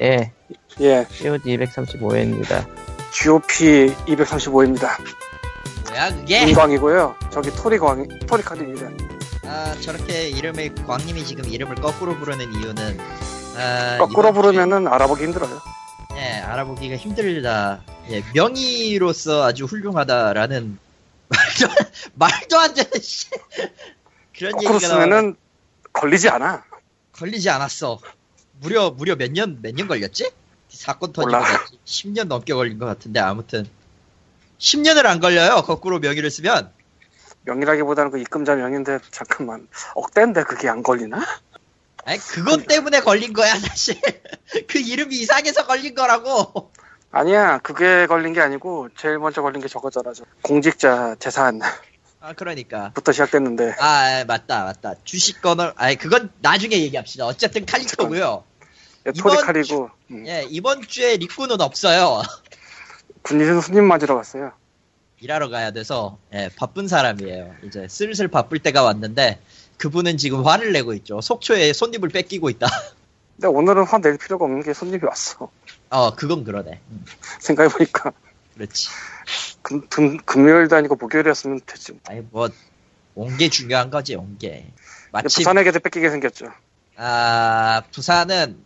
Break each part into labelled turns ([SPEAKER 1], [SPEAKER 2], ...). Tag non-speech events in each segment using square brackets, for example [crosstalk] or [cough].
[SPEAKER 1] 예,
[SPEAKER 2] 예,
[SPEAKER 1] COD 235회입니다.
[SPEAKER 2] GOP 235입니다.
[SPEAKER 3] 뭐야 그게?
[SPEAKER 2] 인광이고요. 저기 토리광, 토리카드입니다.
[SPEAKER 3] 아 저렇게 이름을 광님이 지금 이름을 거꾸로 부르는 이유는 아,
[SPEAKER 2] 거꾸로
[SPEAKER 3] 이번
[SPEAKER 2] 부르면은 알아보기 힘들어요.
[SPEAKER 3] 주에, 예 알아보기가 힘들다. 예 명의로서 아주 훌륭하다라는 [laughs] 말도 말도 안 되는 씨. 그런
[SPEAKER 2] 거꾸로
[SPEAKER 3] 얘기가 나와
[SPEAKER 2] 쓰면은 걸리지 않아.
[SPEAKER 3] 걸리지 않았어. 무려 무려 몇 년 몇 년 걸렸지? 사건 터지고
[SPEAKER 2] 몰라.
[SPEAKER 3] 10년 넘게 걸린 것 같은데 아무튼 10년을 안 걸려요. 거꾸로 명의를 쓰면
[SPEAKER 2] 명이라기보다는 그 입금자 명인데 잠깐만 억대인데 그게 안 걸리나?
[SPEAKER 3] 아니 그것 때문에 걸린 거야 사실 [laughs] 그 이름이 이상해서 걸린 거라고 [laughs]
[SPEAKER 2] 아니야, 그게 걸린 게 아니고 제일 먼저 걸린 게 저거잖아. 저 공직자 재산부터
[SPEAKER 3] 아 그러니까
[SPEAKER 2] 시작됐는데
[SPEAKER 3] 아 예, 맞다 맞다 주식 건을 아니 그건 나중에 얘기합시다 어쨌든 칼리토고요
[SPEAKER 2] 예, 토리칼이고 음,
[SPEAKER 3] 예 이번 주에 리꾸는 없어요 [laughs]
[SPEAKER 2] 군인은 손님 맞으러 갔어요.
[SPEAKER 3] 일하러 가야 돼서 예 바쁜 사람이에요 이제 슬슬 바쁠 때가 왔는데 그분은 지금 화를 내고 있죠 속초에 손님을 뺏기고 있다 [laughs]
[SPEAKER 2] 근데 오늘은 화 낼 필요가 없는 게 손님이 왔어. [laughs]
[SPEAKER 3] 어 그건 그러네 음,
[SPEAKER 2] 생각해보니까
[SPEAKER 3] 그렇지
[SPEAKER 2] 금, 금, 금요일도 아니고 목요일이었으면 됐지.
[SPEAKER 3] 아니 뭐온 게 중요한 거지 온게
[SPEAKER 2] 근데
[SPEAKER 3] 마침
[SPEAKER 2] 부산에게도 뺏기게 생겼죠.
[SPEAKER 3] 아 부산은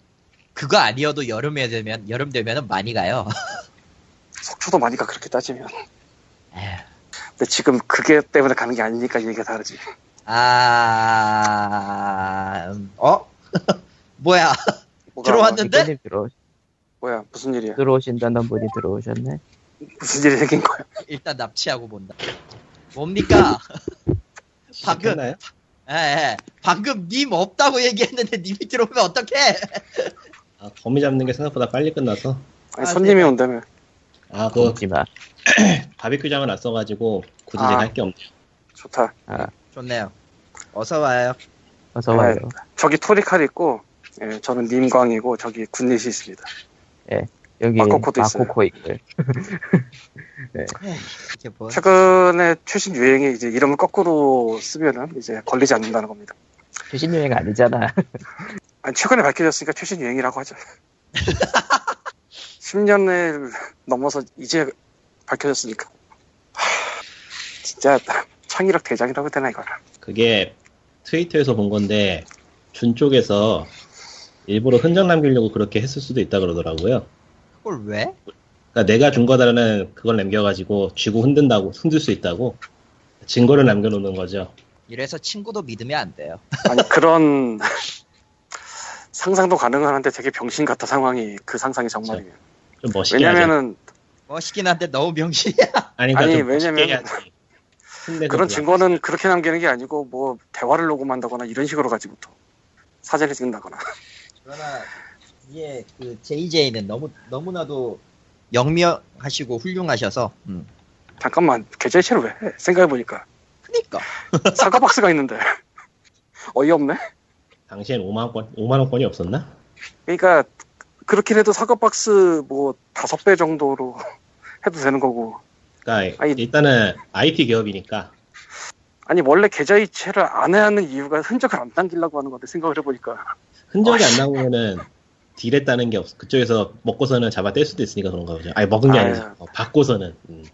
[SPEAKER 3] 그거 아니어도 여름에 되면 여름 되면은 많이 가요. [laughs]
[SPEAKER 2] 속초도 많이 가 그렇게 따지면.
[SPEAKER 3] 에휴.
[SPEAKER 2] 근데 지금 그게 때문에 가는 게 아니니까 얘기가 다르지.
[SPEAKER 3] 아 음, 어? [laughs] 뭐야? [laughs]
[SPEAKER 2] 뭐가-
[SPEAKER 3] 들어왔는- 근데?
[SPEAKER 1] 이거님 들어,
[SPEAKER 2] 뭐야 무슨 일이야?
[SPEAKER 1] 들어오신다는 분이 들어오셨네.
[SPEAKER 2] 무슨 일이 생긴 거야?
[SPEAKER 3] 일단 납치하고 본다. 뭡니까? [laughs] 방금
[SPEAKER 4] 시작했나요?
[SPEAKER 3] 예, 예. 방금 님 없다고 얘기했는데 님이 들어오면 어떡해? [laughs]
[SPEAKER 4] 아, 범위 잡는 게 생각보다 빨리 끝나서
[SPEAKER 2] 아니
[SPEAKER 3] 아,
[SPEAKER 2] 손님이 온다며.
[SPEAKER 4] 아 그
[SPEAKER 1] 오지마.
[SPEAKER 4] 바비큐장을 안 써가지고 굳이
[SPEAKER 2] 아.
[SPEAKER 4] 제가 할 게 없네요
[SPEAKER 2] 좋다.
[SPEAKER 3] 좋네요. 어서 와요.
[SPEAKER 1] 아, 어서 와요.
[SPEAKER 2] 저기 토리칼 있고, 예, 저는 님광이고 저기 군닛이 있습니다.
[SPEAKER 1] 여기
[SPEAKER 2] 마코코도 있어요.
[SPEAKER 1] 마코코 있고요.
[SPEAKER 3] 이렇게 뭐
[SPEAKER 2] 최근에 최신 유행이 이제 이름을 거꾸로 쓰면은 이제 걸리지 않는다는 겁니다.
[SPEAKER 1] 최신 여행 아니잖아. [laughs]
[SPEAKER 2] 아니 최근에 밝혀졌으니까 최신 유행이라고 하죠. [laughs] 10년을 넘어서 이제 밝혀졌으니까. 하, 진짜 창의력 대장이라고 해야 되나 이거는.
[SPEAKER 4] 그게 트위터에서 본 건데 준 쪽에서 일부러 흔적 남기려고 그렇게 했을 수도 있다 그러더라고요
[SPEAKER 3] 그걸 왜?
[SPEAKER 4] 그러니까 내가 준 거다라는 그걸 남겨가지고 쥐고 흔든다고 흔들 수 있다고 증거를 남겨놓는 거죠
[SPEAKER 3] 이래서 친구도 믿으면 안 돼요.
[SPEAKER 2] 아니 그런 [laughs] 상상도 가능한데 되게 병신 같아 상황이 그 상상이 정말이에요.
[SPEAKER 4] 좀 멋있게 하자
[SPEAKER 2] 왜냐면은
[SPEAKER 3] 멋있긴 한데 너무 명신이야.
[SPEAKER 4] 아니, 그러니까
[SPEAKER 2] 아니,
[SPEAKER 4] 좀 멋있게
[SPEAKER 2] 왜냐면은
[SPEAKER 4] 해야지. 흔내서
[SPEAKER 2] 그런
[SPEAKER 4] 그냥.
[SPEAKER 2] 증거는 그렇게 남기는 게 아니고 뭐 대화를 녹음한다거나 이런 식으로 가지부터 사진을 찍는다거나 [laughs]
[SPEAKER 3] 그러나 이게 그 JJ는 너무 너무나도 영명하시고 훌륭하셔서 음.
[SPEAKER 2] 잠깐만 계좌이체를 왜 해? 생각해보니까
[SPEAKER 3] 그니까
[SPEAKER 2] 사과 박스가 있는데 [laughs] 어이없네.
[SPEAKER 4] 당시엔 5만원권 5만원권이 없었나?
[SPEAKER 2] 그러니까 그렇긴 해도 사과 박스 뭐 다섯 배 정도로 [laughs] 해도 되는 거고
[SPEAKER 4] 그러니까
[SPEAKER 2] 아니.
[SPEAKER 4] 일단은 IT 기업이니까
[SPEAKER 2] 아니 원래 계좌 이체를 안 해야 하는 이유가 흔적을 안 남기려고 하는 건데 생각을 해보니까
[SPEAKER 4] 흔적이 안 나오면은 딜했다는 게 없어. 그쪽에서 먹고서는 잡아 뗄 수도 있으니까 그런가 보죠. 아니 먹은 게
[SPEAKER 2] 아유.
[SPEAKER 4] 아니라 어, 받고서는. 음.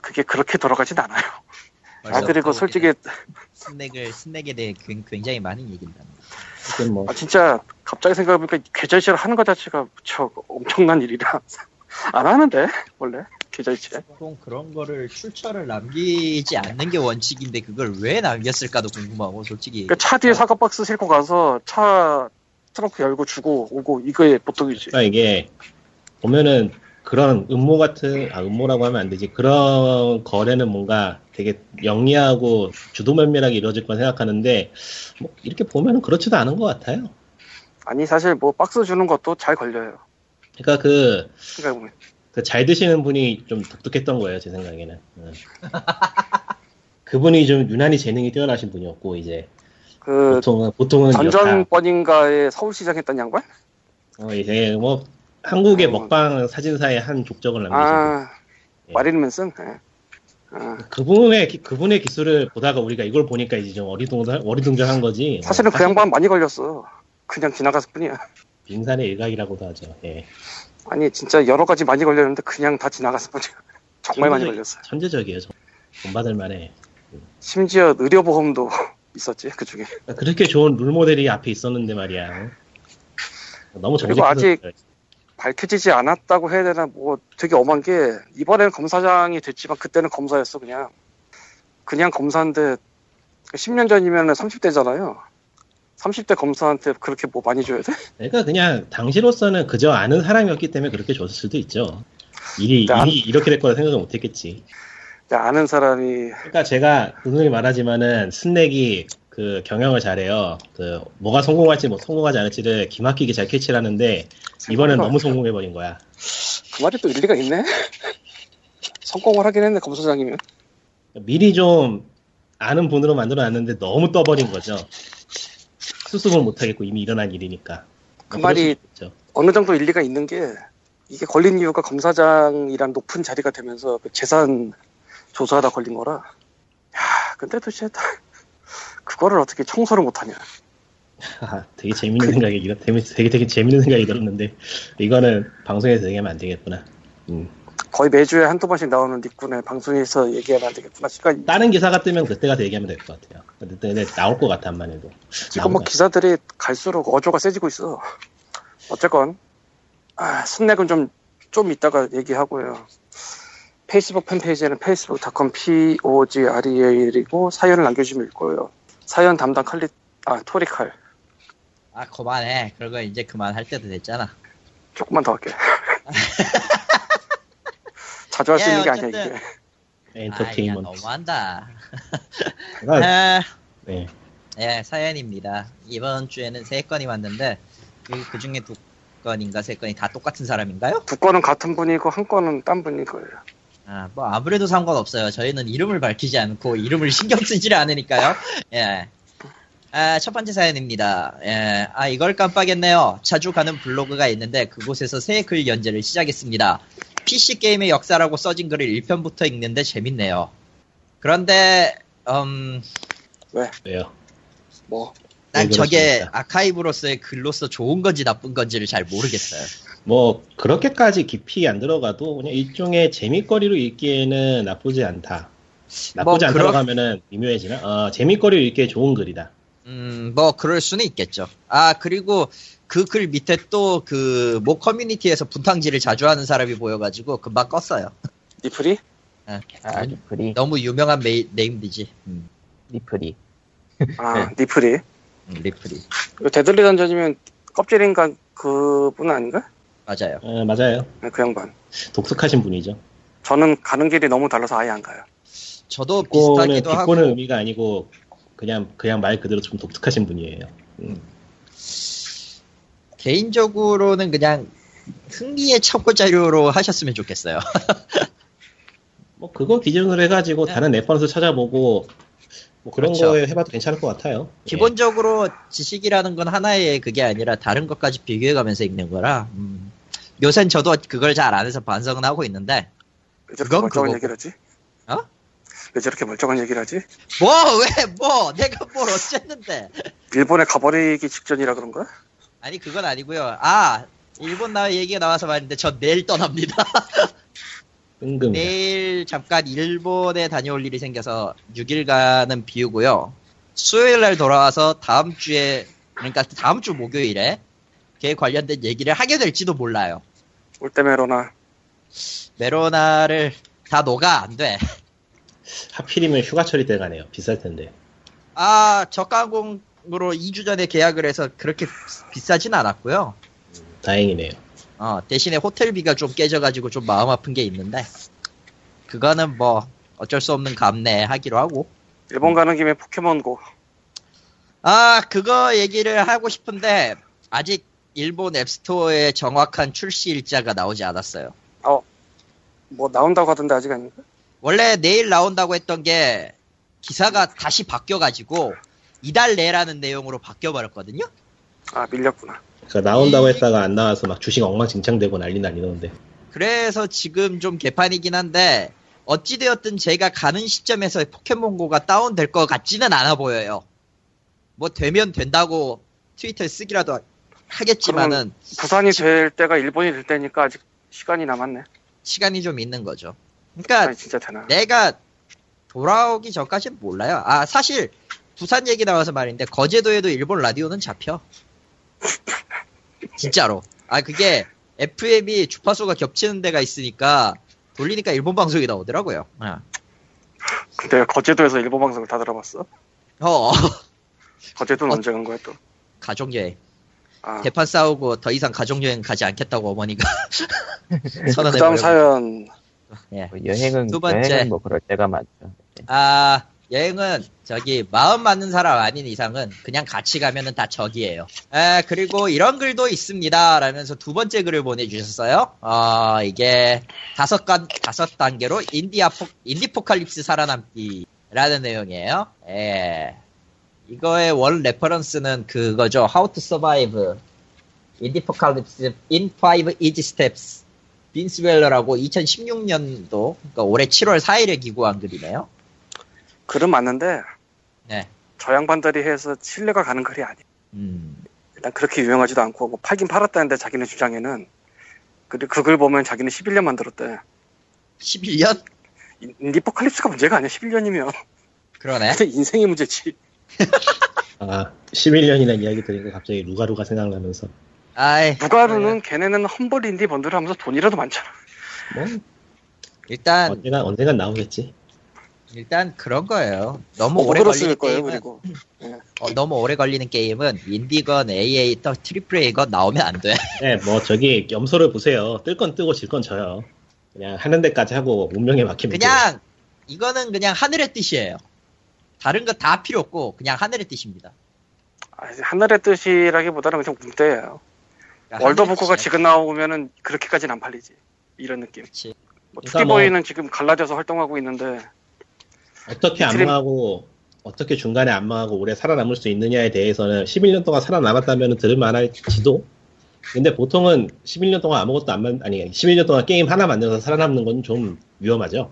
[SPEAKER 2] 그게 그렇게 돌아가진 않아요. 아 그리고 솔직히
[SPEAKER 3] 스낵을 스낵에 대해 그, 굉- 굉장히 많은 얘긴다.
[SPEAKER 4] 하여튼 뭐
[SPEAKER 2] 아, 진짜 갑자기 생각해보니까 계좌 이체를 하는 것 자체가 무척 엄청난 일이라 [laughs] 안 하는데 원래 계좌 이체
[SPEAKER 3] 보통 그런 거를 출처를 남기지 않는 게 원칙인데 그걸 왜 남겼을까도 궁금하고 솔직히
[SPEAKER 2] 그러니까 차
[SPEAKER 4] 어.
[SPEAKER 2] 뒤에 사과 박스 싣고 가서 차 트렁크 열고 주고 오고 이거에 보통이지.
[SPEAKER 4] 그러니까 이게 보면은 그런 음모 같은 아 음모라고 하면 안 되지. 그런 거래는 뭔가 되게 영리하고 주도면밀하게 이루어질 건 생각하는데 뭐 이렇게 보면은 그렇지도 않은 것 같아요.
[SPEAKER 2] 아니 사실 뭐 박스 주는 것도 잘 걸려요.
[SPEAKER 4] 그러니까 그,
[SPEAKER 2] 생각해보면
[SPEAKER 4] 그잘 드시는 분이 좀 독특했던 거예요 제 생각에는. 음. 그분이 좀 유난히 재능이 뛰어나신 분이었고 이제
[SPEAKER 2] 그
[SPEAKER 4] 보통은 보통은 역할.
[SPEAKER 2] 전전번인가에 서울시장 했던 양반?
[SPEAKER 4] 어, 이제 뭐 한국의
[SPEAKER 2] 어.
[SPEAKER 4] 먹방 사진사의 한 족적을 남기신
[SPEAKER 2] 아,
[SPEAKER 4] 예.
[SPEAKER 2] 마린 맨슨? 예. 아,
[SPEAKER 4] 분. 그분의 기- 그분의 기술을 보다가 우리가 이걸 보니까 이제 좀 어리둥절 어리둥절한 거지.
[SPEAKER 2] 사실은
[SPEAKER 4] 어,
[SPEAKER 2] 그 양반 많이 걸렸어. 그냥 지나갔을 뿐이야.
[SPEAKER 4] 빙산의 일각이라고도 하죠. 예.
[SPEAKER 2] 아니 진짜 여러 가지 많이 걸렸는데 그냥 다 지나갔어요. [laughs] 정말 많이
[SPEAKER 4] 천재적-
[SPEAKER 2] 걸렸어요.
[SPEAKER 4] 천재적이에요. 정- 돈 받을 만해.
[SPEAKER 2] 심지어 의료보험도 [laughs] 있었지 그 중에.
[SPEAKER 4] 그러니까 그렇게 좋은 룰 모델이 앞에 있었는데 말이야. 너무 그러니까
[SPEAKER 2] 그리고
[SPEAKER 4] 정직해서
[SPEAKER 2] 아직- 밝혀지지 않았다고 해야 되나 뭐 되게 엄한 게 이번에는 검사장이 됐지만 그때는 검사였어 그냥 그냥 검사인데 10년 전이면 30대잖아요 30대 검사한테 그렇게 뭐 많이 줘야 돼?
[SPEAKER 4] 내가 그냥 당시로서는 그저 아는 사람이었기 때문에 그렇게 줬을 수도 있죠. 일이,
[SPEAKER 2] 난-
[SPEAKER 4] 일이 이렇게 될 거라 생각을 못했겠지.
[SPEAKER 2] 근데 아는 사람이
[SPEAKER 4] 그러니까 제가 누누이 말하지만은 스낵이 그 경영을 잘해요. 그 뭐가 성공할지 뭐 성공하지 않을지를 기막히게 잘 캐치를 하는데 이번엔 너무 성공해버린 거야.
[SPEAKER 2] 그 말이 또 일리가 있네 [laughs] 성공을 하긴 했네 검사장이면
[SPEAKER 4] 미리 좀 아는 분으로 만들어놨는데 너무 떠버린 거죠. 수습을 못하겠고 이미 일어난 일이니까. 아,
[SPEAKER 2] 그
[SPEAKER 4] 그럴
[SPEAKER 2] 말이-
[SPEAKER 4] 수도 있죠.
[SPEAKER 2] 어느 정도 일리가 있는 게 이게 걸린 이유가 검사장이란 높은 자리가 되면서 그 재산 조사하다 걸린 거라 야 근데 도대체 다- [laughs] 그거를 어떻게 청소를 못하냐
[SPEAKER 4] 하하, 되게 재밌는 생각이 이거 되게 되게, 되게 재밌는 생각이 들었는데 이거는 방송에서 얘기하면 안 되겠구나. 음.
[SPEAKER 2] 거의 매주에 한두 번씩 나오는 닉군의 방송에서 얘기하면 안 되겠구나. 그러니까
[SPEAKER 4] 다른 기사가 뜨면 그때 가서 얘기하면 될 것 같아요. 근데, 근데 나올 것 같아 한만 해도.
[SPEAKER 2] 지금 뭐
[SPEAKER 4] 나온다.
[SPEAKER 2] 기사들이 갈수록 어조가 세지고 있어. 어쨌건 아, 스낵은 좀, 좀 이따가 얘기하고요. 페이스북 팬페이지에는 facebook.com p-o-g-r-e-l이고 E 사연을 남겨주시면 읽고요. 사연 담당 칼리, 아, 토리칼.
[SPEAKER 3] 아 그만해. 그런 거 이제 그만할 때도 됐잖아.
[SPEAKER 2] 조금만
[SPEAKER 3] [laughs]
[SPEAKER 2] 더 할게. 자주 할 수
[SPEAKER 3] 예,
[SPEAKER 2] 있는 게 아니야,
[SPEAKER 3] 어쨌든.
[SPEAKER 2] 이게.
[SPEAKER 3] 아야
[SPEAKER 4] 엔터테인먼트.
[SPEAKER 3] 너무한다.
[SPEAKER 4] 아,
[SPEAKER 3] 아,
[SPEAKER 4] 네.
[SPEAKER 3] [laughs] 예, 사연입니다. 이번 주에는 세 건이 왔는데 그 중에 두 건인가 세 건이 다 똑같은 사람인가요?
[SPEAKER 2] 두 건은 같은 분이고, 한 건은 딴 분일 거예요.
[SPEAKER 3] 아, 뭐 아무래도 상관없어요. 저희는 이름을 밝히지 않고 이름을 신경 쓰질 않으니까요. 예. 아, 첫 번째 사연입니다. 예. 아, 이걸 깜빡했네요. 자주 가는 블로그가 있는데 그곳에서 새 글 연재를 시작했습니다. PC 게임의 역사라고 써진 글을 1편부터 읽는데 재밌네요. 그런데 음,
[SPEAKER 4] 왜요?
[SPEAKER 2] 뭐,
[SPEAKER 4] 네,
[SPEAKER 3] 난 저게
[SPEAKER 4] 그렇습니다.
[SPEAKER 3] 아카이브로서의 글로서 좋은 건지 나쁜 건지를 잘 모르겠어요.
[SPEAKER 4] 뭐 그렇게까지 깊이 안 들어가도 그냥 일종의 재미거리로 읽기에는 나쁘지 않다. 나쁘지
[SPEAKER 3] 뭐,
[SPEAKER 4] 않다고
[SPEAKER 3] 그렇-
[SPEAKER 4] 하면은 미묘해지나? 어, 재미거리로 읽기에 좋은 글이다.
[SPEAKER 3] 음, 뭐 그럴 수는 있겠죠. 아 그리고 그 글 밑에 또 그 모 커뮤니티에서 분탕질을 자주 하는 사람이 보여가지고 금방 껐어요. 예,
[SPEAKER 2] 니플이?
[SPEAKER 1] 아, 니프리,
[SPEAKER 3] 너무 유명한 메이, 네임드지. 음,
[SPEAKER 1] 니프리.
[SPEAKER 2] 아,
[SPEAKER 3] 네.
[SPEAKER 2] 니플이.
[SPEAKER 3] 음, 리플이
[SPEAKER 2] 그 데들리 던전이면 껍질 인간 그분 아닌가?
[SPEAKER 3] 맞아요.
[SPEAKER 4] 어, 맞아요.
[SPEAKER 2] 네, 그 양반.
[SPEAKER 4] 독특하신 분이죠.
[SPEAKER 2] 저는 가는 길이 너무 달라서 아예 안 가요.
[SPEAKER 3] 저도
[SPEAKER 4] 그 비꼬는
[SPEAKER 3] 비슷하기도 하고
[SPEAKER 4] 비꼬는 의미가 아니고 그냥 그냥 말 그대로 좀 독특하신 분이에요.
[SPEAKER 3] 개인적으로는 그냥 흥미의 참고 자료로 하셨으면 좋겠어요. [laughs]
[SPEAKER 4] 뭐 그거 기준으로 해가지고
[SPEAKER 3] 네.
[SPEAKER 4] 다른 레퍼런스 찾아보고 뭐 그런
[SPEAKER 3] 그렇죠.
[SPEAKER 4] 거에 해봐도 괜찮을 것 같아요. 예.
[SPEAKER 3] 기본적으로 지식이라는 건 하나의 그게 아니라 다른 것까지 비교해가면서 읽는 거라. 음, 요샌 저도 그걸 잘 안 해서 반성은 하고 있는데
[SPEAKER 2] 왜 저렇게
[SPEAKER 3] 그건
[SPEAKER 2] 멀쩡한
[SPEAKER 3] 그거고.
[SPEAKER 2] 얘기를 하지?
[SPEAKER 3] 어?
[SPEAKER 2] 왜 저렇게 멀쩡한 얘기를 하지?
[SPEAKER 3] 뭐 왜 뭐 내가 뭘 어쨌는데
[SPEAKER 2] 일본에 가버리기 직전이라 그런가?
[SPEAKER 3] 아니 그건 아니고요 아 일본 나 얘기가 나와서 말인데 저 내일 떠납니다 [laughs]
[SPEAKER 4] 뜬금.
[SPEAKER 3] 네. 내일 잠깐 일본에 다녀올 일이 생겨서 6일간은 비우고요 수요일 날 돌아와서 다음 주에 그러니까 다음 주 목요일에 걔 관련된 얘기를 하게 될지도 몰라요
[SPEAKER 2] 올때메로나
[SPEAKER 3] 메로나를 다 녹아 안돼
[SPEAKER 4] 하필이면 휴가철이 돼가네요. 비쌀 텐데.
[SPEAKER 3] 아 저가공으로 2주 전에 계약을 해서 그렇게 비싸진 않았고요
[SPEAKER 4] 다행이네요.
[SPEAKER 3] 어, 대신에 호텔비가 좀 깨져가지고 좀 마음 아픈 게 있는데, 그거는 뭐, 어쩔 수 없는 감내 하기로 하고. 음.
[SPEAKER 2] 일본 가는 김에 포켓몬고
[SPEAKER 3] 아, 그거 얘기를 하고 싶은데, 아직 일본 앱스토어에 정확한 출시 일자가 나오지 않았어요.
[SPEAKER 2] 뭐 나온다고 하던데 아직 아닌가?
[SPEAKER 3] 원래 내일 나온다고 했던 게, 기사가 다시 바뀌어가지고, 이달 내라는 내용으로 바뀌어버렸거든요?
[SPEAKER 2] 아 밀렸구나.
[SPEAKER 4] 그러니까 나온다고
[SPEAKER 3] 이-
[SPEAKER 4] 했다가 안 나와서 막 주식 엉망진창되고 난리 난리던데.
[SPEAKER 3] 그래서 지금 좀 개판이긴 한데, 어찌되었든 제가 가는 시점에서 포켓몬고가 다운될 것 같지는 않아 보여요. 뭐 되면 된다고 트위터에 쓰기라도 하겠지만은 아,
[SPEAKER 2] 부산이 될 때가 일본이 될 때니까 아직 시간이 남았네.
[SPEAKER 3] 시간이 좀 있는 거죠.
[SPEAKER 2] 아니
[SPEAKER 3] 그러니까
[SPEAKER 2] 진짜 되나?
[SPEAKER 3] 내가 돌아오기 전까지는 몰라요. 아 사실 부산 얘기 나와서 말인데 거제도에도 일본 라디오는 [laughs] 잡혀. 진짜로. 아 그게 FM이 주파수가 겹치는 데가 있으니까 돌리니까 일본 방송이 나오더라고요. 아.
[SPEAKER 2] 내가 거제도에서 일본 방송을 다 들어봤어.
[SPEAKER 3] 어 [laughs]
[SPEAKER 2] 거제도는
[SPEAKER 3] 어.
[SPEAKER 2] 언제 간 거야 또?
[SPEAKER 3] 가족여행.
[SPEAKER 2] 아,
[SPEAKER 3] 대판 싸우고 더 이상 가족여행 가지 않겠다고 어머니가 [laughs] 선언해 예.
[SPEAKER 2] 그다음
[SPEAKER 3] 버리고.
[SPEAKER 2] 사연
[SPEAKER 1] 뭐 여행은
[SPEAKER 3] 두 번째.
[SPEAKER 1] 여행은 뭐 그럴 때가 많죠.
[SPEAKER 3] 아 여행은 저기 마음 맞는 사람 아닌 이상은 그냥 같이 가면은 다 적이에요. 에 그리고 이런 글도 있습니다. 라면서 두 번째 글을 보내주셨어요. 아 이게 다섯 간 다섯 단계로 인디아 포 인디포칼립스 살아남기라는 내용이에요. 예. 이거의 원 레퍼런스는 그거죠. How to Survive 인디포칼립스 in Five Easy Steps. 빈스웰러라고 2016년도 그러니까 올해 7월 4일에 기고한 글이네요.
[SPEAKER 2] 글은 맞는데
[SPEAKER 3] 네.
[SPEAKER 2] 저 양반들이 해서 신뢰가 가는 글이 아니야.
[SPEAKER 3] 음.
[SPEAKER 2] 일단 그렇게 유명하지도 않고 뭐 팔긴 팔았다는데 자기네 주장에는 그리고 그걸 보면 자기는 11년 만들었대.
[SPEAKER 3] 11년?
[SPEAKER 2] 인- 인디포칼립스가 문제가 아니야 11년이면. [laughs]
[SPEAKER 3] 그러네.
[SPEAKER 2] 근데 인생이 문제지.
[SPEAKER 4] 아, 11년이라는 이야기 들으니까 갑자기 루가루가 생각나면서
[SPEAKER 3] 아이.
[SPEAKER 2] 누가루는 걔네는 험벌 인디 번들 하면서 돈이라도 많잖아.
[SPEAKER 4] 뭐
[SPEAKER 3] 일단,
[SPEAKER 4] 언젠간 언젠간 나오겠지.
[SPEAKER 3] 일단 그런 거예요. 너무
[SPEAKER 2] 뭐
[SPEAKER 3] 오래
[SPEAKER 2] 오버로
[SPEAKER 3] 걸리는
[SPEAKER 2] 쓸 거예요
[SPEAKER 3] 게임은,
[SPEAKER 2] 그리고.
[SPEAKER 3] 어, 너무 오래 걸리는 게임은 인디건, AA, 또 트리플 A건 나오면 안 돼.
[SPEAKER 4] 네, 뭐 저기 염소를 보세요. 뜰 건 뜨고 질 건 져요. 그냥 하는 데까지 하고 운명에 맡기면 돼요.
[SPEAKER 3] 그냥, 이거는 그냥 하늘의 뜻이에요. 다른 거 다 필요 없고, 그냥 하늘의 뜻입니다.
[SPEAKER 2] 아, 이제 하늘의 뜻이라기보다는 그냥 문대예요.
[SPEAKER 3] 그러니까 하늘의
[SPEAKER 2] 월더부코가
[SPEAKER 3] 뜻이에요.
[SPEAKER 2] 지금 나오면은 그렇게까지는 안 팔리지. 이런 느낌.
[SPEAKER 3] 그치.
[SPEAKER 2] 뭐
[SPEAKER 4] 그러니까 뭐-
[SPEAKER 2] 투디보이는 지금 갈라져서 활동하고 있는데
[SPEAKER 4] 어떻게 안
[SPEAKER 2] 트림-
[SPEAKER 4] 망하고 어떻게 중간에 안 망하고 오래 살아남을 수 있느냐에 대해서는 11년 동안 살아남았다면 들을만할지도. 근데 보통은 11년 동안 아무것도 안 만, 아니 11년 동안 게임 하나 만들어서 살아남는 건 좀 위험하죠.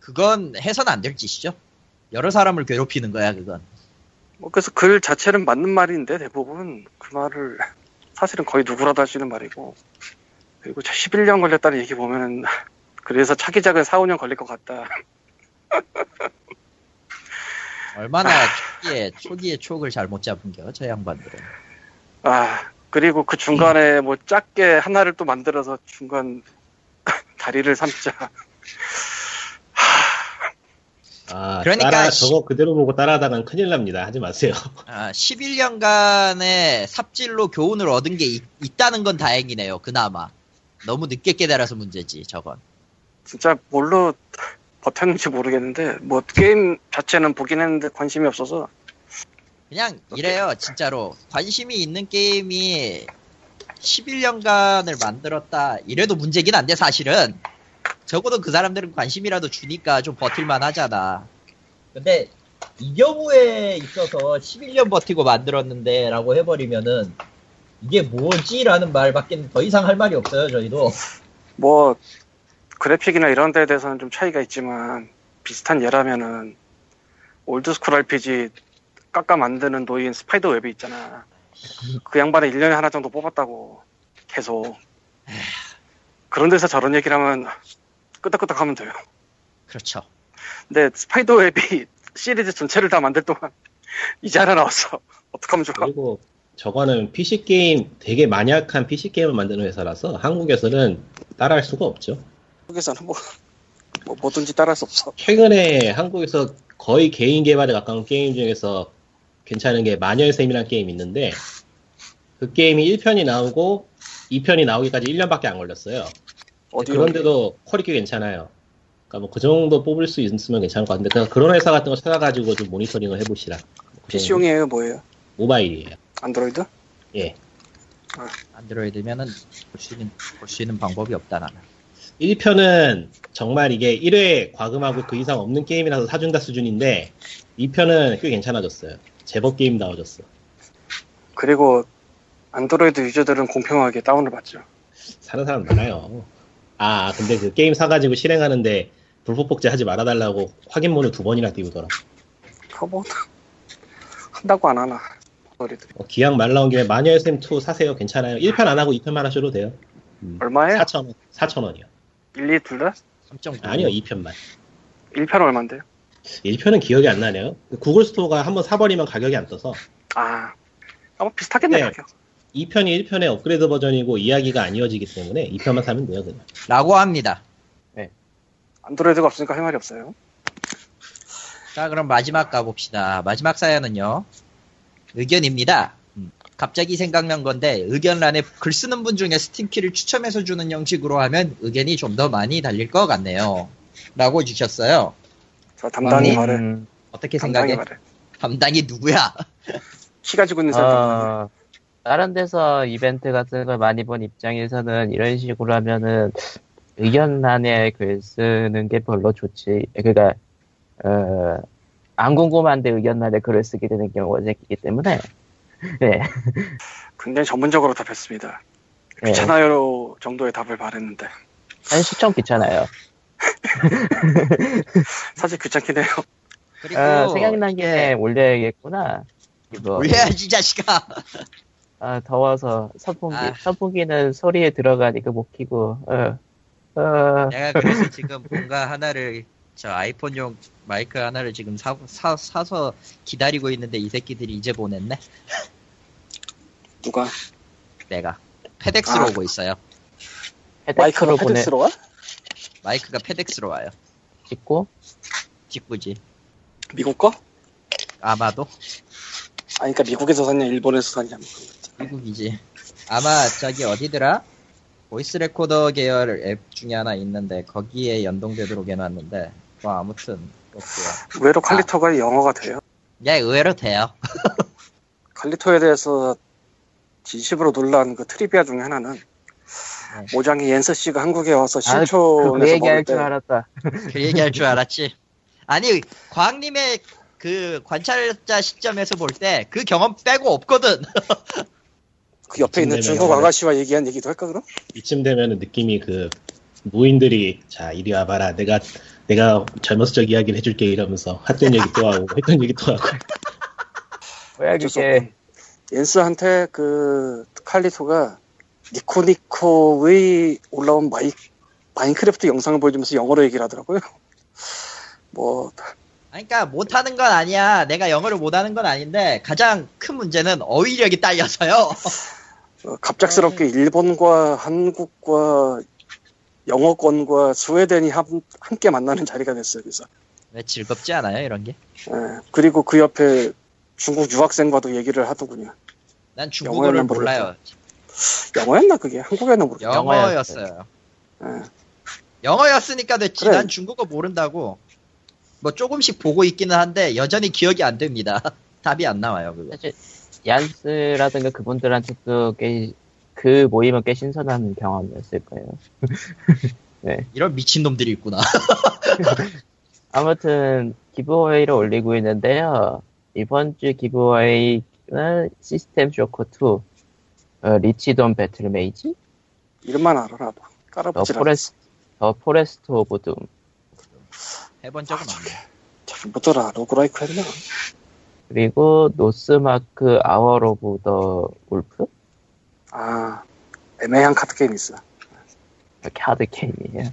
[SPEAKER 3] 그건 해선 안 될 짓이죠. 여러 사람을 괴롭히는 거야, 그건.
[SPEAKER 2] 뭐 그래서 글 자체는 맞는 말인데 대부분 그 말을 사실은 거의 누구라도 할 수 있는 말이고 그리고 11년 걸렸다는 얘기 보면은 그래서 차기작은 4, 5년 걸릴 것 같다.
[SPEAKER 3] 얼마나 초기에, 초기에 촉을 잘못 잡은 겨, 저 양반들은.
[SPEAKER 2] 아 그리고 그 중간에 뭐 작게 하나를 또 만들어서 중간 다리를 삼자.
[SPEAKER 4] 아,
[SPEAKER 3] 그러니까
[SPEAKER 4] 따라,
[SPEAKER 3] 시-
[SPEAKER 4] 저거 그대로 보고 따라하다간 큰일 납니다. 하지 마세요. [laughs]
[SPEAKER 3] 아, 11년간의 삽질로 교훈을 얻은 게 있, 다는건 다행이네요. 그나마 너무 늦게 깨달아서 문제지 저건.
[SPEAKER 2] 진짜 뭘로 버텼는지 모르겠는데 뭐 게임 자체는 보긴 했는데 관심이 없어서
[SPEAKER 3] 그냥 이래요 진짜로 관심이 있는 게임이 11년간을 만들었다 이래도 문제긴 한데 사실은 적어도 그 사람들은 관심이라도 주니까 좀 버틸만 하잖아. 근데 이 경우에 있어서 11년 버티고 만들었는데라고 해버리면은 이게 뭐지라는 말밖에 더 이상 할 말이 없어요 저희도.
[SPEAKER 2] 뭐 그래픽이나 이런 데에 대해서는 좀 차이가 있지만 비슷한 예라면은 올드스쿨 RPG 깎아 만드는 노인 스파이더 웹이 있잖아 그 양반에 1년에 하나 정도 뽑았다고 계속 그런 데서 저런 얘기를 하면 끄덕끄덕 하면 돼요
[SPEAKER 3] 그렇죠.
[SPEAKER 2] 근데 스파이더 웹이 시리즈 전체를 다 만들 동안 [laughs] 이제 하나 나왔어 어떡하면 좋아
[SPEAKER 4] 그리고 저거는 PC 게임 되게 만약한 PC 게임을 만드는 회사라서 한국에서는 따라할 수가 없죠.
[SPEAKER 2] 한국에서는 뭐, 뭐 뭐든지 따라할 수 없어
[SPEAKER 4] 최근에 한국에서 거의 개인 개발에 가까운 게임 중에서 괜찮은 게 마녀의 셈이라는 게임이 있는데 그 게임이 1편이 나오고 2편이 나오기까지 1년밖에 안 걸렸어요.
[SPEAKER 2] 어디
[SPEAKER 4] 그런데도 퀄리티 괜찮아요. 그러니까 뭐 그 정도 뽑을 수 있으면 괜찮을 것 같은데 그냥 그런 회사 같은 거 찾아가지고 좀 모니터링을 해보시라. 그 정도.
[SPEAKER 2] PC용이에요 뭐예요
[SPEAKER 4] 모바일이에요.
[SPEAKER 2] 안드로이드
[SPEAKER 4] 예.
[SPEAKER 3] 안드로이드면은 볼 수 있는 볼 수 있는 방법이 없다 나는.
[SPEAKER 4] 1편은 정말 이게 1회 과금하고 그 이상 없는 게임이라서 사준다 수준인데 2편은 꽤 괜찮아졌어요. 제법 게임 나와졌어.
[SPEAKER 2] 그리고 안드로이드 유저들은 공평하게 다운을 받죠.
[SPEAKER 4] 사는 사람 많아요. 아, 근데 그 게임 사가지고 실행하는데 불법복제
[SPEAKER 2] [laughs]
[SPEAKER 4] 하지 말아달라고 확인문을 두 번이나 띄우더라.
[SPEAKER 2] 커버 한다고 안 하나. 머리들.
[SPEAKER 4] 어, 기왕 말 나온 김에 마녀 SM2 사세요. 괜찮아요. 1편 안 하고 2편만 하셔도 돼요.
[SPEAKER 1] 음.
[SPEAKER 2] 얼마예요?
[SPEAKER 4] 4,000원. 4,000원이요.
[SPEAKER 2] 1, 2, 둘 다?
[SPEAKER 3] 3.9.
[SPEAKER 4] 아니요, 2편만.
[SPEAKER 2] 1편 얼만데요?
[SPEAKER 4] 1편은 기억이 안 나네요. 구글 스토어가 한번 사버리면 가격이 안 떠서
[SPEAKER 2] 아, 아마 비슷하겠네요.
[SPEAKER 4] 네.
[SPEAKER 2] 가격.
[SPEAKER 4] 2편이 1편의 업그레이드 버전이고 이야기가 안 이어지기 때문에 2편만 사면 돼요, 그냥.
[SPEAKER 3] 라고 합니다.
[SPEAKER 2] 안드로이드가 없으니까 할 말이 없어요.
[SPEAKER 3] 자, 그럼 마지막 가봅시다. 마지막 사연은요. 의견입니다. 음, 갑자기 생각난 건데 의견란에 글 쓰는 분 중에 스팀키를 추첨해서 주는 형식으로 하면 의견이 좀 더 많이 달릴 것 같네요. 라고 주셨어요.
[SPEAKER 2] 저 담당이
[SPEAKER 3] 아니,
[SPEAKER 2] 말해.
[SPEAKER 1] 음,
[SPEAKER 3] 어떻게
[SPEAKER 2] 담당이
[SPEAKER 3] 생각해?
[SPEAKER 2] 말해.
[SPEAKER 3] 담당이 누구야?
[SPEAKER 2] 키 가지고 있는 사람. 담당이 말해.
[SPEAKER 1] 어, 다른 데서 이벤트 같은 걸 많이 본 입장에서는 이런 식으로 하면은 의견란에 글 쓰는 게 별로 좋지. 그러니까 어, 안 궁금한데 의견란에 글을 쓰게 되는 경우가 생기기 때문에 [laughs] 네.
[SPEAKER 2] 굉장히 전문적으로 답했습니다.
[SPEAKER 1] 네.
[SPEAKER 2] 그렇죠. 귀찮아요 정도의 답을 바랬는데
[SPEAKER 1] 사실 시청 귀찮아요.
[SPEAKER 2] 사실 귀찮긴 해요.
[SPEAKER 3] 그리고 예.
[SPEAKER 1] 아,
[SPEAKER 3] [laughs]
[SPEAKER 1] 생각난 게 올려야겠구나. 이거.
[SPEAKER 3] 올려야지 자식아.
[SPEAKER 1] 아, 더워서 선풍기.
[SPEAKER 3] 아.
[SPEAKER 1] 선풍기는 소리에 들어가니까 못 키고. 어. 어.
[SPEAKER 3] 내가 그래서 지금 뭔가 하나를 저 아이폰용 마이크 하나를 지금 사, 사, 사서 기다리고 있는데 이 새끼들이 이제 보냈네.
[SPEAKER 2] 누가
[SPEAKER 3] 내가 페덱스로
[SPEAKER 2] 아.
[SPEAKER 3] 오고 있어요.
[SPEAKER 1] 헤드폰으로 보내
[SPEAKER 2] 패드스로 와?
[SPEAKER 3] 마이크가 페덱스로 와요.
[SPEAKER 1] 찍고
[SPEAKER 3] 직구지.
[SPEAKER 2] 미국 거?
[SPEAKER 3] 아마도
[SPEAKER 2] 아니 그러니까 미국에서 샀냐 일본에서 샀냐
[SPEAKER 3] 미국이지. 아마 저기 어디더라? 보이스 레코더 계열 앱 중에 하나 있는데 거기에 연동되도록 해놨는데 뭐 아무튼 그렇고요.
[SPEAKER 2] 의외로
[SPEAKER 1] 아.
[SPEAKER 2] 칼리터가 영어가 돼요.
[SPEAKER 3] 예 의외로 돼요.
[SPEAKER 2] 칼리터에 대해서 진심으로 놀란 그 트리비아 중에 하나는 모장이 옌스 씨가 한국에 와서
[SPEAKER 1] 네. 아, 그, 그
[SPEAKER 2] 신촌에서 먹을
[SPEAKER 1] 얘기할
[SPEAKER 2] 때
[SPEAKER 1] 줄 알았다.
[SPEAKER 3] 그 얘기할 줄 알았지. 아니 광님의 그 관찰자 시점에서 볼 때 그 경험 빼고 없거든. [laughs]
[SPEAKER 2] 그 옆에
[SPEAKER 1] 네,
[SPEAKER 2] 있는
[SPEAKER 4] 진짜
[SPEAKER 2] 중국
[SPEAKER 4] 영어를-
[SPEAKER 2] 아가씨와 얘기한 얘기도 할까 그럼?
[SPEAKER 4] 이쯤 되면 느낌이 그 무인들이 자 이리 와봐라 내가 내가 젊었을 적 이야기를 해줄게 이러면서 했던 얘기 또 하고 했던 얘기 또 하고
[SPEAKER 1] 뭐야
[SPEAKER 2] 어쩔 수
[SPEAKER 1] 그게.
[SPEAKER 2] 옌스한테 그 칼리토가 니코니코의 올라온 마이, 마인크래프트 영상을 보여주면서 영어로 얘기를 하더라고요. [laughs] 뭐
[SPEAKER 3] 아니, 그러니까 못하는 건 아니야. 내가 영어를 못하는 건 아닌데 가장 큰 문제는 어휘력이 딸려서요. [laughs]
[SPEAKER 2] 어,
[SPEAKER 1] 네.
[SPEAKER 2] 갑작스럽게 일본과 한국과 영어권과 스웨덴이 함, 함께 만나는 자리가 됐어요. 그래서
[SPEAKER 3] 왜 즐겁지 않아요 이런 게?
[SPEAKER 2] 예, 그리고 그 옆에 중국 유학생과도 얘기를 하더군요.
[SPEAKER 3] 난 중국어를
[SPEAKER 2] 영어는
[SPEAKER 3] 몰라요.
[SPEAKER 2] 영어였나 그게 한국에는 예. 모르겠.
[SPEAKER 3] 영어였어요.
[SPEAKER 2] 응.
[SPEAKER 3] 영어였으니까 됐지.
[SPEAKER 2] 그래.
[SPEAKER 3] 난 중국어 모른다고. 뭐 조금씩 보고 있기는 한데 여전히 기억이 안 됩니다. [laughs] 답이 안 나와요 그거.
[SPEAKER 1] 사실 얀스라든가 그분들한테도 꽤 그 모임은 꽤 신선한 경험이었을 거예요.
[SPEAKER 3] 이런 미친 놈들이 있구나. [laughs] 아무튼
[SPEAKER 1] 아무튼 기브웨이를 올리고 있는데요. 이번 주 기브웨이는 시스템 쇼크 2, 어, 리치돈 배틀 메이지,
[SPEAKER 2] 이름만 알아라. 뭐.
[SPEAKER 1] 더
[SPEAKER 2] 깔아붙지 않았어.
[SPEAKER 1] 포레스, 더 포레스트 오브 둠.
[SPEAKER 3] 해본 적은 없네.
[SPEAKER 2] 잘 못더라. 로그라이크 했나?
[SPEAKER 1] 그리고 노스마크 아워 오브 더 울프
[SPEAKER 2] 아 애매한 카드 게임 있어.
[SPEAKER 1] 카드 게임이에요.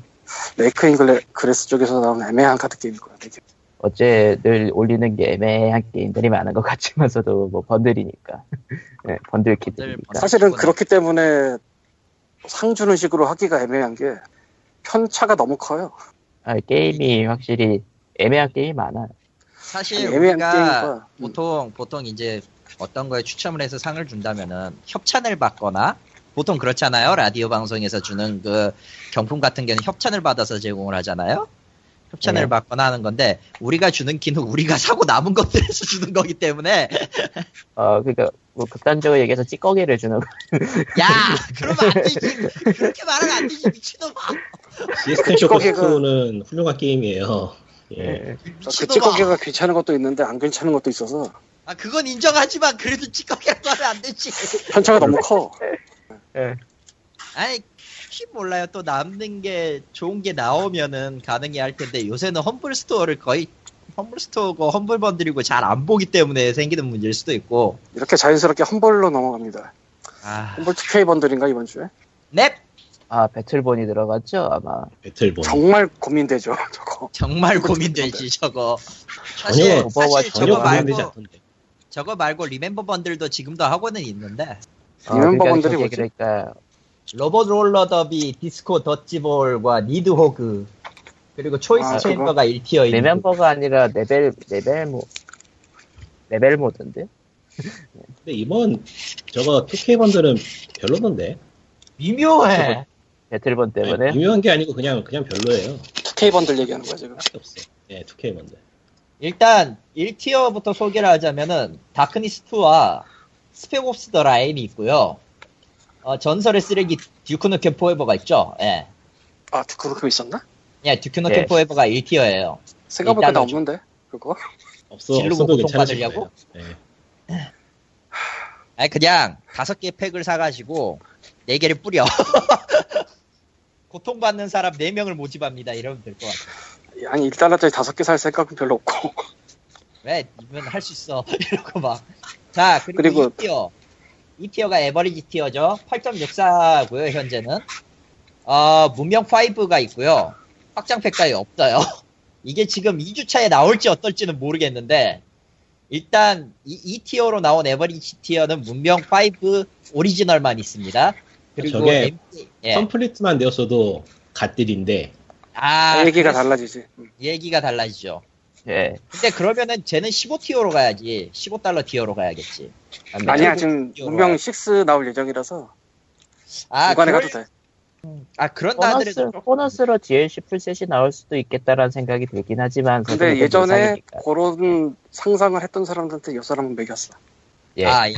[SPEAKER 2] 레이크 잉글레 그레스 쪽에서 나온 애매한 카드 게임일 거야. 되게.
[SPEAKER 1] 어째 늘 올리는 게 애매한 게임들이 많은 것 같지만서도 뭐 번들이니까 [laughs] 네, 번들 키트니까
[SPEAKER 2] 사실은
[SPEAKER 3] 이거는-
[SPEAKER 2] 그렇기 때문에 상 주는 식으로 하기가 애매한 게 편차가 너무 커요.
[SPEAKER 1] 아, 게임이 확실히 애매한 게임이 많아요.
[SPEAKER 3] 사실
[SPEAKER 2] 아니, 애매한 게임과,
[SPEAKER 3] 우리가
[SPEAKER 2] 음.
[SPEAKER 3] 보통 보통 이제 어떤 거에 추첨을 해서 상을 준다면은 협찬을 받거나 보통 그렇잖아요. 라디오 방송에서 주는 그 경품 같은 경우는 협찬을 받아서 제공을 하잖아요. 협찬을
[SPEAKER 1] 네.
[SPEAKER 3] 받거나 하는 건데 우리가 주는 기는 우리가 사고 남은 것들에서 주는 거기 때문에
[SPEAKER 1] 어 그러니까 뭐 극단적으로 얘기해서 찌꺼기를 주는 거
[SPEAKER 3] 야 그러면 안 되지 그렇게 말하면 안 되지 미친놈아
[SPEAKER 4] 시스템 쇼크
[SPEAKER 3] 그
[SPEAKER 2] 찌꺼기가-
[SPEAKER 4] 2는 훌륭한 게임이에요.
[SPEAKER 3] 네.
[SPEAKER 4] 예.
[SPEAKER 1] 예.
[SPEAKER 2] 그
[SPEAKER 3] 미친놈아
[SPEAKER 2] 찌꺼기가 괜찮은 것도 있는데 안 괜찮은 것도 있어서
[SPEAKER 3] 아 그건 인정하지만 그래도 찌꺼기라고 하면 안 되지
[SPEAKER 2] 편차가 너무 커.
[SPEAKER 1] 예.
[SPEAKER 3] 아니 혹시 몰라요 또 남는 게 좋은 게 나오면은 가능해 할 텐데 요새는 험블 스토어를 거의 험블 스토어고 험블 번들이고 잘 안 보기 때문에 생기는 문제일 수도 있고.
[SPEAKER 2] 이렇게 자연스럽게 험벌로 넘어갑니다.
[SPEAKER 3] 아,
[SPEAKER 2] 험벌 2K 번들인가 이번 주에?
[SPEAKER 3] 넵.
[SPEAKER 1] 아 배틀본이 들어갔죠 아마.
[SPEAKER 4] 배틀본.
[SPEAKER 2] 정말 고민되죠 [laughs] 저거.
[SPEAKER 3] 정말 고민되지 저거. 사실
[SPEAKER 4] 전혀
[SPEAKER 1] 오버워치
[SPEAKER 3] 사실
[SPEAKER 4] 전혀
[SPEAKER 3] 저거
[SPEAKER 4] 관련되지
[SPEAKER 3] 말고
[SPEAKER 4] 않던데.
[SPEAKER 3] 저거 말고 리멤버 번들도 지금도 하고는 있는데
[SPEAKER 1] 어,
[SPEAKER 2] 리멤버
[SPEAKER 1] 그러니까
[SPEAKER 2] 분들이
[SPEAKER 1] 저게
[SPEAKER 2] 뭐지?
[SPEAKER 1] 그러니까
[SPEAKER 3] 로봇 롤러 더비, 디스코 더치볼과 니드 호그 그리고 초이스
[SPEAKER 2] 아,
[SPEAKER 3] 챔버가 1티어 있는
[SPEAKER 1] 리멤버가 아니라 레벨 레벨 모 레벨 모드인데.
[SPEAKER 4] 근데 이번 저거 2K 번들은 별로던데.
[SPEAKER 3] 미묘해.
[SPEAKER 1] 배틀본
[SPEAKER 2] 네.
[SPEAKER 1] 때문에
[SPEAKER 4] 아니, 유명한 게 아니고 그냥 그냥 별로예요.
[SPEAKER 2] 2K 번들 얘기하는 거야 지금.
[SPEAKER 4] 딱히 없어. 예, 2K 번들.
[SPEAKER 3] 일단 1티어부터 소개를 하자면은 다크니스2와 스펙옵스 더 라인이 있고요. 어, 전설의 쓰레기 듀크누켄 포에버가 있죠. 예.
[SPEAKER 2] 아 그렇게 있었나?
[SPEAKER 3] 예, 듀크누켄
[SPEAKER 1] 예.
[SPEAKER 3] 포에버가 1티어예요.
[SPEAKER 2] 생각보다 나
[SPEAKER 3] 일단은
[SPEAKER 2] 없는데 그거.
[SPEAKER 4] 없어.
[SPEAKER 3] 진로
[SPEAKER 4] 없어도
[SPEAKER 3] 고통
[SPEAKER 4] 괜찮으실
[SPEAKER 3] 받으려고?
[SPEAKER 4] 거예요. 예.
[SPEAKER 3] 아니 그냥 다섯 개 팩을 사가지고 네 개를 뿌려. [laughs] 고통받는 사람 네 명을 모집합니다. 이러면 될 것 같아.
[SPEAKER 2] 아니 1달러짜리 다섯 개 살 생각은 별로 없고.
[SPEAKER 3] 왜 이분 할 수 있어? [laughs] 이러고 막. 자
[SPEAKER 2] 그리고-
[SPEAKER 3] 그리고, 이 2티어. 2티어가 에버리지 티어죠. 8.64고요 현재는. 어 문명 5가 있고요. 확장 팩까지 없어요. [laughs] 이게 지금 2주차에 나올지 어떨지는 모르겠는데 일단 이 2티어로 나온 에버리지 티어는 문명 5 오리지널만 있습니다. 그리고
[SPEAKER 4] 저게
[SPEAKER 3] MT 예.
[SPEAKER 4] 컴플리트만 되었어도 갓딜인데
[SPEAKER 3] 아,
[SPEAKER 2] 얘기가
[SPEAKER 3] 그래서
[SPEAKER 2] 달라지지. 음.
[SPEAKER 3] 얘기가 달라지죠.
[SPEAKER 2] 네.
[SPEAKER 1] 예.
[SPEAKER 3] 근데 그러면은 쟤는 15티어로 가야지. 15달러 티어로 가야겠지.
[SPEAKER 1] 안 돼요.
[SPEAKER 2] 아니야
[SPEAKER 3] 그리고
[SPEAKER 2] 지금
[SPEAKER 3] 이거
[SPEAKER 2] 문명
[SPEAKER 3] 봐요.
[SPEAKER 2] 6 나올 예정이라서
[SPEAKER 3] 아,
[SPEAKER 2] 무관에
[SPEAKER 3] 그럴-
[SPEAKER 2] 가도 돼.
[SPEAKER 3] 아 그런
[SPEAKER 1] 보너스,
[SPEAKER 3] 나들에도
[SPEAKER 1] 보너스로 DLC 풀셋이 나올 수도 있겠다라는 생각이 들긴 하지만
[SPEAKER 2] 근데
[SPEAKER 1] 그건
[SPEAKER 2] 예전에
[SPEAKER 1] 예상이니까.
[SPEAKER 2] 그런 상상을 했던 사람들한테 이 사람은 매겼어.
[SPEAKER 1] 예.
[SPEAKER 3] 아, 예.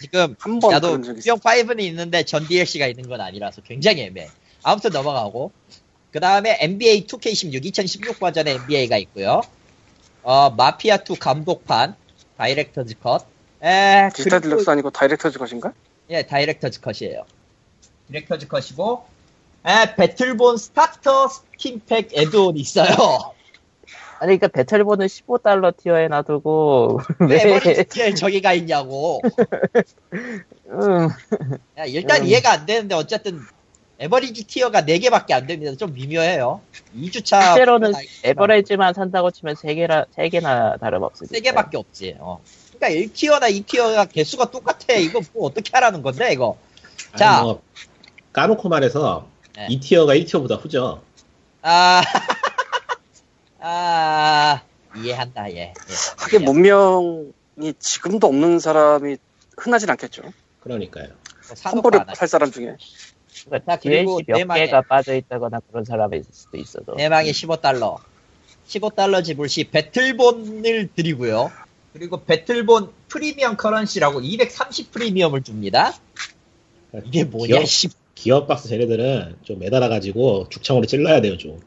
[SPEAKER 3] 지금
[SPEAKER 2] 한 번
[SPEAKER 3] 나도
[SPEAKER 2] 그런 적이 있어.
[SPEAKER 3] 문명 5는 있는데 전 DLC가 있는 건 아니라서 굉장히 애매해. 아무튼 넘어가고. 그 다음에 NBA 2K16, 2016 버전의 NBA가 있고요 어, 마피아2 감독판, 다이렉터즈 컷. 에,
[SPEAKER 2] 디지털
[SPEAKER 3] 그리고
[SPEAKER 2] 딜럭스 아니고 다이렉터즈 것인가?
[SPEAKER 3] 예, 다이렉터즈 컷이에요. 디렉터즈 컷이고, 아, 배틀본 스타터 스킨팩 에드온이 있어요.
[SPEAKER 1] 아니 그러니까 배틀본은 15달러 티어에 놔두고
[SPEAKER 3] 네,
[SPEAKER 1] 왜?
[SPEAKER 3] 에버리지에 저기가 있냐고.
[SPEAKER 1] 음,
[SPEAKER 3] 야, 일단
[SPEAKER 1] 음.
[SPEAKER 3] 이해가 안 되는데, 어쨌든, 에버리지 티어가 4개밖에 안 됩니다. 좀 미묘해요. 2주차.
[SPEAKER 1] 실제로는 에버레이지만 산다고 치면 3개라 3개나 다름없으니까.
[SPEAKER 3] 3개밖에 없지. 어. 그러니까 1티어나 2티어가 개수가 똑같아. 이거 뭐 어떻게 하라는 건데, 이거.
[SPEAKER 4] 아니,
[SPEAKER 3] 자.
[SPEAKER 4] 뭐 까놓고 말해서
[SPEAKER 3] 네.
[SPEAKER 4] 2티어가 1티어보다 후죠.
[SPEAKER 3] 아, [laughs] 아, 이해한다, 예. 예.
[SPEAKER 2] 그게 문명이 지금도 없는 사람이 흔하진 않겠죠.
[SPEAKER 4] 그러니까요.
[SPEAKER 3] 사놓고
[SPEAKER 2] 콤보를
[SPEAKER 3] 안 하지.
[SPEAKER 2] 살 사람 중에.
[SPEAKER 1] 그러니까
[SPEAKER 3] 그리고
[SPEAKER 1] DLC 몇
[SPEAKER 3] 내막에- 네.
[SPEAKER 1] 개가 빠져 있다거나 그런 사람이 있을 수도 있어도.
[SPEAKER 3] 대망의 15달러. 15달러 지불 시 배틀본을 드리고요. 그리고 배틀본 프리미엄 커런시라고 230 프리미엄을 줍니다. 이게 뭐냐,
[SPEAKER 4] 기업,
[SPEAKER 3] 씨.
[SPEAKER 4] 기어박스 쟤네들은 좀 매달아가지고 죽창으로 찔러야 돼요, 좀.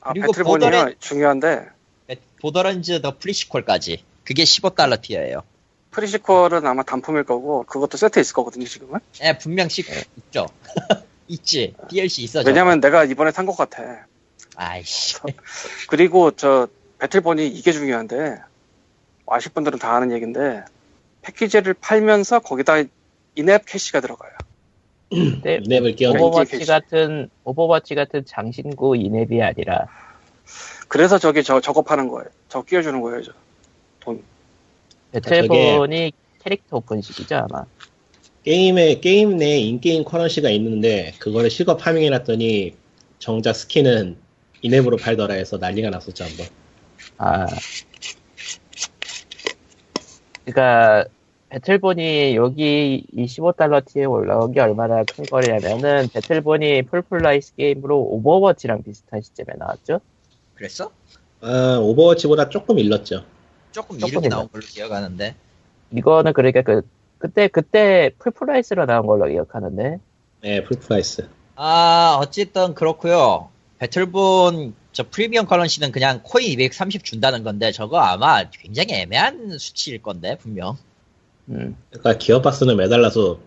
[SPEAKER 2] 아,
[SPEAKER 3] 그리고
[SPEAKER 2] 배틀본이요
[SPEAKER 3] 보더랜-
[SPEAKER 2] 중요한데
[SPEAKER 3] 보더런즈 더 프리시콜까지. 그게 15달러 티어예요.
[SPEAKER 2] 프리시퀄은 아마 단품일 거고 그것도 세트 에 있을 거거든요 지금은.
[SPEAKER 3] 예, 분명 시 있죠. [laughs] 있지. DLC 있어. 저거.
[SPEAKER 2] 왜냐면 내가 이번에 산 것 같아.
[SPEAKER 3] 아이씨.
[SPEAKER 2] 그리고 저 배틀본이 이게 중요한데 아실 분들은 다 아는 얘긴데 패키지를 팔면서 거기다 인앱 캐시가 들어가요.
[SPEAKER 1] 근데
[SPEAKER 4] 랩을 끼얹은
[SPEAKER 2] 어머.
[SPEAKER 1] 오버워치
[SPEAKER 2] 이게
[SPEAKER 1] 같은 오버워치 같은 장신구 인앱이 아니라
[SPEAKER 2] 그래서 저기 저 저거 파는 거예요. 저거 끼워주는 거예요. 저.
[SPEAKER 1] 배틀본이 캐릭터 오픈식이죠 아마.
[SPEAKER 4] 게임에, 게임 내에 인게임 커런시가 있는데, 그거를 실거 파밍해놨더니, 정작 스킨은 인앱으로 팔더라 해서 난리가 났었죠, 한번.
[SPEAKER 1] 아. 그니까, 그러니까 배틀본이 여기 25달러 티에 올라온 게 얼마나 큰 거냐면은, 배틀본이 풀플라이스 게임으로 오버워치랑 비슷한 시점에 나왔죠?
[SPEAKER 3] 그랬어?
[SPEAKER 4] 아, 오버워치보다 조금 일렀죠.
[SPEAKER 3] 조금
[SPEAKER 1] 조금
[SPEAKER 3] 이름이
[SPEAKER 1] 있나?
[SPEAKER 3] 나온 걸로 기억하는데.
[SPEAKER 1] 이거는 그러니까 그, 그때, 그때 풀플라이스로 나온 걸로 기억하는데,
[SPEAKER 4] 네, 풀프라이스.
[SPEAKER 3] 아, 어쨌든 그렇고요 배틀본 저 프리미엄 커런시는 그냥 코인 230 준다는 건데, 저거 아마 굉장히 애매한 수치일 건데, 분명.
[SPEAKER 1] 음.
[SPEAKER 4] 그러니까 기어박스는 매달라서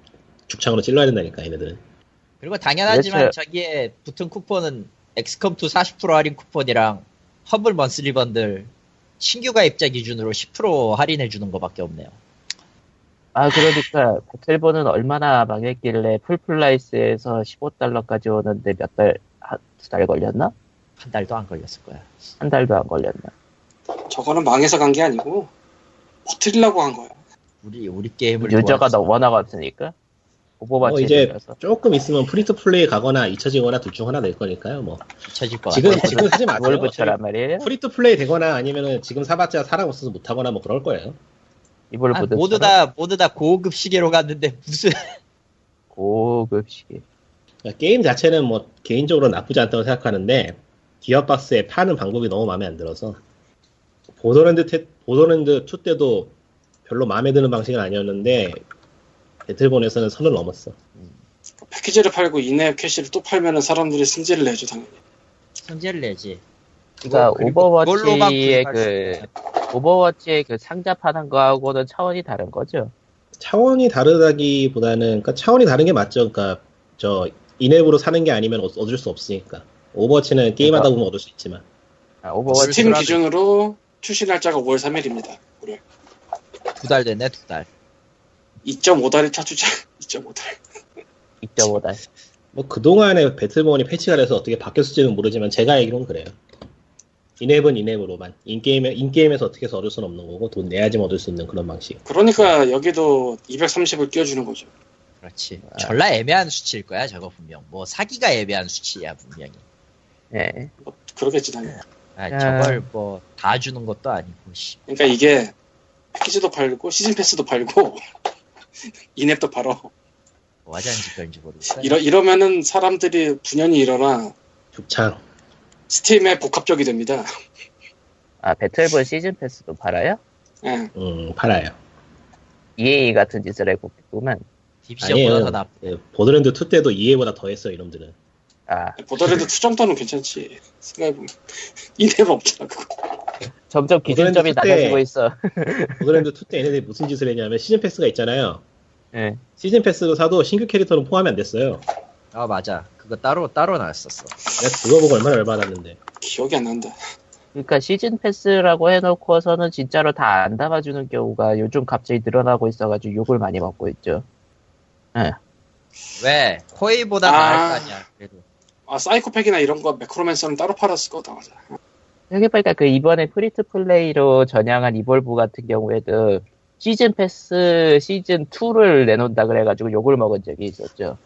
[SPEAKER 4] 죽창으로 찔러야 된다니까, 얘네들은. 뭐
[SPEAKER 3] 그리고 당연하지만
[SPEAKER 1] 대체-
[SPEAKER 3] 저기에 붙은 쿠폰은 엑스컴2 40% 할인 쿠폰이랑 허블 먼슬리 번들 신규 가입자 기준으로 10% 할인해 주는 것밖에 없네요.
[SPEAKER 1] 아, 그러니까, 배틀본은 얼마나 망했길래 풀플라이스에서 15달러까지 오는데 몇 달, 한, 두 달 걸렸나?
[SPEAKER 3] 한 달도 안 걸렸을 거야.
[SPEAKER 1] 한 달도 안 걸렸나?
[SPEAKER 2] 저거는 망해서 간 게 아니고 퍼뜨리려고 한 거야.
[SPEAKER 3] 우리 우리 게임을
[SPEAKER 1] 유저가
[SPEAKER 3] 좋아해서.
[SPEAKER 1] 너무 워낙 없으니까.
[SPEAKER 4] 뭐
[SPEAKER 1] 오버바치에
[SPEAKER 4] 이제
[SPEAKER 1] 들려서.
[SPEAKER 4] 조금 있으면 프리투 플레이 가거나 잊혀지거나 둘 중 하나 될 거니까요. 뭐
[SPEAKER 3] 미쳐질 것
[SPEAKER 4] 지금
[SPEAKER 3] 같아요.
[SPEAKER 4] 지금 하지 마세요. 네.
[SPEAKER 1] 이볼부처란 말이에요?
[SPEAKER 4] 프리투 플레이 되거나 아니면은 지금 사봤자 사람 없어서 못 하거나 뭐 그럴 거예요.
[SPEAKER 3] 아,
[SPEAKER 1] 이볼부처.
[SPEAKER 3] 모두 다 모두 다 고급 시계로 갔는데 무슨 [laughs]
[SPEAKER 1] 고급 시계.
[SPEAKER 4] 그러니까 게임 자체는 뭐 개인적으로 나쁘지 않다고 생각하는데 기어박스에 파는 방법이 너무 마음에 안 들어서 보더랜드 테, 보더랜드 2 때도 별로 마음에 드는 방식은 아니었는데 배틀본에서는 선을 넘었어.
[SPEAKER 2] 패키지를 팔고 이내 캐시를 또 팔면은 사람들이 승질을 내죠 당연히.
[SPEAKER 3] 성질 내지.
[SPEAKER 1] 그러니까
[SPEAKER 3] 그걸로만
[SPEAKER 1] 오버워치의
[SPEAKER 3] 구입할 수
[SPEAKER 1] 그
[SPEAKER 3] 있어요.
[SPEAKER 1] 오버워치의 그 상자 파는 거하고는 차원이 다른 거죠.
[SPEAKER 4] 차원이 다르다기보다는 그러니까 차원이 다른 게 맞죠. 그러니까 저 인앱으로 사는 게 아니면 얻- 얻을 수 없으니까. 오버워치는 게임하다 보면 얻을 수 있지만
[SPEAKER 1] 아, 오버워치
[SPEAKER 2] 스팀
[SPEAKER 1] 그런-
[SPEAKER 2] 기준으로 출시 날짜가 5월 3일입니다. 그래.
[SPEAKER 3] 두달 됐네 두 달.
[SPEAKER 2] 2.5달이 차주자. [laughs] 2.5달.
[SPEAKER 1] 2.5달.
[SPEAKER 4] 뭐그 동안에 배틀본이 패치가 돼서 어떻게 바뀌었을지는 모르지만 제가 알기로는 그래요. 인앱은 인앱으로만 인게임에 인게임에서 어떻게 해서 얻을 수는 없는 거고 돈 내야지만 뭐 얻을 수 있는 그런 방식.
[SPEAKER 2] 그러니까 여기도 230을 끼워주는 거죠.
[SPEAKER 3] 그렇지.
[SPEAKER 1] 아.
[SPEAKER 3] 전라 애매한 수치일 거야 저거 분명. 뭐 사기가 애매한 수치야 분명히.
[SPEAKER 1] 예.
[SPEAKER 2] 뭐 그러겠지 당연히.
[SPEAKER 3] 아,
[SPEAKER 1] 야.
[SPEAKER 3] 저걸 뭐 다 주는 것도 아니고 씨.
[SPEAKER 2] 그러니까 이게 패키지도 팔고 시즌 패스도 팔고 [laughs] 인앱도 팔어.
[SPEAKER 3] 뭐 하자는 짓인지 모르겠어.
[SPEAKER 2] 이러, 이러면은 사람들이 분연히 일어나
[SPEAKER 4] 죽창.
[SPEAKER 2] 스팀에 복합적이 됩니다.
[SPEAKER 1] 아 배틀볼 시즌 패스도 팔아요?
[SPEAKER 2] 예.
[SPEAKER 4] 음 팔아요.
[SPEAKER 1] EA 같은 짓을 해고 있구만.
[SPEAKER 3] 디비전보다 더 나빠.
[SPEAKER 4] 예, 보더랜드 2 때도 EA보다 더했어 이놈들은.
[SPEAKER 1] 아
[SPEAKER 2] 보더라도 투 정도는 괜찮지. 생각해보면 인앱 없잖아 그거.
[SPEAKER 1] 점점 기준점이
[SPEAKER 4] 그때-
[SPEAKER 1] 낮아지고 있어. [laughs]
[SPEAKER 4] 보더랜드 2 때 얘네들이 무슨 짓을 했냐면 시즌 패스가 있잖아요.
[SPEAKER 1] 예.
[SPEAKER 4] 시즌 패스로 사도 신규 캐릭터는 포함이 안 됐어요.
[SPEAKER 3] 아 맞아. 그거 따로 따로 나왔었어.
[SPEAKER 4] 내가 그거 보고 얼마나 열받았는데.
[SPEAKER 2] 기억이 안 난다.
[SPEAKER 1] 그러니까 시즌 패스라고 해놓고서는 진짜로 다 안 담아주는 경우가 요즘 갑자기 늘어나고 있어가지고 욕을 많이 먹고 있죠.
[SPEAKER 3] 왜 코이보다
[SPEAKER 2] 아.
[SPEAKER 3] 나을 거 아니야. 그래도
[SPEAKER 2] 아 사이코팩이나 이런 거 매크로맨서는 따로 팔았을 거다 맞아.
[SPEAKER 1] 생각해보니까 그 이번에 프리트 플레이로 전향한 이볼브 같은 경우에도 시즌 패스 시즌 2를 내놓는다 그래가지고 욕을 먹은 적이 있었죠.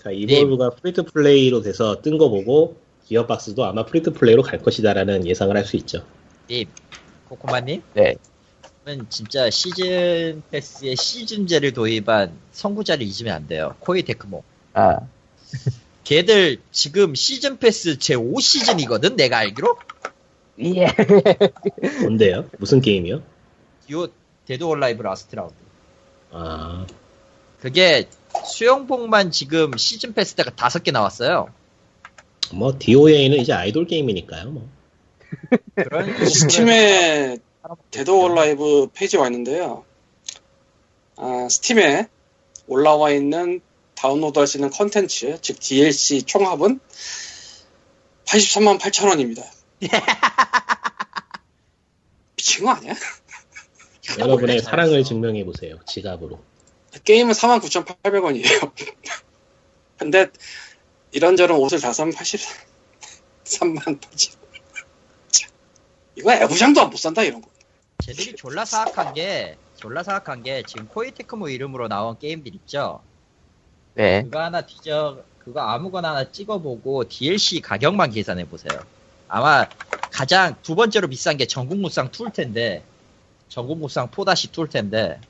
[SPEAKER 4] 그러니까 이볼브가 프리트 플레이로 돼서 뜬 거 보고 기어박스도 아마 프리트 플레이로 갈 것이다라는 예상을 할 수 있죠.
[SPEAKER 3] 님 코코마님.
[SPEAKER 1] 네.
[SPEAKER 3] 은 진짜 시즌 패스에 시즌제를 도입한 선구자를 잊으면 안 돼요. 코이 데크모.
[SPEAKER 1] 아,
[SPEAKER 3] 걔들 지금 시즌 패스 제 5시즌이거든 내가 알기로.
[SPEAKER 1] 예. [laughs]
[SPEAKER 4] 뭔데요? 무슨 게임이요?
[SPEAKER 3] 요 데드 올 라이브 라스트 라운드.
[SPEAKER 4] 아,
[SPEAKER 3] 그게 수영복만 지금 시즌 패스가 다섯 개 나왔어요.
[SPEAKER 4] 뭐 DOA는 이제 아이돌 게임이니까요. 뭐.
[SPEAKER 3] 그런 [laughs]
[SPEAKER 2] 스팀에 데드 오 라이브 페이지 와 있는데요. 아, 스팀에 올라와 있는 다운로드할 수 있는 컨텐츠, 즉 DLC 총합은 83만 8천 원입니다. 미친 거 아니야?
[SPEAKER 4] 여러분의
[SPEAKER 3] 원래
[SPEAKER 4] 사랑을
[SPEAKER 3] 잘했어.
[SPEAKER 4] 증명해 보세요. 지갑으로.
[SPEAKER 2] 게임은 4만 9,800원이에요. [laughs] 근데 이런저런 옷을 다 사면 83만 8천 원. 이거 애부장도 못 산다 이런 거.
[SPEAKER 3] 쟤들이 졸라 사악한 게 졸라 사악한 게 지금 코이테크모 이름으로 나온 게임들 있죠.
[SPEAKER 1] 네.
[SPEAKER 3] 그거 하나 뒤져 그거 아무거나 하나 찍어보고 DLC 가격만 계산해 보세요. 아마 가장 두 번째로 비싼 게 전국무쌍 2일 텐데 전국무쌍 4다시 2일 텐데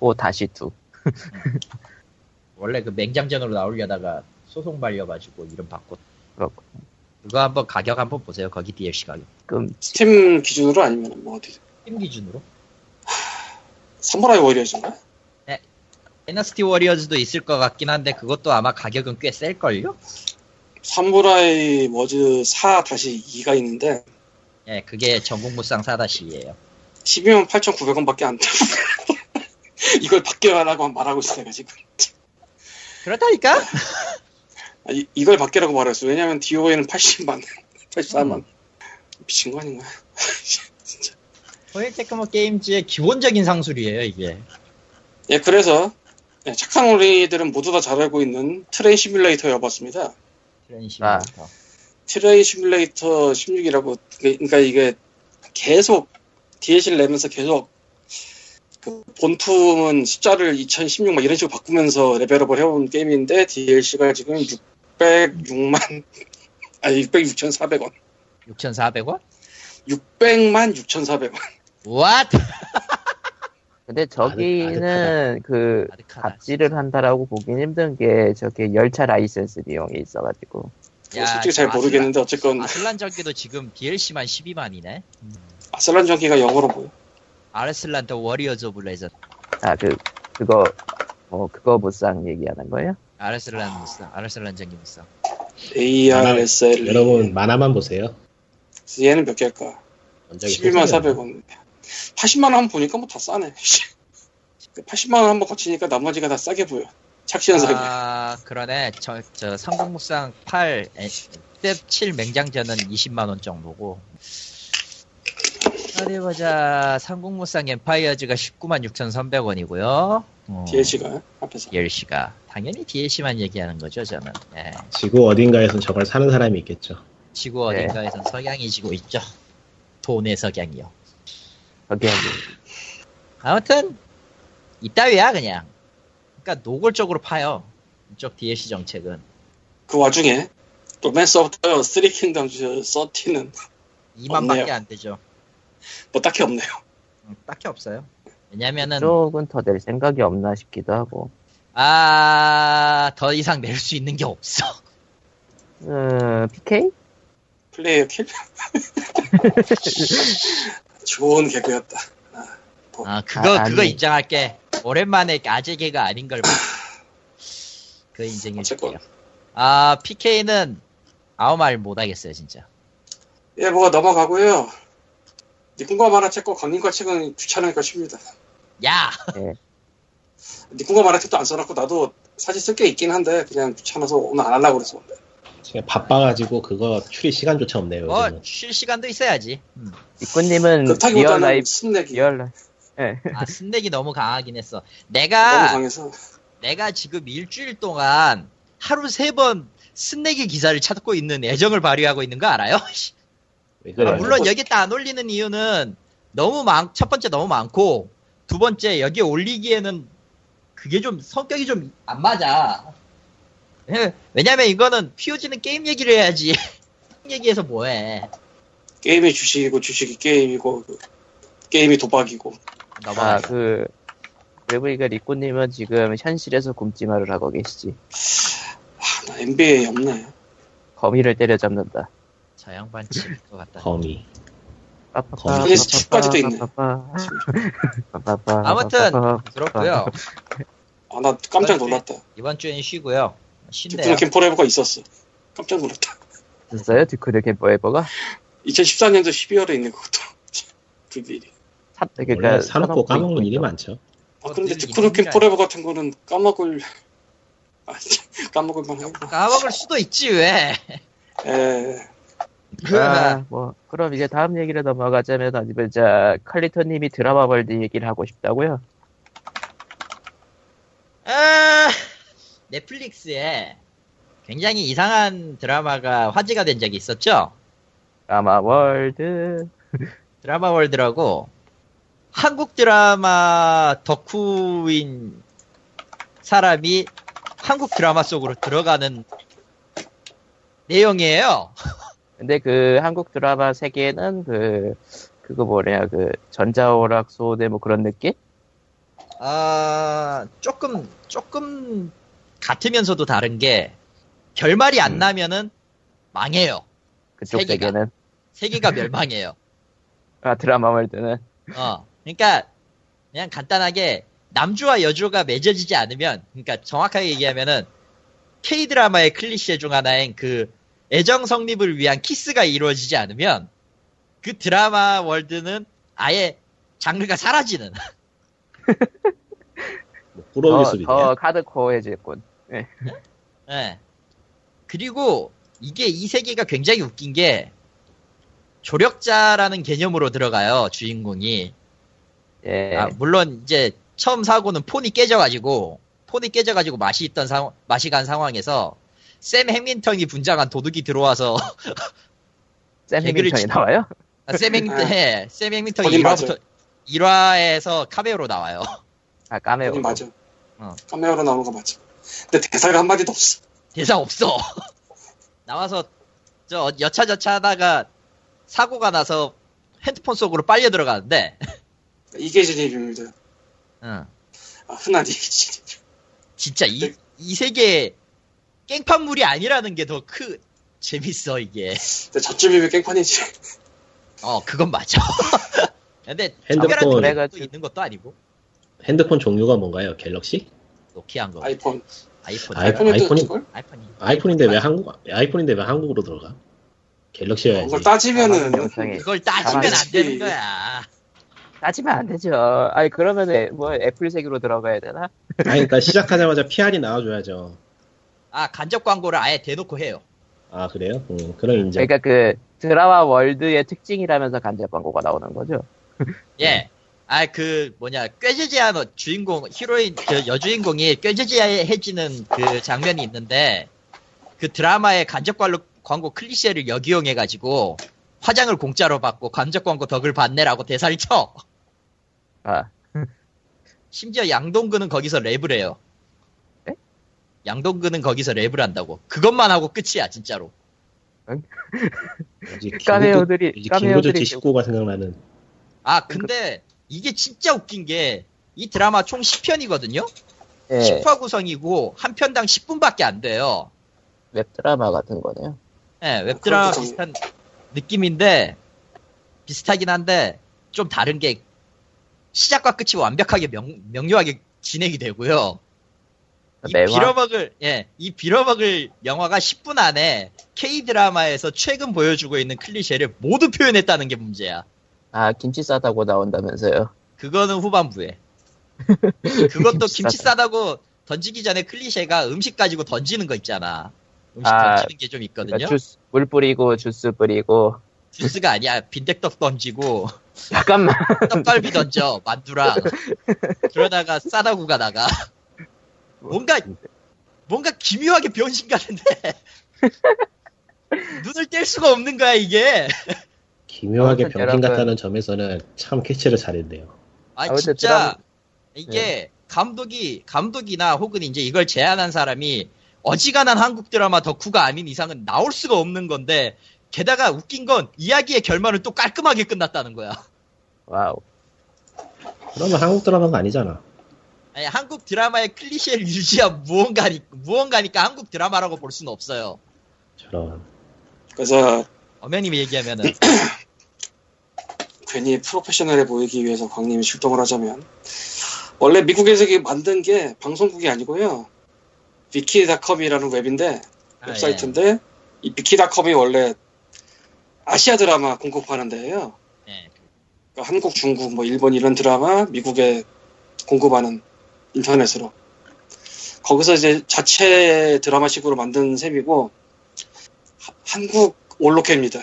[SPEAKER 1] 고 다시 2.
[SPEAKER 3] 원래 그 맹장전으로 나오려다가 소송 발려가지고 이름 바꿨.
[SPEAKER 1] 그렇고.
[SPEAKER 3] 그거 한번 가격 한번 보세요. 거기 DLC 가격.
[SPEAKER 1] 끔,
[SPEAKER 2] 스팀 기준으로 아니면 뭐 어디
[SPEAKER 3] 팀 기준으로.
[SPEAKER 2] 사무라이 워리어즈인가?
[SPEAKER 3] 에너스티 워리어즈도 있을 것 같긴 한데 그것도 아마 가격은 꽤 셀걸요?
[SPEAKER 2] 사무라이 머즈 4-2가 있는데
[SPEAKER 3] 예, 그게 전국무쌍 4다시예요.
[SPEAKER 2] 12만 8,900원밖에 안 돼. [laughs] 이걸 받게라고 말하고 있어 내가 지금.
[SPEAKER 3] 그렇다니까?
[SPEAKER 2] 아, 이, 이걸 받게라고 말했어. 왜냐면 DOA는 80만, 84만. 미친 거 아닌가? 진짜.
[SPEAKER 3] 코엔 테크모 게임즈의 기본적인 상술이에요 이게.
[SPEAKER 2] 예, 그래서 예, 착한 우리들은 모두 다 잘 알고 있는 트레이 시뮬레이터 여봤습니다.
[SPEAKER 3] 이런
[SPEAKER 1] 아.
[SPEAKER 3] 식으로.
[SPEAKER 2] 트레이 시뮬레이터 16이라고 그러니까 이게 계속 DLC를 내면서 계속 그 본품은 숫자를 2016 막 이런 식으로 바꾸면서 레벨업을 해온 게임인데 DLC가 지금 606만 [laughs] 아니 606,400원
[SPEAKER 3] 6,400원?
[SPEAKER 2] 600만 6,400원
[SPEAKER 3] What?
[SPEAKER 1] 근데 저기는 그
[SPEAKER 3] 아득하다.
[SPEAKER 1] 갑질을 한다라고 보긴 힘든 게 저게 열차 라이센스 비용이 있어가지고
[SPEAKER 3] 야,
[SPEAKER 2] 뭐 솔직히 잘
[SPEAKER 3] 아슬라-
[SPEAKER 2] 모르겠는데 어쨌건
[SPEAKER 3] 아슬란 전기도 지금 DLC만 12만이네.
[SPEAKER 2] 아슬란 전기가 영어로 뭐요?
[SPEAKER 3] 아슬란 더 워리어즈 오브 레전.
[SPEAKER 1] 아 그 그거 어 그거 무쌍 얘기하는 거예요?
[SPEAKER 3] 아슬란 무쌍. 아슬란 전기 무쌍.
[SPEAKER 2] ARSL
[SPEAKER 4] 아, 여러분 만화만 보세요.
[SPEAKER 2] 얘는 E. 몇 개일까?
[SPEAKER 4] 원작이
[SPEAKER 2] 11만
[SPEAKER 4] 소설이야.
[SPEAKER 2] 400원. 80만 원 한번 보니까 뭐 다 싸네. [laughs] 80만 원 한번 거치니까 나머지가 다 싸게 보여. 착시현상이.
[SPEAKER 3] 아 그러네. 저저 삼국무쌍 8, 대7 맹장전은 20만 원 정도고. 어디 보자. 삼국무쌍 엠파이어즈가 19만 6,300원이고요. 어.
[SPEAKER 2] DLC가 앞에서.
[SPEAKER 3] DLC가 당연히 DLC만 얘기하는 거죠 저는. 예.
[SPEAKER 4] 지구 어딘가에서 저걸 사는 사람이 있겠죠.
[SPEAKER 3] 지구
[SPEAKER 1] 네.
[SPEAKER 3] 어딘가에선 석양이 지고 있죠. 돈의 석양이요.
[SPEAKER 1] 저게
[SPEAKER 3] 아무튼 이따위야 그냥. 그러니까 노골적으로 파요. 이쪽 DLC 정책은.
[SPEAKER 2] 그 와중에 로맨스 오브 더 쓰리 킹덤즈 서티는
[SPEAKER 3] 2만밖에
[SPEAKER 2] 없네요.
[SPEAKER 3] 안 되죠.
[SPEAKER 2] 뭐 딱히 없네요.
[SPEAKER 3] 음, 딱히 없어요.
[SPEAKER 4] 음.
[SPEAKER 3] 왜냐면은
[SPEAKER 1] 쪽은 더 될 생각이 없나 싶기도 하고
[SPEAKER 3] 아더 이상 낼 수 있는 게 없어.
[SPEAKER 1] 음, PK?
[SPEAKER 2] 플레이어 킬? [laughs] 좋은 개그였다. 어,
[SPEAKER 3] 아 그거
[SPEAKER 1] 아, 아니.
[SPEAKER 3] 그거 인정할게. 오랜만에 아재 개가 아닌 걸. 봐. 그 인정해줄게요.
[SPEAKER 2] 어쨌건.
[SPEAKER 3] 아 PK는 아무 말 못하겠어요 진짜.
[SPEAKER 2] 예, 뭐가 넘어가고요. 니꾼과 만화책과 광림과 책은 귀찮으니까 쉽니다.
[SPEAKER 3] 야!
[SPEAKER 2] 니꾼과 만화책도 안 써놨고 나도 사실 쓸 게 있긴 한데 그냥 귀찮아서 오늘 안 하려고 그래서
[SPEAKER 4] 지금 바빠가지고 그거 추리 시간조차 없네요. 요즘은.
[SPEAKER 3] 뭐, 쉴 시간도 있어야지. 음.
[SPEAKER 1] 이꾼님은 리얼
[SPEAKER 2] 그렇다기보다는
[SPEAKER 1] 라이프
[SPEAKER 2] 순내기
[SPEAKER 1] 리얼 라이프 예.
[SPEAKER 3] 아, 스낵이 너무 강하긴 했어.
[SPEAKER 2] 너무
[SPEAKER 3] 내가,
[SPEAKER 2] 강해서
[SPEAKER 3] 내가 지금 일주일 동안 하루 세 번 스낵이 기사를 찾고 있는 애정을 발휘하고 있는 거 알아요? [laughs]
[SPEAKER 4] 왜
[SPEAKER 3] 아,
[SPEAKER 4] 그래요?
[SPEAKER 3] 물론 여기다 안 올리는 이유는 너무 많, 첫 번째 너무 많고, 두 번째 여기에 올리기에는 그게 좀 성격이 좀 안 맞아. [laughs] 예, 왜냐면 이거는 피오지는 게임 얘기를 해야지. [laughs] 게임 얘기해서 뭐해.
[SPEAKER 2] 게임이 주식이고 주식이 게임이고 그 게임이 도박이고 아,
[SPEAKER 3] 넘어가.
[SPEAKER 1] 아그 그리고 보니까 리꾸님은 지금 현실에서 굶지마를 하고 계시지
[SPEAKER 2] 아, 나 NBA에 없네
[SPEAKER 1] 거미를 때려잡는다
[SPEAKER 3] 저 양반 칠것 같다.
[SPEAKER 4] 거미.
[SPEAKER 1] 빠빠빠,
[SPEAKER 4] 거미의
[SPEAKER 2] 수치까지도 있네.
[SPEAKER 1] 빠빠빠, 빠빠빠,
[SPEAKER 3] 아무튼
[SPEAKER 1] 빠빠빠.
[SPEAKER 3] 그렇고요
[SPEAKER 2] 아 나
[SPEAKER 1] 네.
[SPEAKER 2] 깜짝 놀랐다
[SPEAKER 3] 이번 주엔 쉬고요. 쉰대요.
[SPEAKER 2] 듀크누 캠포레버가 있었어 깜짝 놀랐다
[SPEAKER 1] 있어요? 듀크드 캠퍼에버가?
[SPEAKER 2] 2014년도 12월에 있는 것도 [laughs] 그 일이
[SPEAKER 1] 참,
[SPEAKER 4] 원래
[SPEAKER 1] 그러니까
[SPEAKER 4] 사놓고 까먹는
[SPEAKER 1] 있고.
[SPEAKER 4] 일이 많죠.
[SPEAKER 1] 어,
[SPEAKER 2] 아 그런데
[SPEAKER 3] 늘
[SPEAKER 1] 네,
[SPEAKER 2] 듀크누
[SPEAKER 3] 있는 게
[SPEAKER 2] 캠포레버 같은 거는 까먹을 [laughs] 아, 참, 까먹을 만하고
[SPEAKER 3] 까먹을 수도 있지 왜?
[SPEAKER 2] 예
[SPEAKER 1] 아, 뭐 그럼 이제 다음 얘기를 넘어가자면 아니면 자 칼리토님이 드라마 월드 얘기를 하고 싶다고요?
[SPEAKER 3] 아, 넷플릭스에 굉장히 이상한 드라마가 화제가 된 적이 있었죠.
[SPEAKER 1] 드라마 월드
[SPEAKER 3] 드라마 월드라고 한국 드라마 덕후인 사람이 한국 드라마 속으로 들어가는 내용이에요.
[SPEAKER 1] 근데 그 한국 드라마 세계는 그 그거 뭐냐 그 전자오락소대 뭐 그런 느낌?
[SPEAKER 3] 아, 조금, 조금 같으면서도 다른 게, 결말이 안
[SPEAKER 1] 음.
[SPEAKER 3] 나면은 망해요.
[SPEAKER 1] 그쪽
[SPEAKER 3] 세계가.
[SPEAKER 1] 세계는
[SPEAKER 3] 세계가 멸망해요.
[SPEAKER 1] 아 드라마 월드는
[SPEAKER 3] 어. 그러니까, 그냥 간단하게, 남주와 여주가 맺어지지 않으면, 그러니까 정확하게 얘기하면은, K드라마의 클리셰 중 하나인 그, 애정 성립을 위한 키스가 이루어지지 않으면, 그 드라마 월드는 아예 장르가 사라지는.
[SPEAKER 4] 뭐
[SPEAKER 1] 더,
[SPEAKER 4] 꾸러기 수준이네.
[SPEAKER 1] 더 카드코어해질군.
[SPEAKER 3] 예. 그리고 이게 이 세계가 굉장히 웃긴 게 조력자라는 개념으로 들어가요 주인공이.
[SPEAKER 2] 네.
[SPEAKER 1] 예.
[SPEAKER 3] 아, 물론 이제 처음 사고는 폰이 깨져가지고 폰이 깨져가지고 맛이 있던 상 맛이 간 상황에서 샘 행민턴이 분장한 도둑이 들어와서 [laughs]
[SPEAKER 1] 샘
[SPEAKER 3] 개그를
[SPEAKER 1] 행민턴이
[SPEAKER 3] 치고.
[SPEAKER 1] 나와요?
[SPEAKER 3] 아, 샘 행민턴 예, 샘 행민턴이
[SPEAKER 2] 거긴 맞아.
[SPEAKER 3] 1화부터 1화에서 카메오로 나와요. [laughs]
[SPEAKER 1] 아, 까메오.
[SPEAKER 2] 거긴 맞아.
[SPEAKER 3] 어.
[SPEAKER 2] 카메오로 나오는 거 맞아. 근데 대사가 한마디도 없어.
[SPEAKER 3] 대사 없어. [laughs] 나와서 저 여차저차 하다가 사고가 나서 핸드폰 속으로 빨려 들어가는데
[SPEAKER 2] 이게 진입입니다.
[SPEAKER 3] 응.
[SPEAKER 2] 아, 흔한 이게 진입.
[SPEAKER 3] 진짜 이, 이 세계 깽판물이 아니라는 게 더 크 재밌어 이게.
[SPEAKER 2] 근데 저쯤이면 깽판이지.
[SPEAKER 3] [laughs] 어 그건 맞아. [laughs] 근데
[SPEAKER 4] 핸드폰.
[SPEAKER 3] 특별한 노래가
[SPEAKER 1] 그래가지고.
[SPEAKER 3] 있는 것도 아니고
[SPEAKER 4] 핸드폰 종류가 뭔가요? 갤럭시?
[SPEAKER 3] 노키아인
[SPEAKER 1] 뭐.
[SPEAKER 3] 거
[SPEAKER 2] 아이폰.
[SPEAKER 3] 아이폰
[SPEAKER 4] 아이-
[SPEAKER 2] 아이폰이 또
[SPEAKER 4] 아이폰이-
[SPEAKER 2] 이걸?
[SPEAKER 3] 아이폰이
[SPEAKER 4] 아이폰인데 왜 한국 아이폰인데 왜 한국으로 들어가? 갤럭시여야지.
[SPEAKER 2] 그걸 따지면은
[SPEAKER 1] 네, 아, 영상에.
[SPEAKER 3] 그걸 따지면 안
[SPEAKER 2] 아이폰이-
[SPEAKER 3] 되는 거야.
[SPEAKER 1] 따지면 안 되죠. 아니, 그러면 애- 뭐 애플 세계로 들어가야 되나?
[SPEAKER 4] 아니 그러니까 시작하자마자 PR이 나와줘야죠.
[SPEAKER 3] 아 간접 광고를 아예 대놓고 해요.
[SPEAKER 4] 아 그래요? 음, 그럼 인정.
[SPEAKER 1] 그러니까 그 드라마 월드의 특징이라면서 간접 광고가 나오는 거죠.
[SPEAKER 3] 예. 아 그 뭐냐 꾀지지한 주인공 히로인 그 여주인공이 꾀지지해지는 그 장면이 있는데 그 드라마의 간접 광고, 광고 클리셰를 역이용해 가지고 화장을 공짜로 받고 간접 광고 덕을 받네라고 대사를 쳐. [laughs]
[SPEAKER 1] 아,
[SPEAKER 3] 심지어 양동근은 거기서 랩을 해요.
[SPEAKER 1] 에?
[SPEAKER 3] 양동근은 거기서 랩을 한다고. 그것만 하고 끝이야 진짜로.
[SPEAKER 1] [laughs]
[SPEAKER 4] 이제 김구조-
[SPEAKER 1] 까메오들이-
[SPEAKER 4] 이제
[SPEAKER 1] 까메오들이
[SPEAKER 4] 김구조 제19가 생각나는.
[SPEAKER 3] 아 근데 이게 진짜 웃긴 게 이 드라마 총 10편이거든요.
[SPEAKER 1] 예.
[SPEAKER 3] 10화 구성이고 한 편당 10분밖에 안 돼요.
[SPEAKER 1] 웹드라마 같은 거네요.
[SPEAKER 3] 예, 웹드라마
[SPEAKER 2] 그런
[SPEAKER 3] 비슷한 느낌인데 비슷하긴 한데 좀 다른 게 시작과 끝이 완벽하게 명, 명료하게 진행이 되고요. 이
[SPEAKER 1] 매화?
[SPEAKER 3] 빌어먹을 예, 이 빌어먹을 영화가 10분 안에 K 드라마에서 최근 보여주고 있는 클리셰를 모두 표현했다는 게 문제야.
[SPEAKER 1] 아, 김치 싸다고 나온다면서요.
[SPEAKER 3] 그거는
[SPEAKER 1] [laughs]
[SPEAKER 3] 후반부에. 그것도 김치
[SPEAKER 1] 싸다.
[SPEAKER 3] 싸다고 던지기 전에 클리셰가 음식 가지고 던지는 거 있잖아. 음식
[SPEAKER 1] 아,
[SPEAKER 3] 던지는 게 좀 있거든요.
[SPEAKER 1] 그러니까 주스, 물 뿌리고 주스 뿌리고. [laughs]
[SPEAKER 3] 주스가 아니야. 빈대떡 던지고
[SPEAKER 1] 잠깐만.
[SPEAKER 3] 떡갈비 던져 만두랑 그러다가 싸다구 가다가 뭔가 뭔가 기묘하게 변신 가는데 눈을 뗄 수가 없는 거야 이게
[SPEAKER 4] 기묘하게
[SPEAKER 1] 아무튼
[SPEAKER 4] 병신
[SPEAKER 1] 여러분-
[SPEAKER 4] 같다는 점에서는 참 캐치를 잘했네요.
[SPEAKER 3] 아
[SPEAKER 1] 아무튼
[SPEAKER 3] 진짜
[SPEAKER 1] 드라마- 네.
[SPEAKER 3] 이게 감독이 감독이나 혹은 이제 이걸 제안한 사람이 어지간한 한국 드라마 덕후가 아닌 이상은 나올 수가 없는 건데 게다가 웃긴 건 이야기의 결말은 또 깔끔하게 끝났다는 거야
[SPEAKER 1] 와우.
[SPEAKER 4] 그러면 한국 드라마가 아니잖아.
[SPEAKER 3] 아니, 한국 드라마의 클리셰를 유지한 무언가니, 무언가니까 한국 드라마라고 볼 수는 없어요.
[SPEAKER 4] 저런.
[SPEAKER 2] 그래서
[SPEAKER 3] 어머님이
[SPEAKER 2] [laughs]
[SPEAKER 3] 얘기하면은.
[SPEAKER 2] 괜히 프로페셔널해 보이기 위해서 광님이 출동을 하자면 원래 미국에서 이게 만든 게 방송국이 아니고요 비키닷컴이라는 웹인데
[SPEAKER 3] 아,
[SPEAKER 2] 웹사이트인데 이 비키닷컴이 원래 아시아 드라마 공급하는 데예요
[SPEAKER 3] 예, 예.
[SPEAKER 2] 그러니까 한국 중국 뭐 일본 이런 드라마 미국에 공급하는 인터넷으로 거기서 이제 자체 드라마식으로 만든 셈이고 하- 한국 올로케입니다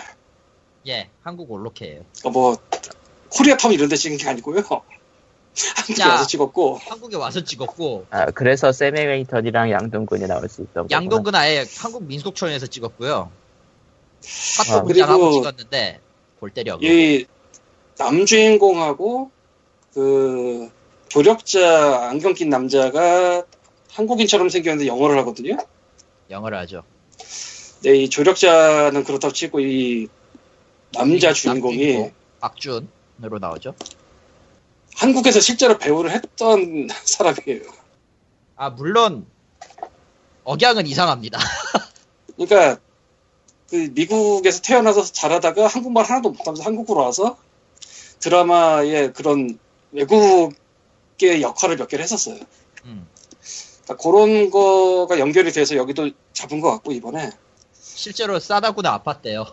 [SPEAKER 3] 예, 한국 올로케예요
[SPEAKER 2] 그러니까 뭐 코리아팜 이런 데 찍은 게 아니고요. 한국에
[SPEAKER 3] 자.
[SPEAKER 2] 와서 찍었고
[SPEAKER 3] 한국에 와서 찍었고,
[SPEAKER 1] 아, 그래서 샘 행민턴이랑 양동근이 나올 수 있던 거.
[SPEAKER 3] 양동근 아예 한국 민속촌에서 찍었고요.
[SPEAKER 1] 아,
[SPEAKER 3] 학교 분장하고
[SPEAKER 2] 그리고-
[SPEAKER 3] 찍었는데, 볼 때려고.
[SPEAKER 2] 이 남주인공하고 그 조력자 안경 낀 남자가 한국인처럼 생겼는데 영어를 하거든요.
[SPEAKER 3] 영어를 하죠.
[SPEAKER 2] 근데 이 조력자는 그렇다고 치고 이 남자 주인공이
[SPEAKER 3] 박준으로 나오죠.
[SPEAKER 2] 한국에서 실제로 배우를 했던 [laughs] 사람이에요.
[SPEAKER 3] 아, 물론, 억양은 이상합니다. [laughs]
[SPEAKER 2] 그러니까 그 미국에서 태어나서 잘하다가 한국말 하나도 못하면서 한국으로 와서 드라마의 그런 외국의 역할을 몇 개를 했었어요.
[SPEAKER 3] 음,
[SPEAKER 2] 그러니까 그런 거가 연결이 돼서 여기도 잡은 것 같고 이번에
[SPEAKER 3] 실제로 싸다구나 아팠대요.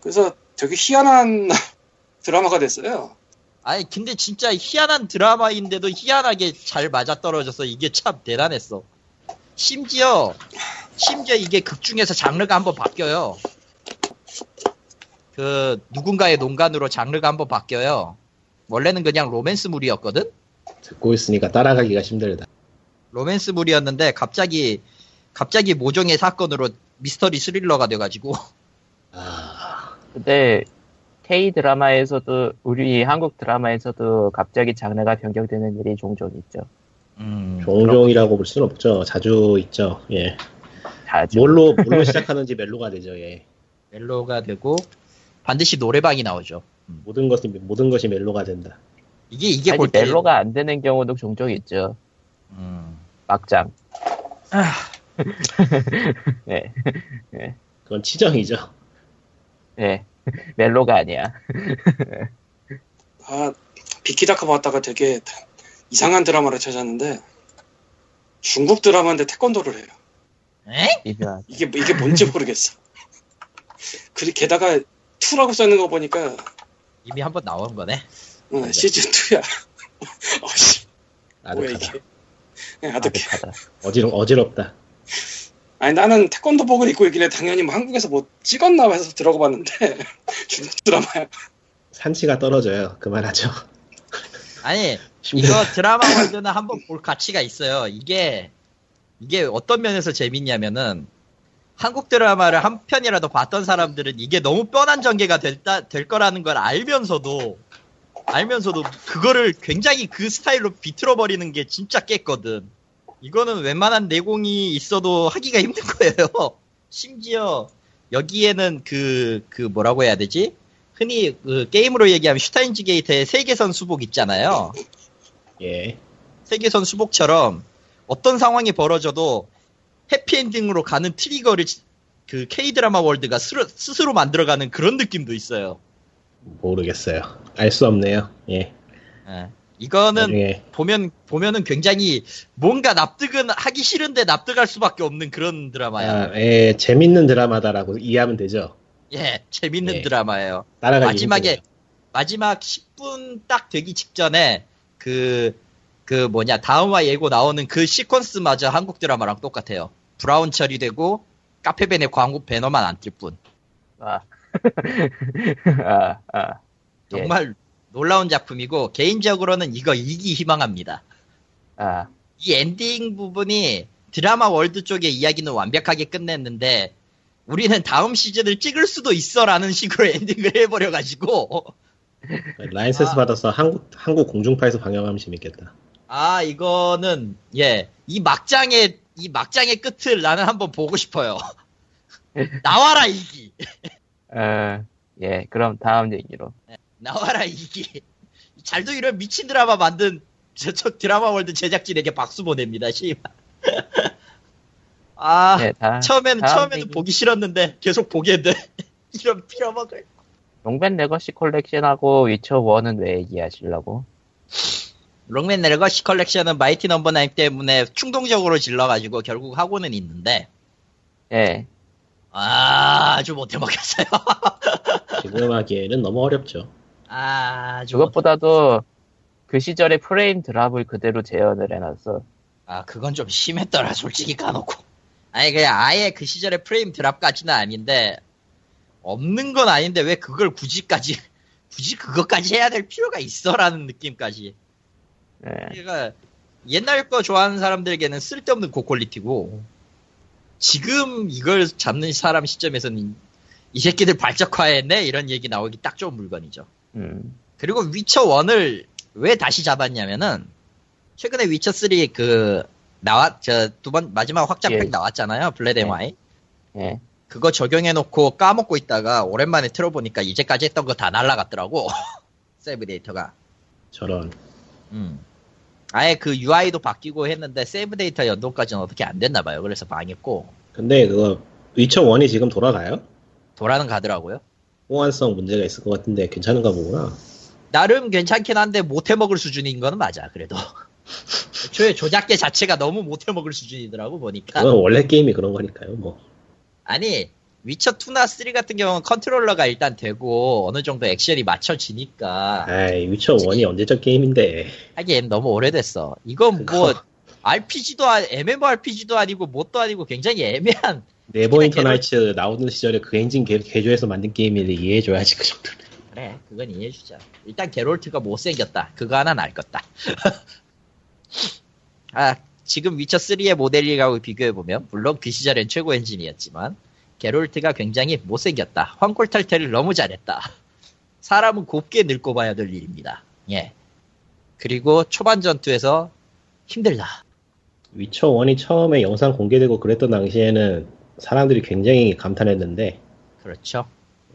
[SPEAKER 2] 그래서 되게 희한한 [laughs] 드라마가 됐어요.
[SPEAKER 3] 아니 근데 진짜 희한한 드라마인데도 희한하게 잘 맞아떨어져서 이게 참 대단했어. 심지어 심지어 이게 극 중에서 장르가 한번 바뀌어요. 그 누군가의 농간으로 장르가 한번 바뀌어요. 원래는 그냥 로맨스물이었거든?
[SPEAKER 4] 듣고 있으니까 따라가기가 힘들다.
[SPEAKER 3] 로맨스물이었는데 갑자기 갑자기 모종의 사건으로 미스터리 스릴러가 돼가지고
[SPEAKER 4] 아,
[SPEAKER 1] 근데 K 드라마에서도 우리 한국 드라마에서도 갑자기 장르가 변경되는 일이 종종 있죠. 아,
[SPEAKER 3] 음,
[SPEAKER 4] 종종이라고 볼 수는 없죠. 자주 있죠. 예.
[SPEAKER 1] 자주.
[SPEAKER 4] 뭘로
[SPEAKER 1] [laughs]
[SPEAKER 4] 뭘로 시작하는지 멜로가 되죠. 예.
[SPEAKER 3] 멜로가 되고 반드시 노래방이 나오죠.
[SPEAKER 4] 모든 것이 모든 것이 멜로가 된다.
[SPEAKER 3] 이게 이게
[SPEAKER 1] 아니,
[SPEAKER 3] 골때리
[SPEAKER 1] 멜로가 안 되는 경우도 종종 있죠.
[SPEAKER 3] 음,
[SPEAKER 1] 막장.
[SPEAKER 3] 아.
[SPEAKER 1] [laughs] 네,
[SPEAKER 4] 그건 치정이죠.
[SPEAKER 1] 네. 멜로가 아니야.
[SPEAKER 2] 아, 비키다카 봤다가 되게 이상한 드라마를 찾았는데 중국 드라마인데 태권도를 해요.
[SPEAKER 3] 에?
[SPEAKER 1] 이상.
[SPEAKER 2] 이게 이게 뭔지 모르겠어. 그리 게다가 2라고 써있는 거 보니까
[SPEAKER 3] 이미 한번 나온 거네.
[SPEAKER 2] 응, 시즌 2야. [laughs] 어, 씨, 뭐야
[SPEAKER 4] 아득하다.
[SPEAKER 2] 이게. 그냥 아득해.
[SPEAKER 1] 아득하다.
[SPEAKER 4] 어지럽 어지럽다.
[SPEAKER 2] 아니 나는 태권도복을 입고 있길래 당연히 뭐 한국에서 뭐 찍었나 해서 들어가봤는데 [laughs] 중국 드라마야.
[SPEAKER 4] 산치가 떨어져요. 그만하죠.
[SPEAKER 3] 아니 이거 드라마 관련은 한번 볼 가치가 있어요. 이게 이게 어떤 면에서 재밌냐면은 한국 드라마를 한 편이라도 봤던 사람들은 이게 너무 뻔한 전개가 됐다, 될 거라는 걸 알면서도 알면서도 그거를 굉장히 그 스타일로 비틀어 버리는 게 진짜 깼거든. 이거는 웬만한 내공이 있어도 하기가 힘든 거예요. [laughs] 심지어 여기에는 그, 그 뭐라고 해야 되지? 흔히 그 게임으로 얘기하면 슈타인즈 게이트의 세계선 수복 있잖아요.
[SPEAKER 4] 예.
[SPEAKER 3] 세계선 수복처럼 어떤 상황이 벌어져도 해피엔딩으로 가는 트리거를 지- 그 K드라마 월드가 스스로, 스스로 만들어가는 그런 느낌도 있어요.
[SPEAKER 4] 모르겠어요. 알 수 없네요. 예.
[SPEAKER 3] 예. 이거는
[SPEAKER 4] 나중에
[SPEAKER 3] 보면 보면은 굉장히 뭔가 납득은 하기 싫은데 납득할 수밖에 없는 그런 드라마야.
[SPEAKER 4] 아, 예, 재밌는 드라마다라고 이해하면 되죠.
[SPEAKER 3] 예, 재밌는
[SPEAKER 4] 예.
[SPEAKER 3] 드라마예요.
[SPEAKER 4] 따라가기
[SPEAKER 3] 마지막에
[SPEAKER 4] 힘들어요.
[SPEAKER 3] 마지막 10분 딱 되기 직전에 그, 그 뭐냐, 다음화 예고 나오는 그 시퀀스마저 한국 드라마랑 똑같아요. 브라운 처리되고, 카페벤의 광고 배너만 안 뜰 뿐.
[SPEAKER 1] 아. [laughs] 아, 아. 예.
[SPEAKER 3] 정말 놀라운 작품이고, 개인적으로는 이거 이기 희망합니다.
[SPEAKER 1] 아.
[SPEAKER 3] 이 엔딩 부분이 드라마 월드 쪽의 이야기는 완벽하게 끝냈는데, 우리는 다음 시즌을 찍을 수도 있어 라는 식으로 [laughs] 엔딩을 해버려가지고,
[SPEAKER 4] 라이센스
[SPEAKER 3] 아.
[SPEAKER 4] 받아서 한국 한국 공중파에서 방영하면 재밌겠다.
[SPEAKER 3] 아 이거는 예 이 막장의 이 막장의 끝을 나는 한번 보고 [laughs] 싶어요. 나와라 이기
[SPEAKER 1] 어, 예, 그럼 다음 얘기로.
[SPEAKER 3] 나와라 이기 잘도 이런 미친 드라마 만든 저쪽 드라마 월드 제작진에게 박수 보냅니다. 씨발. 아
[SPEAKER 1] 네, 다,
[SPEAKER 3] 처음에는
[SPEAKER 1] 다음
[SPEAKER 3] 처음에는
[SPEAKER 1] 얘기.
[SPEAKER 3] 보기 싫었는데 계속 보게 돼. [laughs] 이런 피어먹을.
[SPEAKER 1] 롱맨 레거시 컬렉션하고 위쳐 1은 왜 얘기하시려고?
[SPEAKER 3] 롱맨 레거시 컬렉션은 마이티 넘버 나인 때문에 충동적으로 질러가지고 결국 하고는 있는데
[SPEAKER 1] 예,
[SPEAKER 3] 아주 못해 먹겠어요. [laughs]
[SPEAKER 4] 지금 하기에는 너무 어렵죠.
[SPEAKER 3] 아, 좀
[SPEAKER 1] 그것보다도 그 시절의 프레임 드랍을 그대로 재현을 해놨어.
[SPEAKER 3] 아, 그건 좀 심했더라, 솔직히 까놓고. 아니, 그냥 아예 그 시절의 프레임 드랍까지는 아닌데, 없는 건 아닌데, 왜 그걸 굳이까지, [laughs] 굳이 그것까지 해야 될 필요가 있어라는 느낌까지.
[SPEAKER 1] 예,
[SPEAKER 3] 그러니까, 옛날 거 좋아하는 사람들에게는 쓸데없는 고퀄리티고, 지금 이걸 잡는 사람 시점에서는, 이 새끼들 발적화했네? 이런 얘기 나오기 딱 좋은 물건이죠.
[SPEAKER 1] 음,
[SPEAKER 3] 그리고 위쳐 1을 왜 다시 잡았냐면은 최근에 위쳐 3 그 나왔 저두 번 마지막 확장팩
[SPEAKER 1] 예.
[SPEAKER 3] 나왔잖아요 블랙 앤
[SPEAKER 1] 예.
[SPEAKER 3] 와이
[SPEAKER 1] 예.
[SPEAKER 3] 그거 적용해놓고 까먹고 있다가 오랜만에 틀어보니까 이제까지 했던 거 다 날라갔더라고 [laughs] 세이브 데이터가
[SPEAKER 4] 저런
[SPEAKER 3] 음. 아예 그 UI도 바뀌고 했는데 세이브 데이터 연동까지는 어떻게 안 됐나 봐요 그래서 망했고
[SPEAKER 4] 근데 그거 위쳐 원이 지금 돌아가요?
[SPEAKER 3] 돌아는 가더라고요
[SPEAKER 4] 호환성 문제가 있을 것 같은데 괜찮은가
[SPEAKER 3] 아.
[SPEAKER 4] 보구나.
[SPEAKER 3] 나름 괜찮긴 한데 못해 먹을 수준인 건 맞아 그래도 [laughs] 애초에 조작계 자체가 너무 못해 먹을 수준이더라고 보니까
[SPEAKER 4] 그건 원래 게임이 그런 거니까요. 뭐
[SPEAKER 3] 아니 위쳐 2나 3 같은 경우는 컨트롤러가 일단 되고 어느 정도 액션이 맞춰지니까
[SPEAKER 4] 네. 아이, 위쳐 원이 언제적 게임인데
[SPEAKER 3] [laughs] 하긴 너무 오래됐어. 이건 뭐 RPG도 MMORPG도 아니고 뭣도 아니고 굉장히 애매한
[SPEAKER 4] 네버 인터나이츠 나오는 시절에 그 엔진 개, 개조해서 만든 게임을 이해해줘야지 그 정도는.
[SPEAKER 3] 그래 그건 이해해주자 일단 게롤트가 못생겼다 그거 하나 날 것다 [laughs] 아 지금 위쳐 3의 모델링하고 비교해 보면 물론 그 시절엔 최고 엔진이었지만 게롤트가 굉장히 못생겼다 황골탈퇴를 너무 잘했다 사람은 곱게 늙고 봐야 될 일입니다 예 그리고 초반 전투에서 힘들다
[SPEAKER 4] 위쳐 1이 처음에 영상 공개되고 그랬던 당시에는 사람들이 굉장히 감탄했는데
[SPEAKER 3] 그렇죠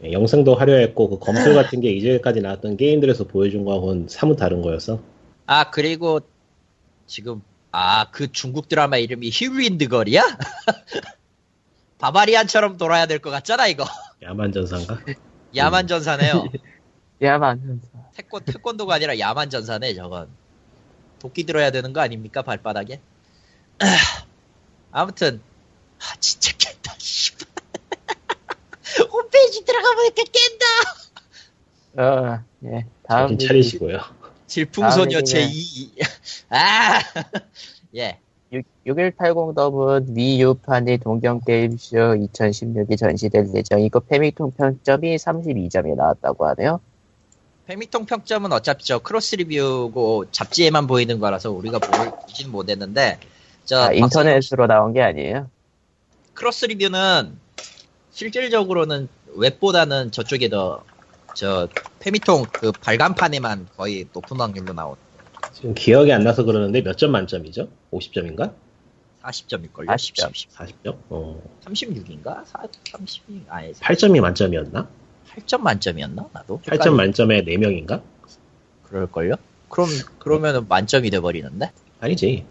[SPEAKER 4] 예, 영상도 화려했고 그 검술 같은 게 이제까지 나왔던 게임들에서 보여준 거하고는 사뭇 다른 거여서
[SPEAKER 3] 아 그리고 지금 아 그 중국 드라마 이름이 힐윈드 거리야? [laughs] 바바리안처럼 돌아야 될 것 같잖아 이거
[SPEAKER 4] 야만전사인가?
[SPEAKER 1] 음.
[SPEAKER 3] 야만
[SPEAKER 1] [laughs]
[SPEAKER 3] 전사네요
[SPEAKER 1] 야, 맞는
[SPEAKER 3] 태권 태권도가 아니라 야만 전사네 저건 도끼 들어야 되는 거 아닙니까 발바닥에 [clears throat] 아무튼 아 진짜 깬다 씨발. [laughs] 홈페이지 들어가 보니까 깬다
[SPEAKER 1] 어, 예. 다음.
[SPEAKER 4] 정신 차리시고요.
[SPEAKER 3] 질풍소녀
[SPEAKER 1] 다음 얘기는-
[SPEAKER 3] [laughs] 아, 제2아예
[SPEAKER 1] 6180 더블 위 유판이 동경게임쇼 2016이 전시될 예정이고 페미통 평점이 32점이 나왔다고 하네요.
[SPEAKER 3] 페미통 평점은 어차피 저 크로스 리뷰고 잡지에만 보이는 거라서 우리가 보- 보진 못했는데 저
[SPEAKER 1] 아,
[SPEAKER 3] 박사-
[SPEAKER 1] 인터넷으로 나온 게 아니에요.
[SPEAKER 3] 크로스 리뷰는 실질적으로는 웹보다는 저쪽에 더 저 페미통 그 발간판에만 거의 높은 확률로 나온
[SPEAKER 4] 지금 기억이 안 나서 그러는데 몇 점 만점이죠? 50점인가?
[SPEAKER 3] 40점일걸요?
[SPEAKER 1] 40점.
[SPEAKER 4] 40점? 어,
[SPEAKER 3] 36인가? 30, 아니,
[SPEAKER 4] 8점이 만점이었나?
[SPEAKER 3] 8점 만점이었나? 나도?
[SPEAKER 4] 8점 만점에 4명인가?
[SPEAKER 3] 그럴걸요? 그럼, 그러면은 만점이 돼버리는데?
[SPEAKER 4] 아니지.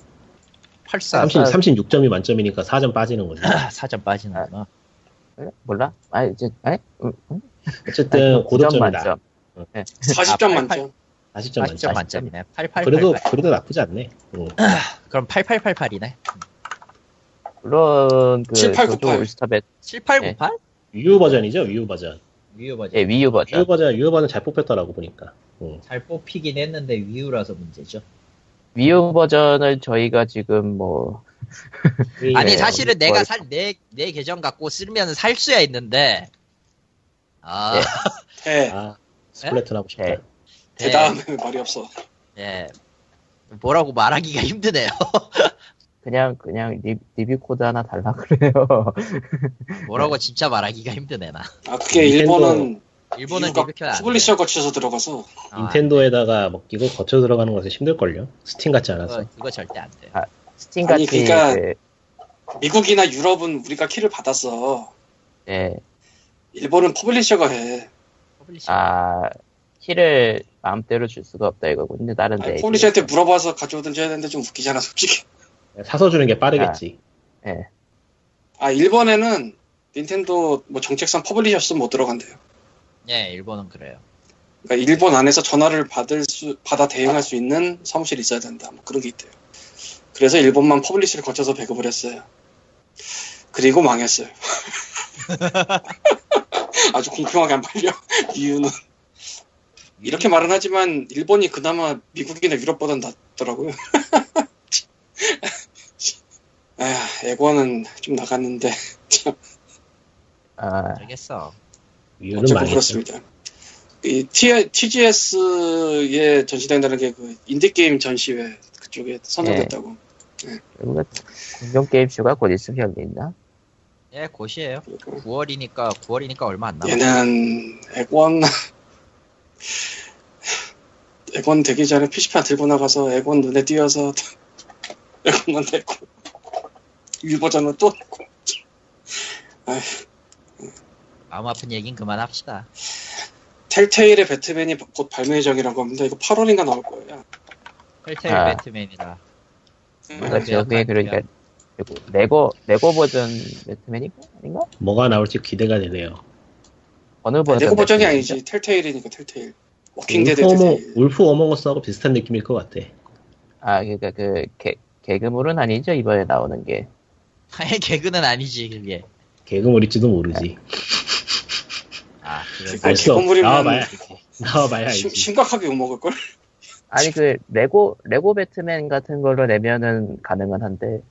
[SPEAKER 3] 84,
[SPEAKER 4] 30, 36점이 만점이니까 4점 빠지는 거죠.
[SPEAKER 3] 4점 아, 빠지는구나.
[SPEAKER 1] 에? 몰라? 아, 이제, 에? 음, 음?
[SPEAKER 4] 어쨌든 그 고득점이다.
[SPEAKER 2] 40점 만점.
[SPEAKER 4] 40점
[SPEAKER 3] 40점
[SPEAKER 4] 만점.
[SPEAKER 3] 만점이네. 8888.
[SPEAKER 4] 그래도 그래도 나쁘지 않네. 응.
[SPEAKER 3] 그럼 8888이네.
[SPEAKER 1] 물론, 그,
[SPEAKER 2] 7898.
[SPEAKER 1] 조조 울스터벳,
[SPEAKER 3] 7898?
[SPEAKER 4] 위유 버전이죠. 위유 버전.
[SPEAKER 3] 위유 버전.
[SPEAKER 1] 예, 위유 버전.
[SPEAKER 4] 위유 버전 위유 버전 잘 뽑혔더라고 보니까. 응.
[SPEAKER 3] 잘 뽑히긴 했는데 위유라서 문제죠.
[SPEAKER 1] 위유 버전을 저희가 지금 뭐,
[SPEAKER 3] 아니
[SPEAKER 1] 네,
[SPEAKER 3] 사실은
[SPEAKER 1] 어디-
[SPEAKER 3] 내가
[SPEAKER 1] 어디-
[SPEAKER 3] 살 내 내 계정 갖고 쓰면 살 수야 있는데 아
[SPEAKER 1] 예.
[SPEAKER 2] 대.
[SPEAKER 4] 아 스플래툰 하고 싶다.
[SPEAKER 1] 네.
[SPEAKER 2] 대그 다음에 말이 없어.
[SPEAKER 3] 예. 뭐라고 말하기가 힘드네요. [laughs]
[SPEAKER 1] 그냥, 그냥 리, 리뷰 코드 하나 달라 그래요. [laughs]
[SPEAKER 3] 뭐라고 진짜 말하기가 힘드네 나.
[SPEAKER 2] 아 그게
[SPEAKER 4] 닌텐도-
[SPEAKER 2] 일본은
[SPEAKER 3] 일본은
[SPEAKER 2] 이유가
[SPEAKER 3] 리뷰켜야 안 돼.
[SPEAKER 2] publisher 거쳐서 들어가서
[SPEAKER 3] 아,
[SPEAKER 4] 닌텐도에다가 뭐 이거 거쳐 들어가는 것은 힘들 걸요. 스팀 같지
[SPEAKER 3] 이거,
[SPEAKER 4] 않아서.
[SPEAKER 3] 이거 절대 안 돼.
[SPEAKER 1] 스팀
[SPEAKER 2] 아니,
[SPEAKER 1] 같이,
[SPEAKER 2] 그러니까-
[SPEAKER 1] 그,
[SPEAKER 2] 미국이나 유럽은 우리가 키를 받았어.
[SPEAKER 1] 예,
[SPEAKER 2] 일본은 퍼블리셔가 해.
[SPEAKER 3] 퍼블리싱.
[SPEAKER 1] 아, 키를 마음대로 줄 수가 없다 이거군요. 다른
[SPEAKER 2] 아니,
[SPEAKER 1] 데.
[SPEAKER 2] 퍼블리셔한테 물어봐서 가져오든지 해야 되는데 좀 웃기잖아 솔직히.
[SPEAKER 4] 사서 주는 게 빠르겠지.
[SPEAKER 1] 예.
[SPEAKER 2] 아 일본에는 닌텐도 뭐 정책상 퍼블리셔 쓰면 못 들어간대요.
[SPEAKER 3] 예, 일본은 그래요.
[SPEAKER 2] 그러니까 일본 안에서 전화를 받을 수 받아 대응할 수 있는 사무실이 있어야 된다. 뭐 그런 게 있대요. 그래서 일본만 퍼블리셔를 거쳐서 배급을 했어요. 그리고 망했어요. [laughs] 아주 공평하게 안 팔려. [laughs] 이유는 이렇게 말은 하지만 일본이 그나마 미국이나 유럽보단 낫더라고요. [laughs] 에휴, 에고는 아, 좀 나갔는데 참
[SPEAKER 1] 아,
[SPEAKER 3] 알겠어.
[SPEAKER 4] 위유는
[SPEAKER 2] 어쨌든
[SPEAKER 4] 망했죠.
[SPEAKER 2] 그렇습니다. 이 T, TGS에 전시된다는 게 그 인디게임 전시회 그쪽에 선정됐다고.
[SPEAKER 1] 그리고 공룡 게임쇼가 곧 있으면 열린다.
[SPEAKER 3] 예, 곧이에요.
[SPEAKER 2] 그리고
[SPEAKER 3] 9월이니까 9월이니까 얼마 안 남았어.
[SPEAKER 2] 네. 얘는 액원, 액원 되기 전에 PC판 들고 나가서 액원 눈에 띄어서 [laughs] 액원만 내고, 일버전은 또 내고.
[SPEAKER 3] 마음 아픈 얘긴 그만합시다.
[SPEAKER 2] 텔테일의 배트맨이 곧 발매 예정이라고 합니다. 이거 8월인가 나올 거예요.
[SPEAKER 3] 헬테일
[SPEAKER 1] 아.
[SPEAKER 3] 배트맨이라. [laughs]
[SPEAKER 2] 아,
[SPEAKER 1] 그러니까
[SPEAKER 3] 네,
[SPEAKER 1] 저게
[SPEAKER 3] 네.
[SPEAKER 1] 그러니까 그리고 레고 레고 버전 배트맨인가 아닌가?
[SPEAKER 4] 뭐가 나올지 기대가 되네요.
[SPEAKER 1] 어느 버전?
[SPEAKER 2] 레고 버전이
[SPEAKER 1] 배트맨이죠?
[SPEAKER 2] 아니지. 텔테일이니까 텔테일. 워킹데드
[SPEAKER 4] 울프, 어머,
[SPEAKER 2] 텔테일.
[SPEAKER 4] 울프 어몽어스하고 비슷한 느낌일 것 같아.
[SPEAKER 1] 아 그러니까 그 개, 개그물은 아니죠 이번에 나오는 게.
[SPEAKER 3] 아예 개그는 아니지 그게.
[SPEAKER 4] 개그물일지도 모르지.
[SPEAKER 2] 네.
[SPEAKER 3] 아, 그래.
[SPEAKER 2] 그거
[SPEAKER 4] 알 수 없어.
[SPEAKER 2] 개그물이면
[SPEAKER 4] [laughs] 나와봐야 알지. 나와봐야
[SPEAKER 2] 심,
[SPEAKER 4] 알지.
[SPEAKER 2] 심각하게 욕먹을걸? [laughs]
[SPEAKER 1] 아니 그 레고 레고 배트맨 같은 걸로 내면은 가능은 한데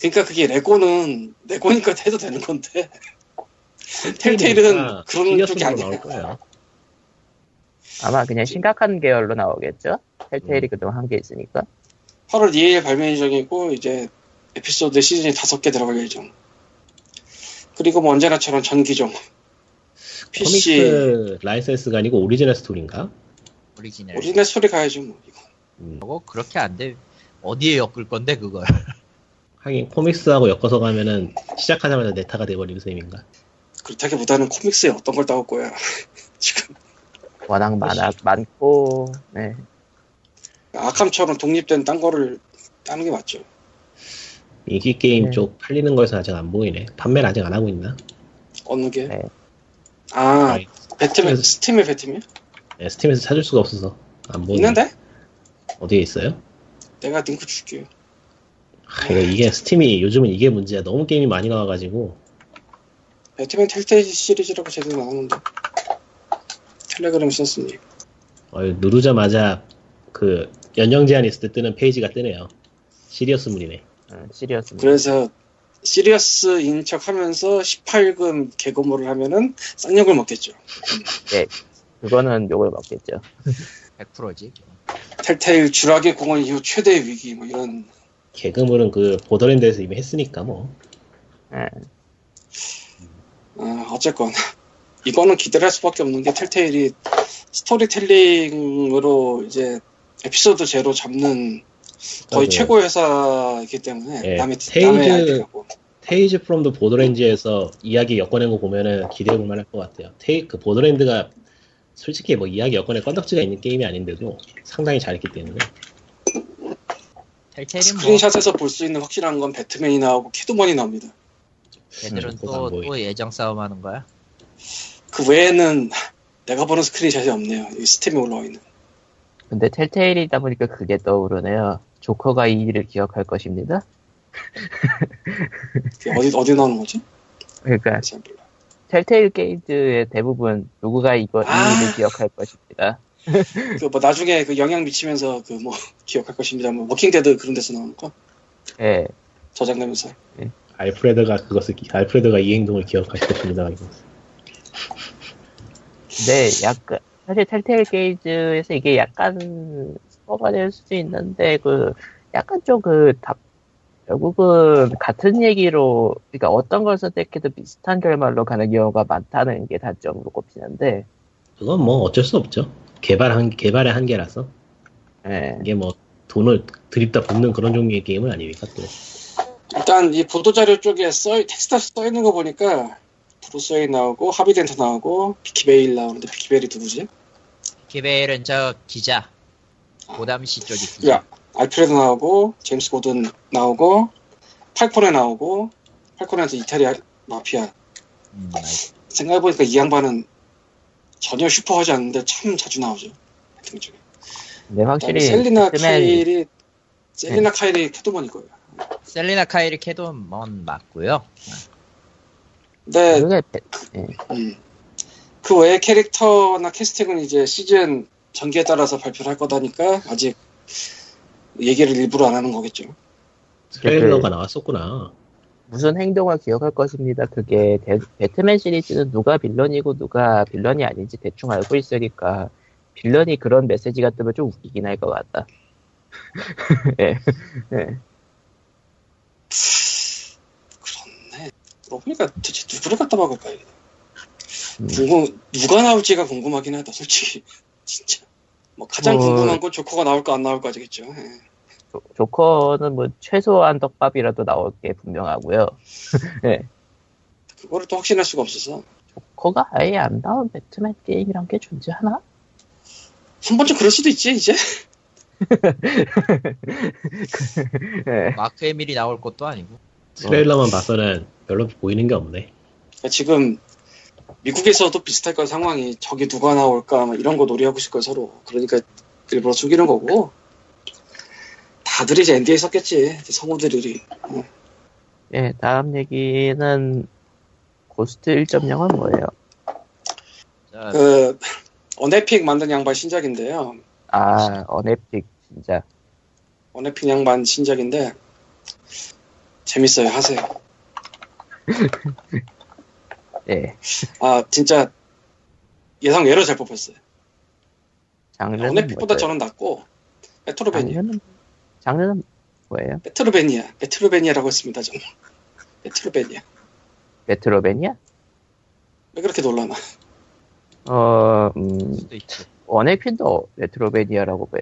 [SPEAKER 2] 그러니까 그게 레고는 레고니까 해도 되는 건데 텔테일은 그런 쪽이 아니야. [laughs]
[SPEAKER 4] 나올 거예요.
[SPEAKER 1] 아마 그냥 심각한 계열로 나오겠죠. 헬테일이 그동안 한 게 있으니까.
[SPEAKER 2] 8월 2일 발매 예정이고 이제 에피소드 시즌이 다섯 개 들어갈 예정. 그리고 뭐 언제나처럼 전기종. PC
[SPEAKER 4] 코믹스 라이센스가 아니고 오리지널 스토리인가?
[SPEAKER 2] 그
[SPEAKER 3] 오리지널.
[SPEAKER 2] 오리지널 스토리 가야죠 뭐. 이거.
[SPEAKER 4] 음,
[SPEAKER 3] 저거 그렇게 안 돼. 어디에 엮을 건데 그걸. [laughs]
[SPEAKER 4] 하긴 코믹스하고 엮어서 가면은 시작하자마자 네타가 돼버리는 셈인가?
[SPEAKER 2] 그렇다기보다는 코믹스에 어떤 걸 따올 거야. 지금
[SPEAKER 1] 워낙 많아 많고 네.
[SPEAKER 2] 아캄처럼 독립된 딴 거를 따는 게 맞죠.
[SPEAKER 4] 인기 게임
[SPEAKER 1] 네.
[SPEAKER 4] 쪽 팔리는 거에서 아직 안 보이네. 판매를 아직 안 하고 있나?
[SPEAKER 2] 얻는 게.
[SPEAKER 1] 네.
[SPEAKER 2] 아
[SPEAKER 4] 아니,
[SPEAKER 2] 배트맨
[SPEAKER 4] 스팀에서-
[SPEAKER 2] 스팀의 배트맨?
[SPEAKER 4] 네, 스팀에서 찾을 수가 없어서 안 보이네.
[SPEAKER 2] 있는데?
[SPEAKER 4] 어디에 있어요?
[SPEAKER 2] 내가 링크 줄게요.
[SPEAKER 4] 아, 이거 이게 스팀이 요즘은 이게 문제야. 너무 게임이 많이 나와가지고
[SPEAKER 2] 배트맨 텔테일 시리즈라고 제대로 나오는데 텔레그램 썼으니
[SPEAKER 4] 어, 누르자마자 그 연령 제한 있을 때 뜨는 페이지가 뜨네요. 시리어스 문이네.
[SPEAKER 1] 음, 시리어스.
[SPEAKER 2] 그래서 시리어스인 척하면서 18금 개고물을 하면은 쌍욕을 먹겠죠.
[SPEAKER 1] 그거는 욕을 먹겠죠.
[SPEAKER 3] 100%지.
[SPEAKER 2] 텔테일 주락의 공원 이후 최대의 위기 뭐 이런
[SPEAKER 4] 개그물은 그 보더랜드에서 이미 했으니까 뭐.
[SPEAKER 2] 어, 어쨌건 [laughs] 이거는 기대할 를 수밖에 없는 게 텔테일이 스토리텔링으로 이제 에피소드 제로 잡는 거의
[SPEAKER 4] 그
[SPEAKER 2] 최고 의 회사이기 때문에
[SPEAKER 4] 예,
[SPEAKER 2] 남의
[SPEAKER 4] 테일즈-
[SPEAKER 2] 남의 아이들하고
[SPEAKER 4] 테이즈 프롬 더 보더랜드에서 이야기 엮어낸 거 보면은 기대해 볼만 할 것 같아요. 테이 그 보더랜드가 솔직히 뭐 이야기 엮어낸 건덕지가 있는 게임이 아닌데도 상당히 잘했기 때문에
[SPEAKER 3] 텔테일은 뭐
[SPEAKER 2] 스크린샷에서 볼 수 있는 확실한 건 배트맨이 나오고 캐드먼이 나옵니다.
[SPEAKER 3] 얘들은
[SPEAKER 4] 음, 그거
[SPEAKER 3] 또,
[SPEAKER 1] 뭐
[SPEAKER 4] 안 보이네.
[SPEAKER 3] 또 예정 싸움하는 거야.
[SPEAKER 2] 그 외에는 내가 보는 스크린샷이 없네요. 이 스팀에 올라와 있는.
[SPEAKER 1] 근데 텔테일이다 보니까 그게 떠오르네요. 조커가 이 일을 기억할 것입니다.
[SPEAKER 2] 그게 어디 어디 나오는 거지?
[SPEAKER 1] 그러니까
[SPEAKER 2] 잘 몰라.
[SPEAKER 1] 텔테일 게임즈의 대부분 누구가 이거 이
[SPEAKER 2] 아.
[SPEAKER 1] 일을 기억할 것입니다.
[SPEAKER 2] 그뭐 나중에 그 영향 미치면서 그 뭐 [laughs] 기억할 것입니다. 뭐 워킹 데드 그런 데서 나오는 거
[SPEAKER 1] 예.
[SPEAKER 2] 저장되면서
[SPEAKER 4] 알프레드가 그것을 기- 알프레드가 이 행동을 기억할 것입니다. 이거.
[SPEAKER 1] 네, 약간 사실 텔테일 게이즈에서 이게 약간 스포가 될 수도 있는데 그 약간 좀 그 결국은 같은 얘기로 그러니까 어떤 걸 선택해도 비슷한 결말로 가는 경우가 많다는 게 단점으로 꼽히는데
[SPEAKER 4] 그건 뭐 어쩔 수 없죠. 개발 한 개발의 한계라서
[SPEAKER 1] 예.
[SPEAKER 4] 이게 뭐 돈을 들입다 붓는 그런 종류의 게임은 아니니까 또
[SPEAKER 2] 일단 이 보도 자료 쪽에 써 텍스트 써 있는 거 보니까 브루스웨이 나오고 하비덴터 나오고 비키베일 나오는데 비키베일이 누구지?
[SPEAKER 3] 기베일은 저 기자. 고담시 쪽이 기자.
[SPEAKER 2] 야 알프레드 나오고 제임스 고든 나오고 팔코네 나오고 팔코네한테 이탈리아 마피아
[SPEAKER 3] 음,
[SPEAKER 2] 생각해보니까 이 양반은 전혀 슈퍼하지 않는데 참 자주 나오죠. 같은 쪽에.
[SPEAKER 1] 근데 확실히 네.
[SPEAKER 2] 셀리나
[SPEAKER 1] 배트맨
[SPEAKER 2] 카일이 셀리나 카일이 캐드먼일 거예요.
[SPEAKER 3] 셀리나 카일이 캐돈먼 맞고요.
[SPEAKER 2] 근데
[SPEAKER 1] 그게 배-
[SPEAKER 2] 음, 그 외의 캐릭터나 캐스팅은 이제 시즌 전개에 따라서 발표를 할 거다니까 아직 얘기를 일부러 안 하는 거겠죠.
[SPEAKER 4] 트레일러가 나왔었구나.
[SPEAKER 1] 무슨 행동을 기억할 것입니다. 그게 대- 배트맨 시리즈는 누가 빌런이고 누가 빌런이 아닌지 대충 알고 있으니까 빌런이 그런 메시지가 뜨면 좀 웃기긴 할 것 같다. [laughs] 예. 예.
[SPEAKER 2] 그렇네. 그러고 보니까 대체 누구를 갖다 박을까? 이게.
[SPEAKER 1] 음.
[SPEAKER 2] 누구, 누가 나올지가 궁금하긴 하다, 솔직히. [laughs] 진짜. 뭐 가장
[SPEAKER 1] 어.
[SPEAKER 2] 궁금한 건 조커가 나올까 안 나올까지겠죠. 예.
[SPEAKER 1] 조- 조커는 뭐 최소한 떡밥이라도 나올 게 분명하고요.
[SPEAKER 2] 그거를 또 확신할 수가 없어서
[SPEAKER 1] 조커가 아예 안 나온 배트맨 게임이란 게 존재하나?
[SPEAKER 2] 한 번쯤 그럴 수도 있지 이제.
[SPEAKER 1] 예.
[SPEAKER 3] 마크 에밀이 나올 것도 아니고.
[SPEAKER 4] 트레일러만 봐서는 별로 보이는 게 없네.
[SPEAKER 2] 그러니까 지금 미국에서도 비슷할 거 상황이 저기 누가 나올까 막 이런 거 놀이하고 있을 거 서로 그러니까 일부러 속이는 거고 다들 이제 NDA 썼겠지 이제 성우들이
[SPEAKER 1] 예, 다음 얘기는 고스트 1.0은 뭐예요?
[SPEAKER 3] 저,
[SPEAKER 2] 그 언해픽 만든 양반 신작인데요
[SPEAKER 1] 아, 언앱틱 진짜.
[SPEAKER 2] 원해핑 양반 신작인데 재밌어요 하세요
[SPEAKER 1] 예.
[SPEAKER 2] 아 진짜 예상 외로 잘 뽑혔어요
[SPEAKER 1] 장르는
[SPEAKER 2] 원해픽보다
[SPEAKER 1] 뭐예요?
[SPEAKER 2] 저는 낫고 네, 메트로베니아
[SPEAKER 1] 장르는 장르는 뭐예요?
[SPEAKER 2] 메트로베니아 메트로베니아라고 했습니다 저는 메트로베니아
[SPEAKER 1] 메트로베니아?
[SPEAKER 2] 왜 그렇게 놀라나
[SPEAKER 1] 어,
[SPEAKER 2] 그
[SPEAKER 1] 음,
[SPEAKER 3] 수도 있지.
[SPEAKER 1] 원앱핀도 메트로베니아라고 봐.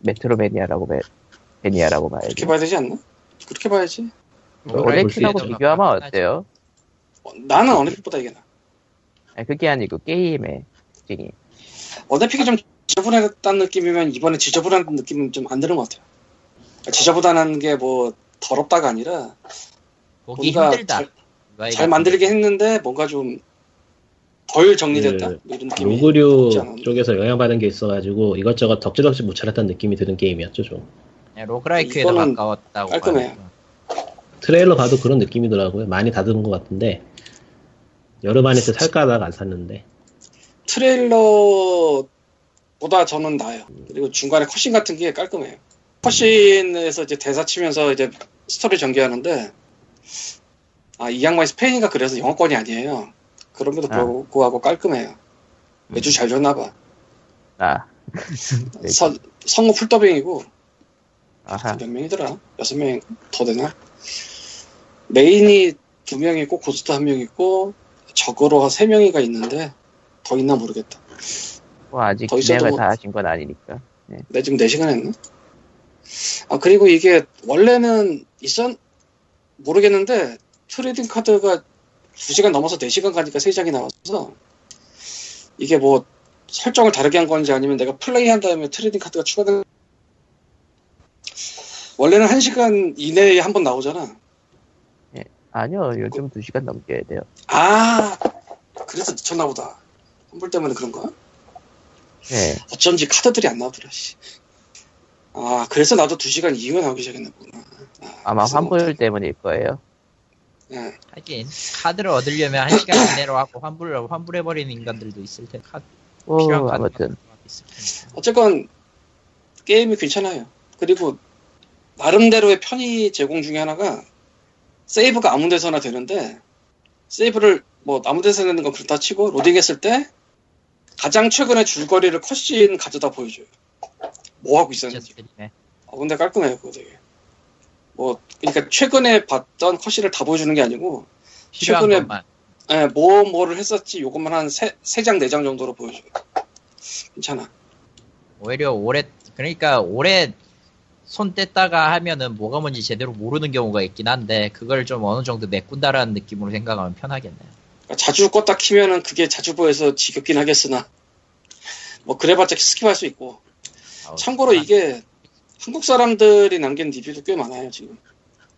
[SPEAKER 1] 메트로베니아라고 봐. 베니아라고
[SPEAKER 2] 그렇게
[SPEAKER 1] 봐야지.
[SPEAKER 2] 봐야 되지 않나 그렇게 봐야지
[SPEAKER 1] 원앱핀하고
[SPEAKER 3] 볼수 있는
[SPEAKER 1] 비교하면
[SPEAKER 3] 방법은
[SPEAKER 1] 어때요?
[SPEAKER 2] 어, 나는 원해픽보다 이게 나
[SPEAKER 1] 아니, 그게 아니고 게임의 특징이.
[SPEAKER 2] 원해픽이 좀 지저분했다는 느낌이면 이번에 지저분한 느낌은 좀 안 드는 것 같아요 그러니까 지저분하다는 게 뭐 더럽다가 아니라
[SPEAKER 3] 보기
[SPEAKER 2] 뭔가
[SPEAKER 3] 힘들다.
[SPEAKER 2] 잘-
[SPEAKER 3] 이거
[SPEAKER 2] 잘
[SPEAKER 3] 이거.
[SPEAKER 2] 만들긴 했는데 뭔가 좀 덜 정리됐다
[SPEAKER 4] 그
[SPEAKER 2] 뭐 이런 느낌이 없지 않아?
[SPEAKER 4] 로그류 쪽에서 영향받은 게 있어가지고 이것저것 덕지덕지 무차렸다는 느낌이 드는 게임이었죠 좀
[SPEAKER 3] 예, 로그라이크에 더
[SPEAKER 2] 이거는
[SPEAKER 3] 가까웠다고.
[SPEAKER 2] 깔끔해요.
[SPEAKER 3] 봐요.
[SPEAKER 4] 트레일러 봐도 그런 느낌이더라고요 많이 다듬은 것 같은데 여름 안에 서 살까 하다가 안 샀는데
[SPEAKER 2] 트레일러보다 저는 나아요. 그리고 중간에 컷신 같은 게 깔끔해요. 컷신에서 이제 대사 치면서 이제 스토리 전개하는데 아, 이 양반이 스페인이가 그래서 영어권이 아니에요. 그럼에도
[SPEAKER 1] 아. 음.
[SPEAKER 2] 불구하고 깔끔해요. 매주 잘 줬나 봐.
[SPEAKER 1] 아, 네.
[SPEAKER 2] 서- 성우 풀더빙이고
[SPEAKER 1] 아하.
[SPEAKER 2] 몇 명이더라? 여섯 명 더 되나? 메인이 두 명 있고 고스트 한 명 있고 적으로 세 명이가 있는데 더 있나 모르겠다.
[SPEAKER 1] 뭐 아직
[SPEAKER 2] 더 있어도
[SPEAKER 1] 진행을
[SPEAKER 2] 뭐-
[SPEAKER 1] 다 하신 건 아니니까.
[SPEAKER 2] 내 지금 4시간 했나? 아, 그리고 이게 원래는 있었, 모르겠는데, 트레이딩 카드가 2시간 넘어서 4시간 가니까 3장이 나와서, 이게 뭐, 설정을 다르게 한 건지 아니면 내가 플레이 한 다음에 트레이딩 카드가 추가된, 원래는 1시간 이내에 한 번 나오잖아.
[SPEAKER 1] 아니요, 요즘 2시간 넘게 해야 돼요.
[SPEAKER 2] 아, 그래서 미쳤나 보다. 환불 때문에 그런가?
[SPEAKER 1] 예.
[SPEAKER 2] 어쩐지 카드들이 안 나오더라, 씨. 아, 그래서 나도 2시간 이후에 나오기 시작했나 보구나. 아,
[SPEAKER 1] 아마
[SPEAKER 2] 그래서
[SPEAKER 1] 환불 때문일 거예요.
[SPEAKER 2] 예.
[SPEAKER 3] 하긴 카드를 얻으려면 한 시간 이내로 하고 환불 환불해버리는 인간들도 있을 텐데 카드
[SPEAKER 1] 오,
[SPEAKER 3] 필요한 카드
[SPEAKER 1] 아무튼
[SPEAKER 3] 있을 텐데.
[SPEAKER 2] 어쨌건 게임이 괜찮아요. 그리고 나름대로의 편의 제공 중에 하나가 세이브가 아무 데서나 되는데 세이브를 뭐 아무 데서나 되는 건 그렇다 치고 로딩했을 때 가장 최근의 줄거리를 컷신 가져다 보여줘요. 뭐 하고
[SPEAKER 3] 진짜
[SPEAKER 2] 있었는지.
[SPEAKER 3] 때리네.
[SPEAKER 2] 어, 근데 깔끔해요, 그거 되게. 뭐, 그러니까 최근에 봤던 컷신을 다 보여주는 게 아니고
[SPEAKER 3] 필요한
[SPEAKER 2] 최근에-
[SPEAKER 3] 것만
[SPEAKER 2] 예, 뭐, 뭐를 했었지, 요것만 한 세, 세 장, 네 장 정도로 보여줘요. 괜찮아.
[SPEAKER 3] 오히려 오래 그러니까 오래 손 뗐다가 하면은 뭐가 뭔지 제대로 모르는 경우가 있긴 한데 그걸 좀 어느 정도 메꾼다라는 느낌으로 생각하면 편하겠네요.
[SPEAKER 2] 그러니까 자주 껐다 키면은 그게 자주 보여서 지겹긴 하겠으나 뭐 그래봤자 스킵할 수 있고
[SPEAKER 3] 아우,
[SPEAKER 2] 참고로 이게 한국 사람들이 남긴 리뷰도 꽤 많아요 지금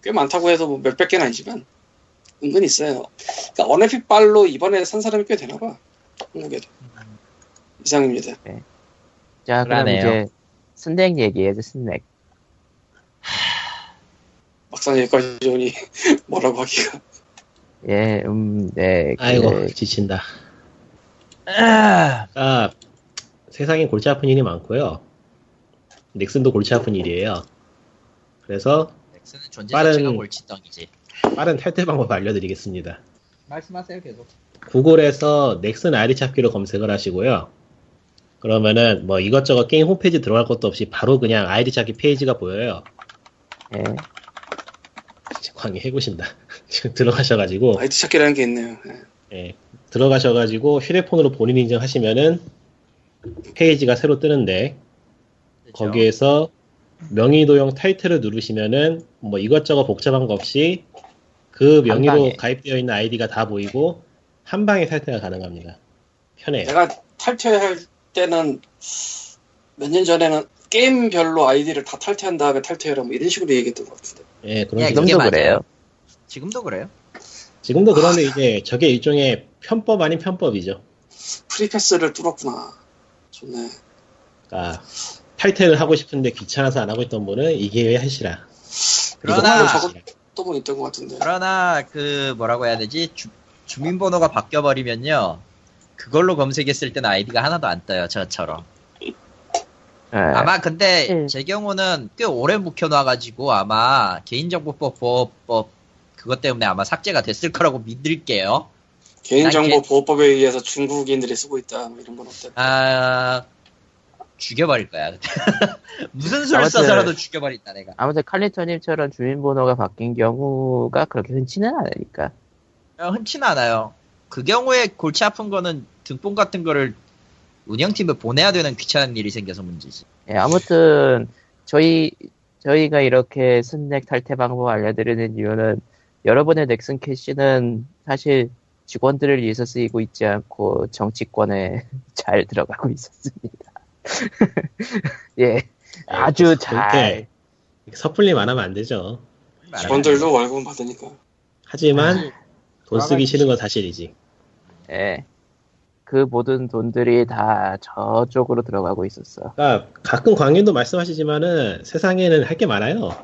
[SPEAKER 2] 꽤 많다고 해서 뭐 몇백 개는 아니지만 은근 있어요 그러니까 어네픽 발로 이번에 산 사람이 꽤 되나 봐 한국에도
[SPEAKER 3] 음.
[SPEAKER 2] 이상입니다
[SPEAKER 1] 자 그럼
[SPEAKER 3] 그러네요.
[SPEAKER 1] 이제 스낵 얘기해야죠 스낵.
[SPEAKER 2] 막상 여기까지 오니 [laughs] 뭐라고 하기가
[SPEAKER 1] 예, 음, 네. 그,
[SPEAKER 4] 아이고 지친다
[SPEAKER 3] 아,
[SPEAKER 4] 아, 세상에 골치 아픈 일이 많고요 닉슨도 골치 아픈 일이에요 그래서
[SPEAKER 3] 넥슨은 존재
[SPEAKER 4] 빠른-
[SPEAKER 3] 자체가 골칫덩이지.
[SPEAKER 4] 빠른 탈퇴 방법 알려드리겠습니다
[SPEAKER 3] 말씀하세요 계속.
[SPEAKER 4] 구글에서 넥슨 아이디 찾기로 검색을 하시고요. 그러면은 뭐 이것저것 게임 홈페이지 들어갈 것도 없이 바로 그냥 아이디 찾기 페이지가 보여요.
[SPEAKER 1] 예.
[SPEAKER 4] 진짜 광희 해보신다. [laughs] 지금 들어가셔가지고
[SPEAKER 2] 아이디 찾기라는 게 있네요 예.
[SPEAKER 4] 예, 들어가셔가지고 휴대폰으로 본인 인증하시면은 페이지가 새로 뜨는데
[SPEAKER 3] 그렇죠?
[SPEAKER 4] 거기에서 명의도용 타이틀을 누르시면은 뭐 이것저것 복잡한 거 없이 그
[SPEAKER 1] 한
[SPEAKER 4] 명의로
[SPEAKER 1] 방에.
[SPEAKER 4] 가입되어 있는 아이디가 다 보이고 한 방에 탈퇴가 가능합니다.
[SPEAKER 3] 예.
[SPEAKER 4] 편해요.
[SPEAKER 2] 내가 탈퇴할 때는 몇 년 전에는 게임별로 아이디를 다 탈퇴한 다음에 탈퇴해라 뭐 이런 식으로 얘기했던 것 같은데
[SPEAKER 4] 예,
[SPEAKER 3] 야,
[SPEAKER 4] 그런 식으로.
[SPEAKER 1] 지금도
[SPEAKER 3] 맞아요.
[SPEAKER 1] 네, 그래요.
[SPEAKER 3] 지금도 그래요?
[SPEAKER 4] 지금도 그런데 이제 저게 일종의 편법 아닌 편법이죠.
[SPEAKER 2] 프리패스를 뚫었구나. 좋네.
[SPEAKER 4] 그러니까 탈퇴를 하고 싶은데 귀찮아서 안 하고 있던 분은 이 기회에 하시라.
[SPEAKER 3] 그러나-
[SPEAKER 4] 이것만 하시라.
[SPEAKER 2] 또 뭐 있던 것 같은데.
[SPEAKER 3] 그러나 그 뭐라고 해야 되지 주, 주민번호가 바뀌어 버리면요 그걸로 검색했을 때는 아이디가 하나도 안 떠요 저처럼. 아마 근데
[SPEAKER 1] 예.
[SPEAKER 3] 제 경우는 꽤 오래 묵혀놔가지고 아마 개인정보법 보호법 그것 때문에 아마 삭제가 됐을 거라고 믿을게요.
[SPEAKER 5] 개인정보 보호법에 의해서 중국인들이 쓰고 있다 뭐 이런 건 없다.
[SPEAKER 3] 아 죽여버릴 거야. [laughs] 무슨 수를
[SPEAKER 1] 아무튼-
[SPEAKER 3] 써서라도 죽여버린다 내가.
[SPEAKER 1] 아무튼 칼리터님처럼 주민번호가 바뀐 경우가 그렇게 흔치는 않으니까.
[SPEAKER 3] 어, 흔치는 않아요. 그 경우에 골치 아픈 거는 등본 같은 거를 운영팀에 보내야 되는 귀찮은 일이 생겨서 문제지.
[SPEAKER 1] 예, 아무튼 저희 저희가 이렇게 스낵 탈퇴 방법 알려드리는 이유는 여러분의 넥슨 캐시는 사실 직원들을 위해서 쓰이고 있지 않고 정치권에 [laughs] 잘 들어가고 있었습니다. [laughs] 예, 아주 잘.
[SPEAKER 4] 그렇게 섣불리 말하면 안 되죠.
[SPEAKER 5] 직원들도 월급 받으니까.
[SPEAKER 4] 하지만 돈 쓰기 싫은 건 사실이지.
[SPEAKER 1] 예, 그 모든 돈들이 다 저쪽으로 들어가고 있었어.
[SPEAKER 4] 그러니까 가끔 광님도 말씀하시지만은 세상에는 할 게 많아요.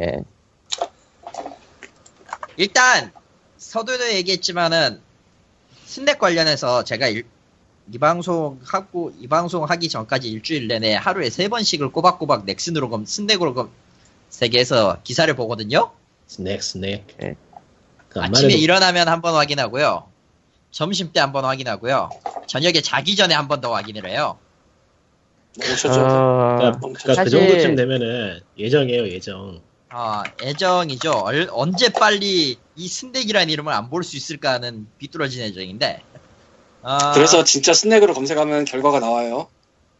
[SPEAKER 1] 예,
[SPEAKER 3] 일단 서두에도 얘기했지만은 스낵 관련해서 제가 일- 이 방송 하고 이 방송 하기 전까지 일주일 내내 하루에 세 번씩을 꼬박꼬박 넥슨으로 검 스낵으로 검 세계에서 기사를 보거든요.
[SPEAKER 4] 스낵 스낵.
[SPEAKER 1] 네.
[SPEAKER 4] 그
[SPEAKER 3] 아침에
[SPEAKER 4] 안만해도
[SPEAKER 3] 일어나면 한 번 확인하고요. 점심 때 한 번 확인하고요. 저녁에 자기 전에 한 번 더 확인을 해요.
[SPEAKER 5] 너무 쳤죠.
[SPEAKER 1] 어,
[SPEAKER 4] 그러니까,
[SPEAKER 5] 멈춰.
[SPEAKER 4] 그러니까 그
[SPEAKER 1] 사실-
[SPEAKER 3] 네.
[SPEAKER 4] 정도쯤 되면은 예정이에요 예정.
[SPEAKER 3] 아, 애정이죠. 얼- 언제 빨리 이 순대기라는 이름을 안 볼 수 있을까 하는 비뚤어진 애정인데. 아,
[SPEAKER 5] 그래서 진짜 스낵으로 검색하면 결과가 나와요.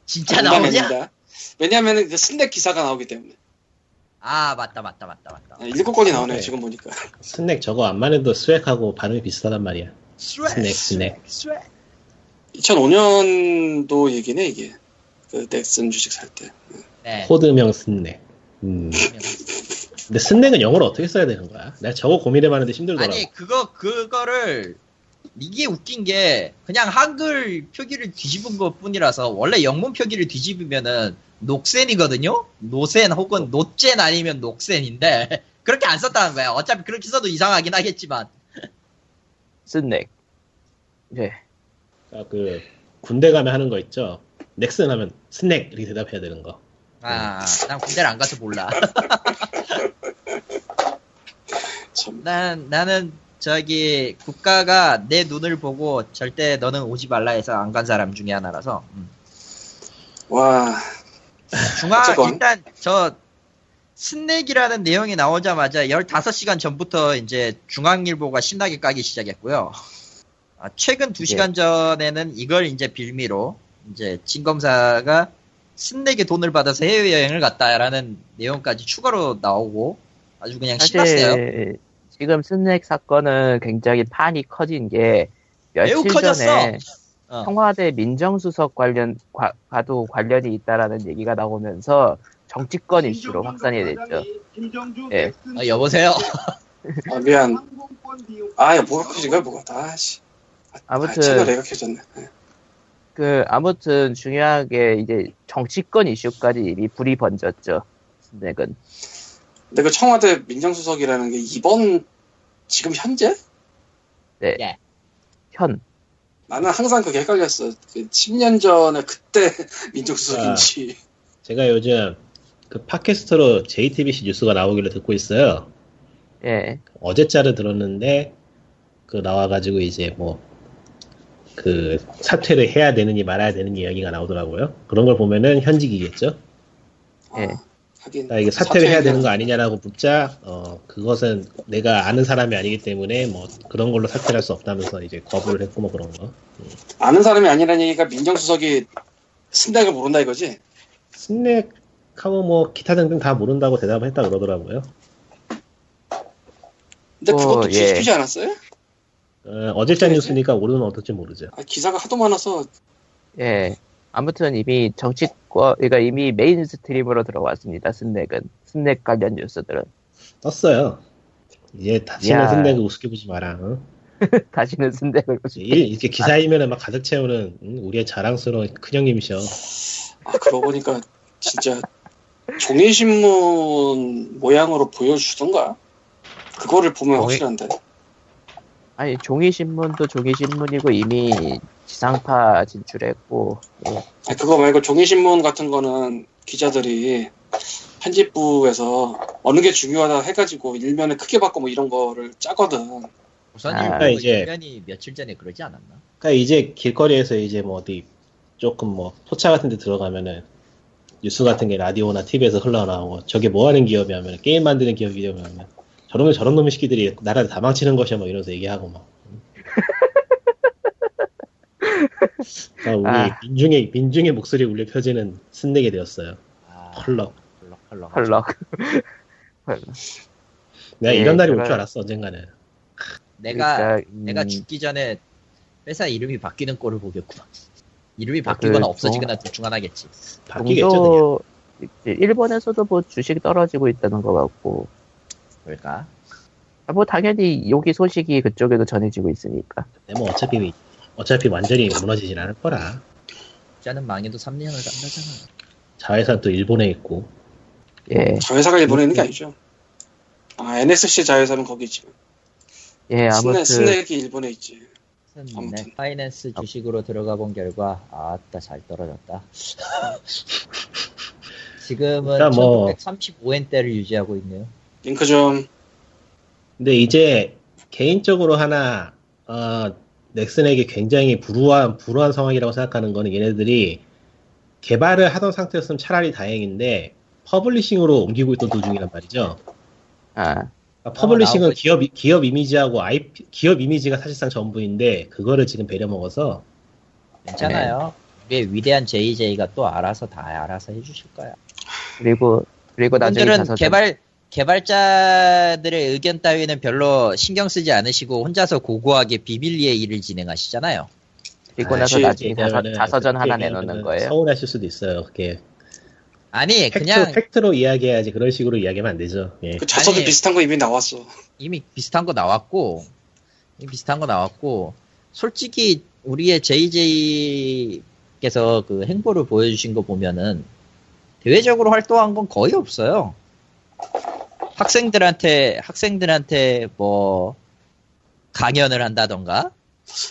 [SPEAKER 3] 진짜 나오냐?
[SPEAKER 5] 농담입니다. 왜냐하면 그 스낵 기사가 나오기 때문에
[SPEAKER 3] 아, 맞다, 맞다, 맞다, 맞다.
[SPEAKER 5] 아, 일곱 건이 나오네요
[SPEAKER 4] 네.
[SPEAKER 5] 지금 보니까.
[SPEAKER 4] 스낵 저거 안만해도 스웩하고 발음이 비슷하단 말이야. 스낵 스낵.
[SPEAKER 5] 2005년도 얘기네 이게. 그 넥슨 주식 살 때.
[SPEAKER 3] 네.
[SPEAKER 4] 코드명 스낵. 음. 근데 스낵은 영어로 어떻게 써야 되는 거야? 내가 저거 고민해봤는데 힘들더라고.
[SPEAKER 3] 아니, 그거, 그거를, 이게 웃긴 게, 그냥 한글 표기를 뒤집은 것 뿐이라서, 원래 영문 표기를 뒤집으면은, 녹센이거든요? 노센
[SPEAKER 4] 어.
[SPEAKER 3] 혹은 노젠 아니면 녹센인데, [laughs] 그렇게 안 썼다는 거야. 어차피 그렇게 써도 이상하긴 하겠지만.
[SPEAKER 1] 스낵. 예,
[SPEAKER 4] 그러니까 그 군대 가면 하는 거 있죠. 넥슨 하면 스낵 이렇게 대답해야 되는 거.
[SPEAKER 3] 아,
[SPEAKER 4] 네.
[SPEAKER 3] 난 군대를 안 가서 몰라. [laughs]
[SPEAKER 5] 참.
[SPEAKER 3] 난, 나는 저기 국가가 내 눈을 보고 절대 너는 오지 말라 해서 안 간 사람 중에 하나라서. 음.
[SPEAKER 5] 와.
[SPEAKER 3] 중화,
[SPEAKER 5] 어쨌건.
[SPEAKER 3] 일단 저 스낵이라는 내용이 나오자마자 15시간 전부터 이제 중앙일보가 신나게 까기 시작했고요. 아, 최근 2시간 전에는 이걸 이제 빌미로 이제 진검사가 스낵에 돈을 받아서 해외여행을 갔다라는 내용까지 추가로 나오고 아주 그냥 네, 신났어요.
[SPEAKER 1] 사실 네, 지금 스낵 사건은 굉장히 판이 커진 게
[SPEAKER 3] 매우
[SPEAKER 1] 며칠
[SPEAKER 3] 커졌어.
[SPEAKER 1] 전에
[SPEAKER 3] 어.
[SPEAKER 1] 청와대 민정수석 관련 과, 과도 관련이 있다라는 얘기가 나오면서 정치권 이슈로 확산이 됐죠. 예.
[SPEAKER 3] 아, 여보세요.
[SPEAKER 5] 아 미안. 아 야, 뭐가 커진 거야 뭐가. 아씨. 아, 채널
[SPEAKER 1] 아무튼
[SPEAKER 5] 내가 켜졌네.
[SPEAKER 1] 그 아무튼 중요하게 이제 정치권 이슈까지 이미 불이 번졌죠. 스낵은
[SPEAKER 5] 근데 그 청와대 민정수석이라는 게 이번 지금 현재?
[SPEAKER 1] 현
[SPEAKER 5] 나는 항상 그게 헷갈렸어. 그 10년 전에 그때 [laughs] 민정수석인지.
[SPEAKER 4] 제가 요즘 그 팟캐스트로 JTBC 뉴스가 나오길래 듣고 있어요.
[SPEAKER 1] 예.
[SPEAKER 4] 어제자를 들었는데 그 나와가지고 이제 뭐 그 사퇴를 해야 되느니 말아야 되느니 이야기가 나오더라고요. 그런 걸 보면은 현직이겠죠.
[SPEAKER 1] 예.
[SPEAKER 5] 아, 하긴.
[SPEAKER 4] 그러니까 이게 사퇴를 해야 되는 거
[SPEAKER 5] 사퇴는
[SPEAKER 4] 아니냐라고 묻자 어 그것은 내가 아는 사람이 아니기 때문에 뭐 그런 걸로 사퇴할 를수 없다면서 이제 거부를 했고 뭐 그런 거.
[SPEAKER 5] 아는 사람이 아니라는 얘기가 민정수석이 쓴다고 모른다 이거지?
[SPEAKER 4] 스낵하고 뭐 기타 등등 다 모른다고 대답을 했다 그러더라고요.
[SPEAKER 5] 근데
[SPEAKER 1] 어,
[SPEAKER 5] 그것도
[SPEAKER 1] 예.
[SPEAKER 5] 뒤집히지 않았어요?
[SPEAKER 4] 어, 제자 뉴스니까 오늘은 어떨지 모르죠.
[SPEAKER 5] 아, 기사가 하도 많아서
[SPEAKER 1] 예. 아무튼 이미 정치권 그러니까 이미 메인스트림으로 들어왔습니다. 스낵은 스낵 관련 뉴스들은 [laughs]
[SPEAKER 4] 떴어요. 이제 다시는
[SPEAKER 1] 야.
[SPEAKER 4] 스낵을 우습게 보지 마라. 응?
[SPEAKER 1] 다시는 스낵을
[SPEAKER 4] 일- 이렇게 기사이면은 막 가득 채우는 응, 우리의 자랑스러운 큰형님이셔.
[SPEAKER 5] 아, 그러고 보니까 진짜 종이신문 모양으로 보여주던가 그거를 보면
[SPEAKER 4] 어,
[SPEAKER 1] 종이-
[SPEAKER 5] 확실한데
[SPEAKER 1] 아니 종이 신문도 종이 신문이고 이미 지상파 진출했고 뭐,
[SPEAKER 5] 아, 그거 말고 종이신문 같은 거는 기자들이 편집부에서 어느 게 중요하다 해가지고 일면에 크게 받고 뭐 이런 거를 짜거든.
[SPEAKER 3] 우선
[SPEAKER 1] 아,
[SPEAKER 3] 일부
[SPEAKER 4] 이제-
[SPEAKER 3] 이면이 며칠 전에 그러지 않았나?
[SPEAKER 4] 그러니까 이제 길거리에서 이제 뭐 어디 조금 뭐 포차 같은 데 들어가면은 뉴스 같은 게 라디오나 TV에서 흘러나오고 저게 뭐 하는 기업이냐면 게임 만드는 기업이냐면 저러면 저런 놈의 시끼들이 나라를 다 망치는 것이야 뭐 이러면서 얘기하고 막 그러니까 우리
[SPEAKER 1] 아.
[SPEAKER 4] 민중의 민중의 목소리 울려 펴지는 쓴내게 되었어요
[SPEAKER 3] 아,
[SPEAKER 4] 펄럭
[SPEAKER 3] 헐럭, 헐럭.
[SPEAKER 1] 헐럭
[SPEAKER 4] 내가
[SPEAKER 1] 예,
[SPEAKER 4] 이런 날이 올 줄
[SPEAKER 1] 그런-
[SPEAKER 4] 알았어 언젠가는
[SPEAKER 3] 내가
[SPEAKER 1] 그러니까, 음,
[SPEAKER 3] 내가 죽기 전에 회사 이름이 바뀌는 꼴을 보겠구만. [laughs] 이름이 바뀌거나
[SPEAKER 1] 그
[SPEAKER 3] 없어지거나 둘 중 하나겠지.
[SPEAKER 4] 바뀌겠죠 그냥
[SPEAKER 1] 정도 있지. 일본에서도 뭐 주식 떨어지고 있다는 것 같고
[SPEAKER 3] 그럴까?
[SPEAKER 1] 아, 뭐 당연히 여기 소식이 그쪽에도 전해지고 있으니까
[SPEAKER 4] 근데 뭐 어차피 어차피 완전히 무너지진 않을 거라
[SPEAKER 3] 기자는 망해도 3년을 간다잖아.
[SPEAKER 4] 자회사 또 일본에 있고
[SPEAKER 1] 예예
[SPEAKER 5] 자회사가 일본에 있는 게 아니죠. 아, NSC 자회사는 거기 있지.
[SPEAKER 1] 예, 네, 아무튼
[SPEAKER 5] 스낵, 스낵이 일본에 있지.
[SPEAKER 3] 아무튼
[SPEAKER 5] 아무튼.
[SPEAKER 3] 네, 파이낸스 주식으로 들어가 본 결과 아따 잘 떨어졌다. [laughs] 지금은
[SPEAKER 4] 일단 뭐-
[SPEAKER 3] 1935엔대를 유지하고 있네요.
[SPEAKER 5] 링크 좀.
[SPEAKER 4] 근데 이제 개인적으로 하나 어, 넥슨에게 굉장히 불우한 불우한 상황이라고 생각하는 거는 얘네들이 개발을 하던 상태였으면 차라리 다행인데 퍼블리싱으로 옮기고 있던 도중이란 말이죠.
[SPEAKER 1] 아,
[SPEAKER 4] 그러니까 퍼블리싱은
[SPEAKER 3] 나오고
[SPEAKER 4] 기업 기업 이미지하고 IP, 기업 이미지가 사실상 전부인데 그거를 지금 배려 먹어서
[SPEAKER 3] 괜찮아요. 우리의 위대한 JJ가 또 알아서 다 알아서 해주실 거야.
[SPEAKER 1] 그리고 그리고 나중에
[SPEAKER 3] 분들은
[SPEAKER 1] 가서
[SPEAKER 3] 개발 개발자들의 의견 따위는 별로 신경 쓰지 않으시고 혼자서 고고하게 비밀리에 일을 진행하시잖아요.
[SPEAKER 1] 그리고
[SPEAKER 4] 아,
[SPEAKER 1] 나서
[SPEAKER 4] 그렇게
[SPEAKER 1] 나중에 자서,
[SPEAKER 4] 얘기하면은
[SPEAKER 1] 자서전
[SPEAKER 4] 그렇게
[SPEAKER 1] 하나
[SPEAKER 4] 얘기하면은
[SPEAKER 1] 내놓는 거예요.
[SPEAKER 4] 서운하실 수도 있어요. 그게
[SPEAKER 3] 아니
[SPEAKER 4] 팩트,
[SPEAKER 3] 네, 그냥
[SPEAKER 4] 팩트로 이야기해야지 그런 식으로 이야기하면 안 되죠. 예.
[SPEAKER 5] 그 저서도
[SPEAKER 3] 아니.
[SPEAKER 5] 비슷한 거 이미 나왔어.
[SPEAKER 3] 이미 비슷한 거 나왔고 이미 비슷한 거 나왔고 솔직히 우리의 JJ께서 그 행보를 보여주신 거 보면은 대외적으로 활동한 건 거의 없어요. 학생들한테 학생들한테 뭐 강연을 한다던가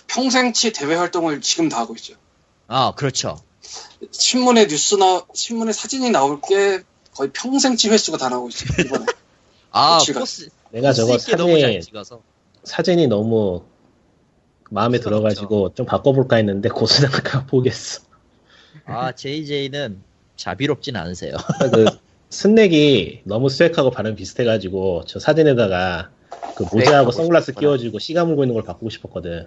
[SPEAKER 5] 평생치 대외 활동을 지금 다 하고 있죠.
[SPEAKER 3] 아 그렇죠
[SPEAKER 5] 신문에 뉴스나 신문에 사진이 나올 게 거의 평생치 횟수가 다 나오고 있어요. 이번에.
[SPEAKER 3] 아
[SPEAKER 5] 그치가.
[SPEAKER 3] 포스
[SPEAKER 4] 내가 저거
[SPEAKER 3] 포스 있게 너무
[SPEAKER 4] 사진에
[SPEAKER 3] 잘 찍어서
[SPEAKER 4] 사진이 너무 마음에
[SPEAKER 3] 그렇죠.
[SPEAKER 4] 들어가지고 좀 바꿔볼까 했는데 고스나가 [laughs] 포기했어.
[SPEAKER 3] 아 JJ는 자비롭진
[SPEAKER 4] [laughs]
[SPEAKER 3] 않으세요
[SPEAKER 4] 그 스낵이 너무 스웩하고 발음 비슷해가지고 저 사진에다가 그 모자하고
[SPEAKER 1] 스웩하고
[SPEAKER 4] 선글라스
[SPEAKER 1] 싶었구나.
[SPEAKER 4] 끼워주고 씨가 물고 있는 걸 바꾸고 싶었거든.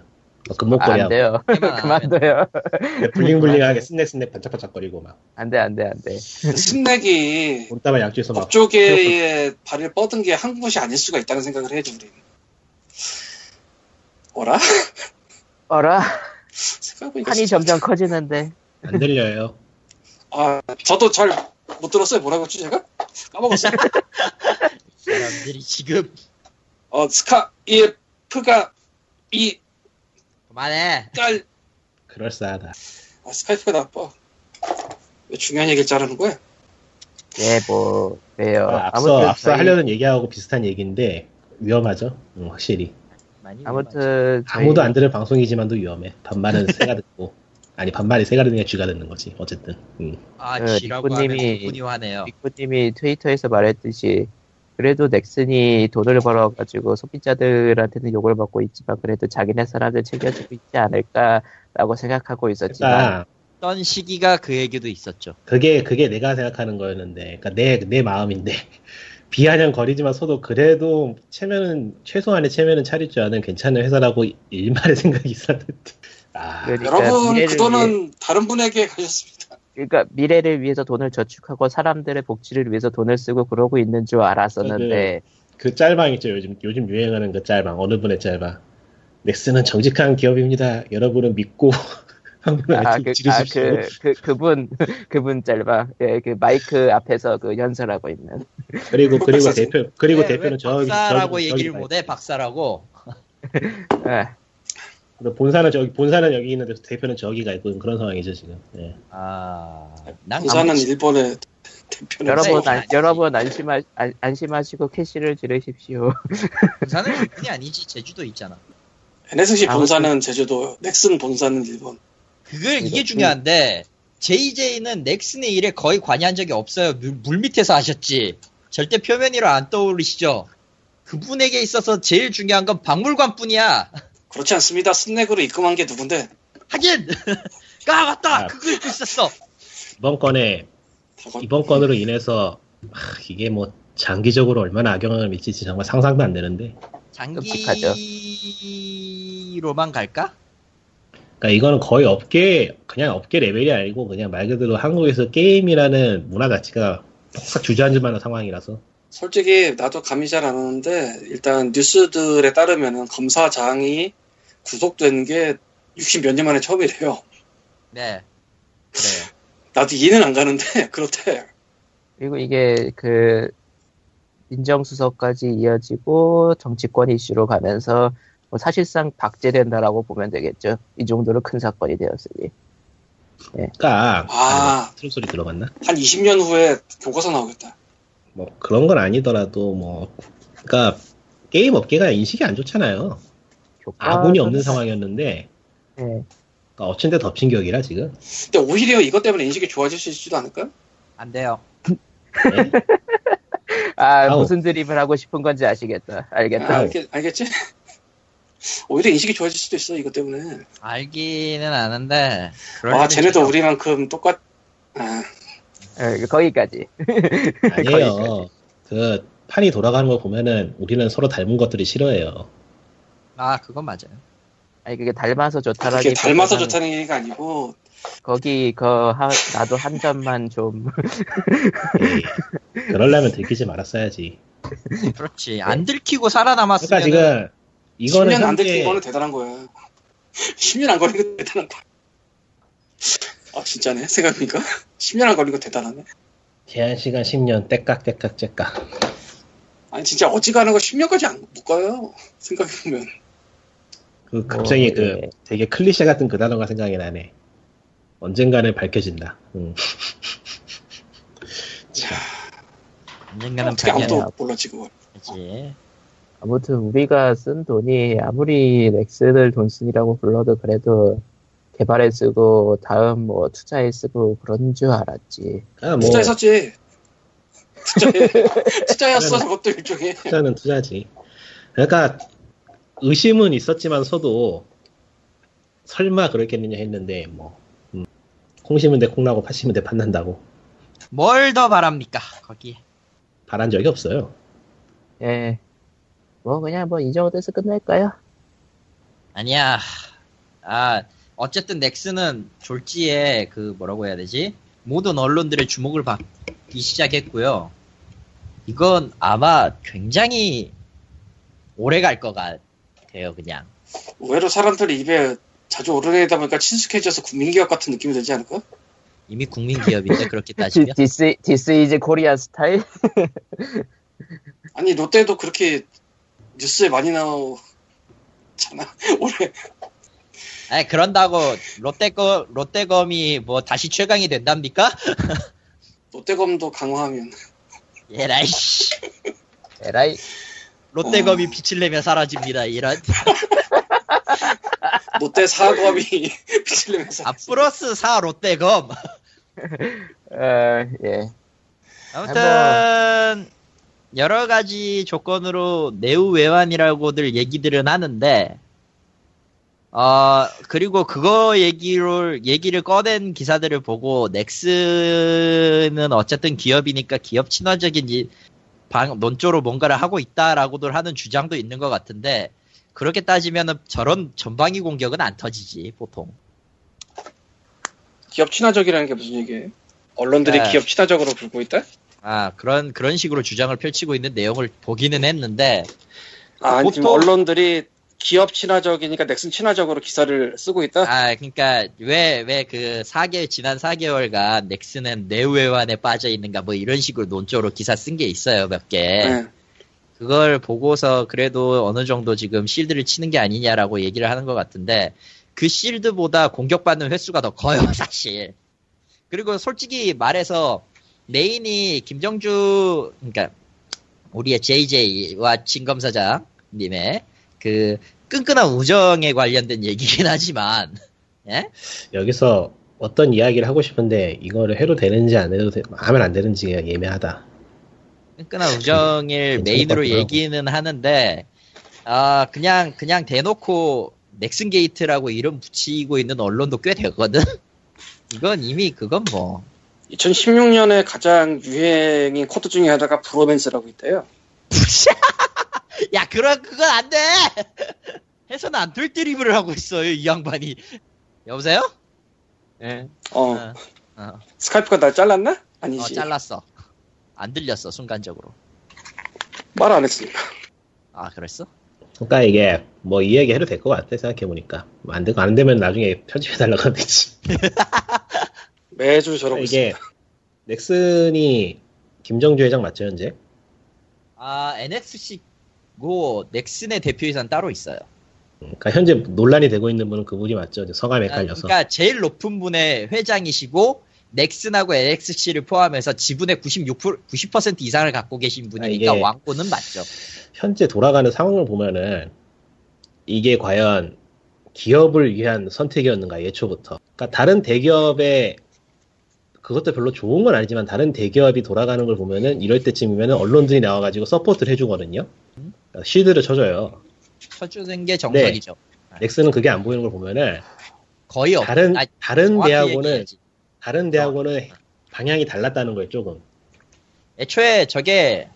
[SPEAKER 4] 어,
[SPEAKER 1] 아, 안
[SPEAKER 4] 금목걸이하고
[SPEAKER 1] 돼요. [laughs]
[SPEAKER 3] 그만 안 해.
[SPEAKER 1] 그만둬요.
[SPEAKER 4] 블링블링하게 스낵 스낵 반짝반짝거리고 막
[SPEAKER 1] 안 돼, 안 돼, 안 돼.
[SPEAKER 5] 스낵이
[SPEAKER 4] 온다만 약주에서
[SPEAKER 1] 어,
[SPEAKER 4] 막
[SPEAKER 5] 법조계에 예, 발을 뻗은 게 한국이 아닐 수가 있다는 생각을 해야죠 우리는. 어라? [laughs]
[SPEAKER 3] [laughs]
[SPEAKER 1] 어라?
[SPEAKER 5] 생각해보니까
[SPEAKER 1] 판이 점점 커지는데.
[SPEAKER 4] 안 들려요.
[SPEAKER 5] 아, 저도 잘 못 들었어요. 뭐라고 했지 제가? 까먹었어요.
[SPEAKER 3] 사람들이 지금
[SPEAKER 5] 어, 스카 EF가 이
[SPEAKER 3] 그만해
[SPEAKER 5] 딸.
[SPEAKER 4] 그럴싸하다.
[SPEAKER 5] 아, 스카이프가 나빠. 왜 중요한 얘기를 자르는 거야?
[SPEAKER 1] 예, 뭐, 그래요.
[SPEAKER 4] 아, 앞서
[SPEAKER 1] 아무튼,
[SPEAKER 4] 앞서
[SPEAKER 1] 저희-
[SPEAKER 4] 하려는 얘기하고 비슷한 얘기인데 위험하죠. 응, 확실히
[SPEAKER 3] 많이
[SPEAKER 1] 아무튼, 저희-
[SPEAKER 4] 아무도 안 들을 방송이지만도 위험해. 반말은 새가 듣고 아니 반말이 새가 듣는 게 쥐가 듣는 거지. 어쨌든 음.
[SPEAKER 3] 아,
[SPEAKER 1] 그
[SPEAKER 3] 지라고
[SPEAKER 1] 닉군님이-
[SPEAKER 3] 하면 분이 화네요.
[SPEAKER 1] 빅부님이 트위터에서 말했듯이, 그래도 넥슨이 돈을 벌어가지고 소비자들한테는 욕을 먹고 있지만, 그래도 자기네 사람들 챙겨주고 있지 않을까라고 생각하고 있었지만,
[SPEAKER 4] 그러니까
[SPEAKER 3] 어떤 시기가 그 얘기도 있었죠.
[SPEAKER 4] 그게 그게 내가 생각하는 거였는데, 그러니까 내 내 마음인데 [laughs] 비아냥 거리지만서도 그래도 체면은 최소한의 체면은 차릴 줄 아는 괜찮은 회사라고 일말의 [laughs] 생각이 있었는데, 아
[SPEAKER 1] 그러니- 그러니까
[SPEAKER 5] 여러분
[SPEAKER 1] 미래를
[SPEAKER 5] 그 돈은 다른 분에게 가셨습니다.
[SPEAKER 1] 그러니까 미래를 위해서 돈을 저축하고 사람들의 복지를 위해서 돈을 쓰고 그러고 있는 줄 알았었는데,
[SPEAKER 4] 그 짤방 있죠 요즘 요즘 유행하는 그 짤방 어느 분의 짤방 넥슨은 정직한 기업입니다. 여러분은 믿고 [laughs] 한번
[SPEAKER 1] 아,
[SPEAKER 4] 아,
[SPEAKER 1] 그, 아,
[SPEAKER 4] 지르십시오.
[SPEAKER 1] 그, 그, 그분, [laughs] 그분 짧아. 예, 그 마이크 앞에서 그 연설하고 있는. [laughs]
[SPEAKER 4] 그리고 그리고
[SPEAKER 5] 박사지.
[SPEAKER 4] 대표 그리고
[SPEAKER 3] 네, 왜-
[SPEAKER 4] 대표는
[SPEAKER 3] 왜
[SPEAKER 4] 저기
[SPEAKER 3] 박사라고
[SPEAKER 4] 저기-
[SPEAKER 3] 얘기를
[SPEAKER 4] 저기
[SPEAKER 3] 못해 박사라고.
[SPEAKER 1] 예.
[SPEAKER 4] 그리고 본사는 저기 본사는 여기 있는데 대표는 저기가 있고 그런 상황이죠 지금. 예.
[SPEAKER 3] 아, 난
[SPEAKER 5] 부산은
[SPEAKER 3] 아무튼
[SPEAKER 5] 일본의
[SPEAKER 2] 네.
[SPEAKER 5] 대표는
[SPEAKER 1] 여러분, 안,
[SPEAKER 3] 아니지.
[SPEAKER 1] 여러분 안심하, 안, 안심하시고 캐시를 지르십시오.
[SPEAKER 3] 부산은 일본이 아니지 제주도 있잖아.
[SPEAKER 2] NSC
[SPEAKER 1] 아무튼-
[SPEAKER 2] 본사는 제주도, 넥슨 본사는 일본.
[SPEAKER 3] 그걸 이게
[SPEAKER 1] 이거-
[SPEAKER 3] 중요한데 JJ는 넥슨의 일에 거의 관여한 적이 없어요. 물, 물 밑에서 하셨지. 절대 표면 위로 안 떠오르시죠. 그분에게 있어서 제일 중요한 건 박물관뿐이야. [laughs]
[SPEAKER 2] 그렇지 않습니다. 스낵으로 입금한 게 누군데?
[SPEAKER 3] 하긴 [laughs] 아 맞다
[SPEAKER 4] 아.
[SPEAKER 3] 그거 읽고 있었어.
[SPEAKER 4] 이번 건에
[SPEAKER 2] 다 건-
[SPEAKER 4] 이번 건으로 인해서 하, 이게 뭐 장기적으로 얼마나 악영향을 미칠지 정말 상상도 안 되는데.
[SPEAKER 1] 끔찍하죠.
[SPEAKER 3] 장기로만 갈까?
[SPEAKER 4] 그러니까 이거는 거의 업계 그냥 업계 레벨이 아니고 그냥 말 그대로 한국에서 게임이라는 문화 자체가 폭삭 주저앉을 만한 상황이라서
[SPEAKER 2] 솔직히 나도 감이 잘 안 오는데 일단 뉴스들에 따르면 검사장이 구속된 게 60 몇 년 만에 처음이래요.
[SPEAKER 3] 네. 그래요.
[SPEAKER 2] 나도 이해는 안 가는데 [laughs] 그렇대.
[SPEAKER 1] 그리고 이게 그 인정수석까지 이어지고 정치권 이슈로 가면서 뭐 사실상 박제된다라고 보면 되겠죠. 이 정도로 큰 사건이 되었으니.
[SPEAKER 4] 그러니까
[SPEAKER 2] 아.
[SPEAKER 4] 트롯 소리 들어갔나?
[SPEAKER 2] 한 20년 후에 교과서 나오겠다.
[SPEAKER 4] 뭐 그런 건 아니더라도 뭐 그러니까 게임 업계가 인식이 안 좋잖아요 아군이 없는 상황이었는데
[SPEAKER 1] 네.
[SPEAKER 4] 그러니까 엎친데 덮친 격이라 지금
[SPEAKER 2] 근데 오히려 이것 때문에 인식이 좋아질 수 있지도 않을까?
[SPEAKER 3] 안 돼요.
[SPEAKER 4] 네?
[SPEAKER 1] 아
[SPEAKER 4] 아우.
[SPEAKER 1] 무슨 드립을 하고 싶은 건지 아시겠다. 알겠다.
[SPEAKER 2] 아, 알겠, 알겠지? [laughs] 오히려 인식이 좋아질 수도 있어 이것 때문에.
[SPEAKER 3] 알기는 아는데. 그럴
[SPEAKER 2] 아
[SPEAKER 3] 일은
[SPEAKER 2] 쟤네도
[SPEAKER 3] 전혀
[SPEAKER 2] 우리만큼 똑같. 아,
[SPEAKER 1] 예, 거기까지.
[SPEAKER 4] 네? 아니에요 그 판이 돌아가는 걸 보면은 우리는 서로 닮은 것들이 싫어해요
[SPEAKER 3] 아 그건 맞아요.
[SPEAKER 1] 아니 그게 닮아서 좋다라기.
[SPEAKER 2] 그게 닮아서
[SPEAKER 1] 보다는
[SPEAKER 2] 좋다는 얘기가 아니고
[SPEAKER 1] 거기 그 하- 나도 한 점만 좀
[SPEAKER 4] 예. 그러려면 들키지 말았어야지
[SPEAKER 3] 그렇지 안 들키고 살아남았으면.
[SPEAKER 4] 그러니까 지금 이거는
[SPEAKER 2] 10년 안
[SPEAKER 4] 현재-
[SPEAKER 2] 들킨 거는 대단한 거야. [laughs] 10년 안 걸린 거 대단한 거야. 아 진짜네 생각해보니까 [laughs] 10년 안 걸린 거 대단하네.
[SPEAKER 4] 제한 시간 10년 떼깍 떼깍 째깍
[SPEAKER 2] 아니 진짜 어지간한 거 10년까지 안 못 가요. 생각해보면
[SPEAKER 4] 그 갑자기
[SPEAKER 1] 어,
[SPEAKER 4] 그
[SPEAKER 1] 예.
[SPEAKER 4] 되게 클리셰 같은 그 단어가 생각이 나네 언젠가는 밝혀진다 음.
[SPEAKER 3] 언젠가는
[SPEAKER 2] 어떻게 아무도
[SPEAKER 3] 발견해야지.
[SPEAKER 2] 몰랐지 그걸.
[SPEAKER 1] 아무튼 우리가 쓴 돈이 아무리 넥슨을 돈 쓰니라고 불러도 그래도 개발에 쓰고 다음 뭐 투자에 쓰고 그런 줄 알았지.
[SPEAKER 4] 아, 뭐,
[SPEAKER 2] 투자했었지.
[SPEAKER 4] [laughs]
[SPEAKER 2] 투자해. 투자였어 저것도 일종의.
[SPEAKER 4] 투자는 투자지. 그러니까 의심은 있었지만서도 설마 그랬겠느냐 했는데 뭐 음, 콩심은 내 콩나고 팥심은 내 팥난다고
[SPEAKER 3] 뭘 더 바랍니까 거기?
[SPEAKER 4] 바란 적이 없어요.
[SPEAKER 1] 예. 뭐 그냥 뭐 이 정도에서 끝낼까요?
[SPEAKER 3] 아니야. 아 어쨌든 넥슨은 졸지에 그 뭐라고 해야 되지? 모든 언론들의 주목을 받기 시작했고요. 이건 아마 굉장히 오래 갈 것 같아요 그냥.
[SPEAKER 2] 의외로 사람들 입에 자주 오르내다 보니까 친숙해져서 국민기업 같은 느낌이 들지 않을까?
[SPEAKER 3] 이미 국민 기업인데 그렇게
[SPEAKER 1] 디-
[SPEAKER 3] 따지면
[SPEAKER 1] 디스 디스 이즈 코리아
[SPEAKER 3] [laughs]
[SPEAKER 1] 스타일?
[SPEAKER 2] 아니 롯데도 그렇게 뉴스에 많이 나오잖아 [laughs] 올해
[SPEAKER 3] 아 그런다고 롯데거 롯데검이 뭐 다시 최강이 된답니까?
[SPEAKER 2] 롯데검도 강화하면
[SPEAKER 3] 예라이씨
[SPEAKER 1] 에라이.
[SPEAKER 3] 롯데검이 빛을 내며 사라집니다 이런
[SPEAKER 2] 롯데 사업이 [laughs] 빛을 내면서
[SPEAKER 3] 아 플러스 4 롯데검
[SPEAKER 1] 어, 예.
[SPEAKER 3] 아무튼 여러 가지 조건으로 내우 외환이라고들 얘기들은 하는데 어 그리고 그거 얘기를 얘기를 꺼낸 기사들을 보고 넥슨은 어쨌든 기업이니까 기업 친화적인 이- 방 논조로 뭔가를 하고 있다라고들 하는 주장도 있는 것 같은데 그렇게 따지면은 저런 전방위 공격은 안 터지지 보통
[SPEAKER 2] 기업 친화적이라는 게 무슨 얘기예요? 언론들이
[SPEAKER 3] 네.
[SPEAKER 2] 기업 친화적으로 불고 있다?
[SPEAKER 3] 아 그런 그런 식으로 주장을 펼치고 있는 내용을 보기는 했는데
[SPEAKER 2] 아 아니, 지금
[SPEAKER 3] 보통-
[SPEAKER 2] 언론들이 기업 친화적이니까 넥슨 친화적으로 기사를 쓰고 있다?
[SPEAKER 3] 아, 그러니까 왜 왜 그 4개 지난 4개월간 넥슨은 내외환에 빠져 있는가 뭐 이런 식으로 논조로 기사 쓴 게 있어요 몇 개.
[SPEAKER 2] 네.
[SPEAKER 3] 그걸 보고서 그래도 어느 정도 지금 실드를 치는 게 아니냐라고 얘기를 하는 것 같은데 그 실드보다 공격받는 횟수가 더 커요 [laughs] 사실. 그리고 솔직히 말해서 메인이 김정주 그러니까 우리의 JJ와 진검사장님의 그 끈끈한 우정에 관련된 얘기긴 하지만 예?
[SPEAKER 4] 여기서 어떤 이야기를 하고 싶은데 이거를 해도 되는지 안 해도 되- 하면 안 되는지가 예매하다.
[SPEAKER 3] 끈끈한 우정일
[SPEAKER 4] 괜찮을 것
[SPEAKER 3] 메인으로
[SPEAKER 4] 같더라고.
[SPEAKER 3] 얘기는 하는데 아 그냥 그냥 대놓고 넥슨 게이트라고 이름 붙이고 있는 언론도 꽤 되거든. [laughs] 이건 이미 그건 뭐
[SPEAKER 2] 2016년에 가장 유행인 코드 중에 하나가 브로맨스라고 있대요.
[SPEAKER 3] 야, 그런 그건 안 돼. [laughs] 해서는 안 될 드리블을 하고 있어요, 이 양반이. 여보세요?
[SPEAKER 1] 예.
[SPEAKER 2] 어,
[SPEAKER 3] 어, 어,
[SPEAKER 2] 스카이프가 날 잘랐나?
[SPEAKER 3] 어,
[SPEAKER 2] 아니지.
[SPEAKER 3] 잘랐어. 안 들렸어, 순간적으로.
[SPEAKER 2] 말 안 했으니까.
[SPEAKER 3] 아, 그랬어?
[SPEAKER 4] 그러니까 이게 뭐 이 얘기 해도 될 것 같아 생각해 보니까 뭐 안 되고 안 되면 나중에 편집해 달라고 하겠지. 그러니까
[SPEAKER 2] 매주 저러고
[SPEAKER 4] 이게
[SPEAKER 2] 있습니다.
[SPEAKER 4] 넥슨이 김정주 회장 맞죠 현재?
[SPEAKER 3] 아, NXC고 넥슨의 대표이사는 따로 있어요.
[SPEAKER 4] 그러니까 현재 논란이 되고 있는 분은 그분이 맞죠. 이제 서감에
[SPEAKER 3] 그러니까,
[SPEAKER 4] 깔려서.
[SPEAKER 3] 그러니까 제일 높은 분의 회장이시고 넥슨하고 NXC를 포함해서 지분의 96% 90% 이상을 갖고 계신 분이니까
[SPEAKER 4] 아, 이게-
[SPEAKER 3] 왕고는 맞죠.
[SPEAKER 4] 현재 돌아가는 상황을 보면은 이게 과연 기업을 위한 선택이었는가 예초부터. 그러니까 다른 대기업의 그것도 별로 좋은 건 아니지만 다른 대기업이 돌아가는 걸 보면은 이럴 때쯤이면은 언론들이 나와가지고 서포트를 해주거든요. 그러니까 쉴드를 쳐줘요.
[SPEAKER 3] 쳐주는 게 정석이죠.
[SPEAKER 4] 넥슨은 그게 안 보이는 걸 보면은
[SPEAKER 3] 거의 없.
[SPEAKER 4] 네. 다른
[SPEAKER 3] 아니,
[SPEAKER 4] 다른
[SPEAKER 3] 정확히
[SPEAKER 4] 대학원은
[SPEAKER 3] 얘기해야지. 어.
[SPEAKER 4] 다른 대학원은 방향이 달랐다는 거예요 조금.
[SPEAKER 3] 애초에 저게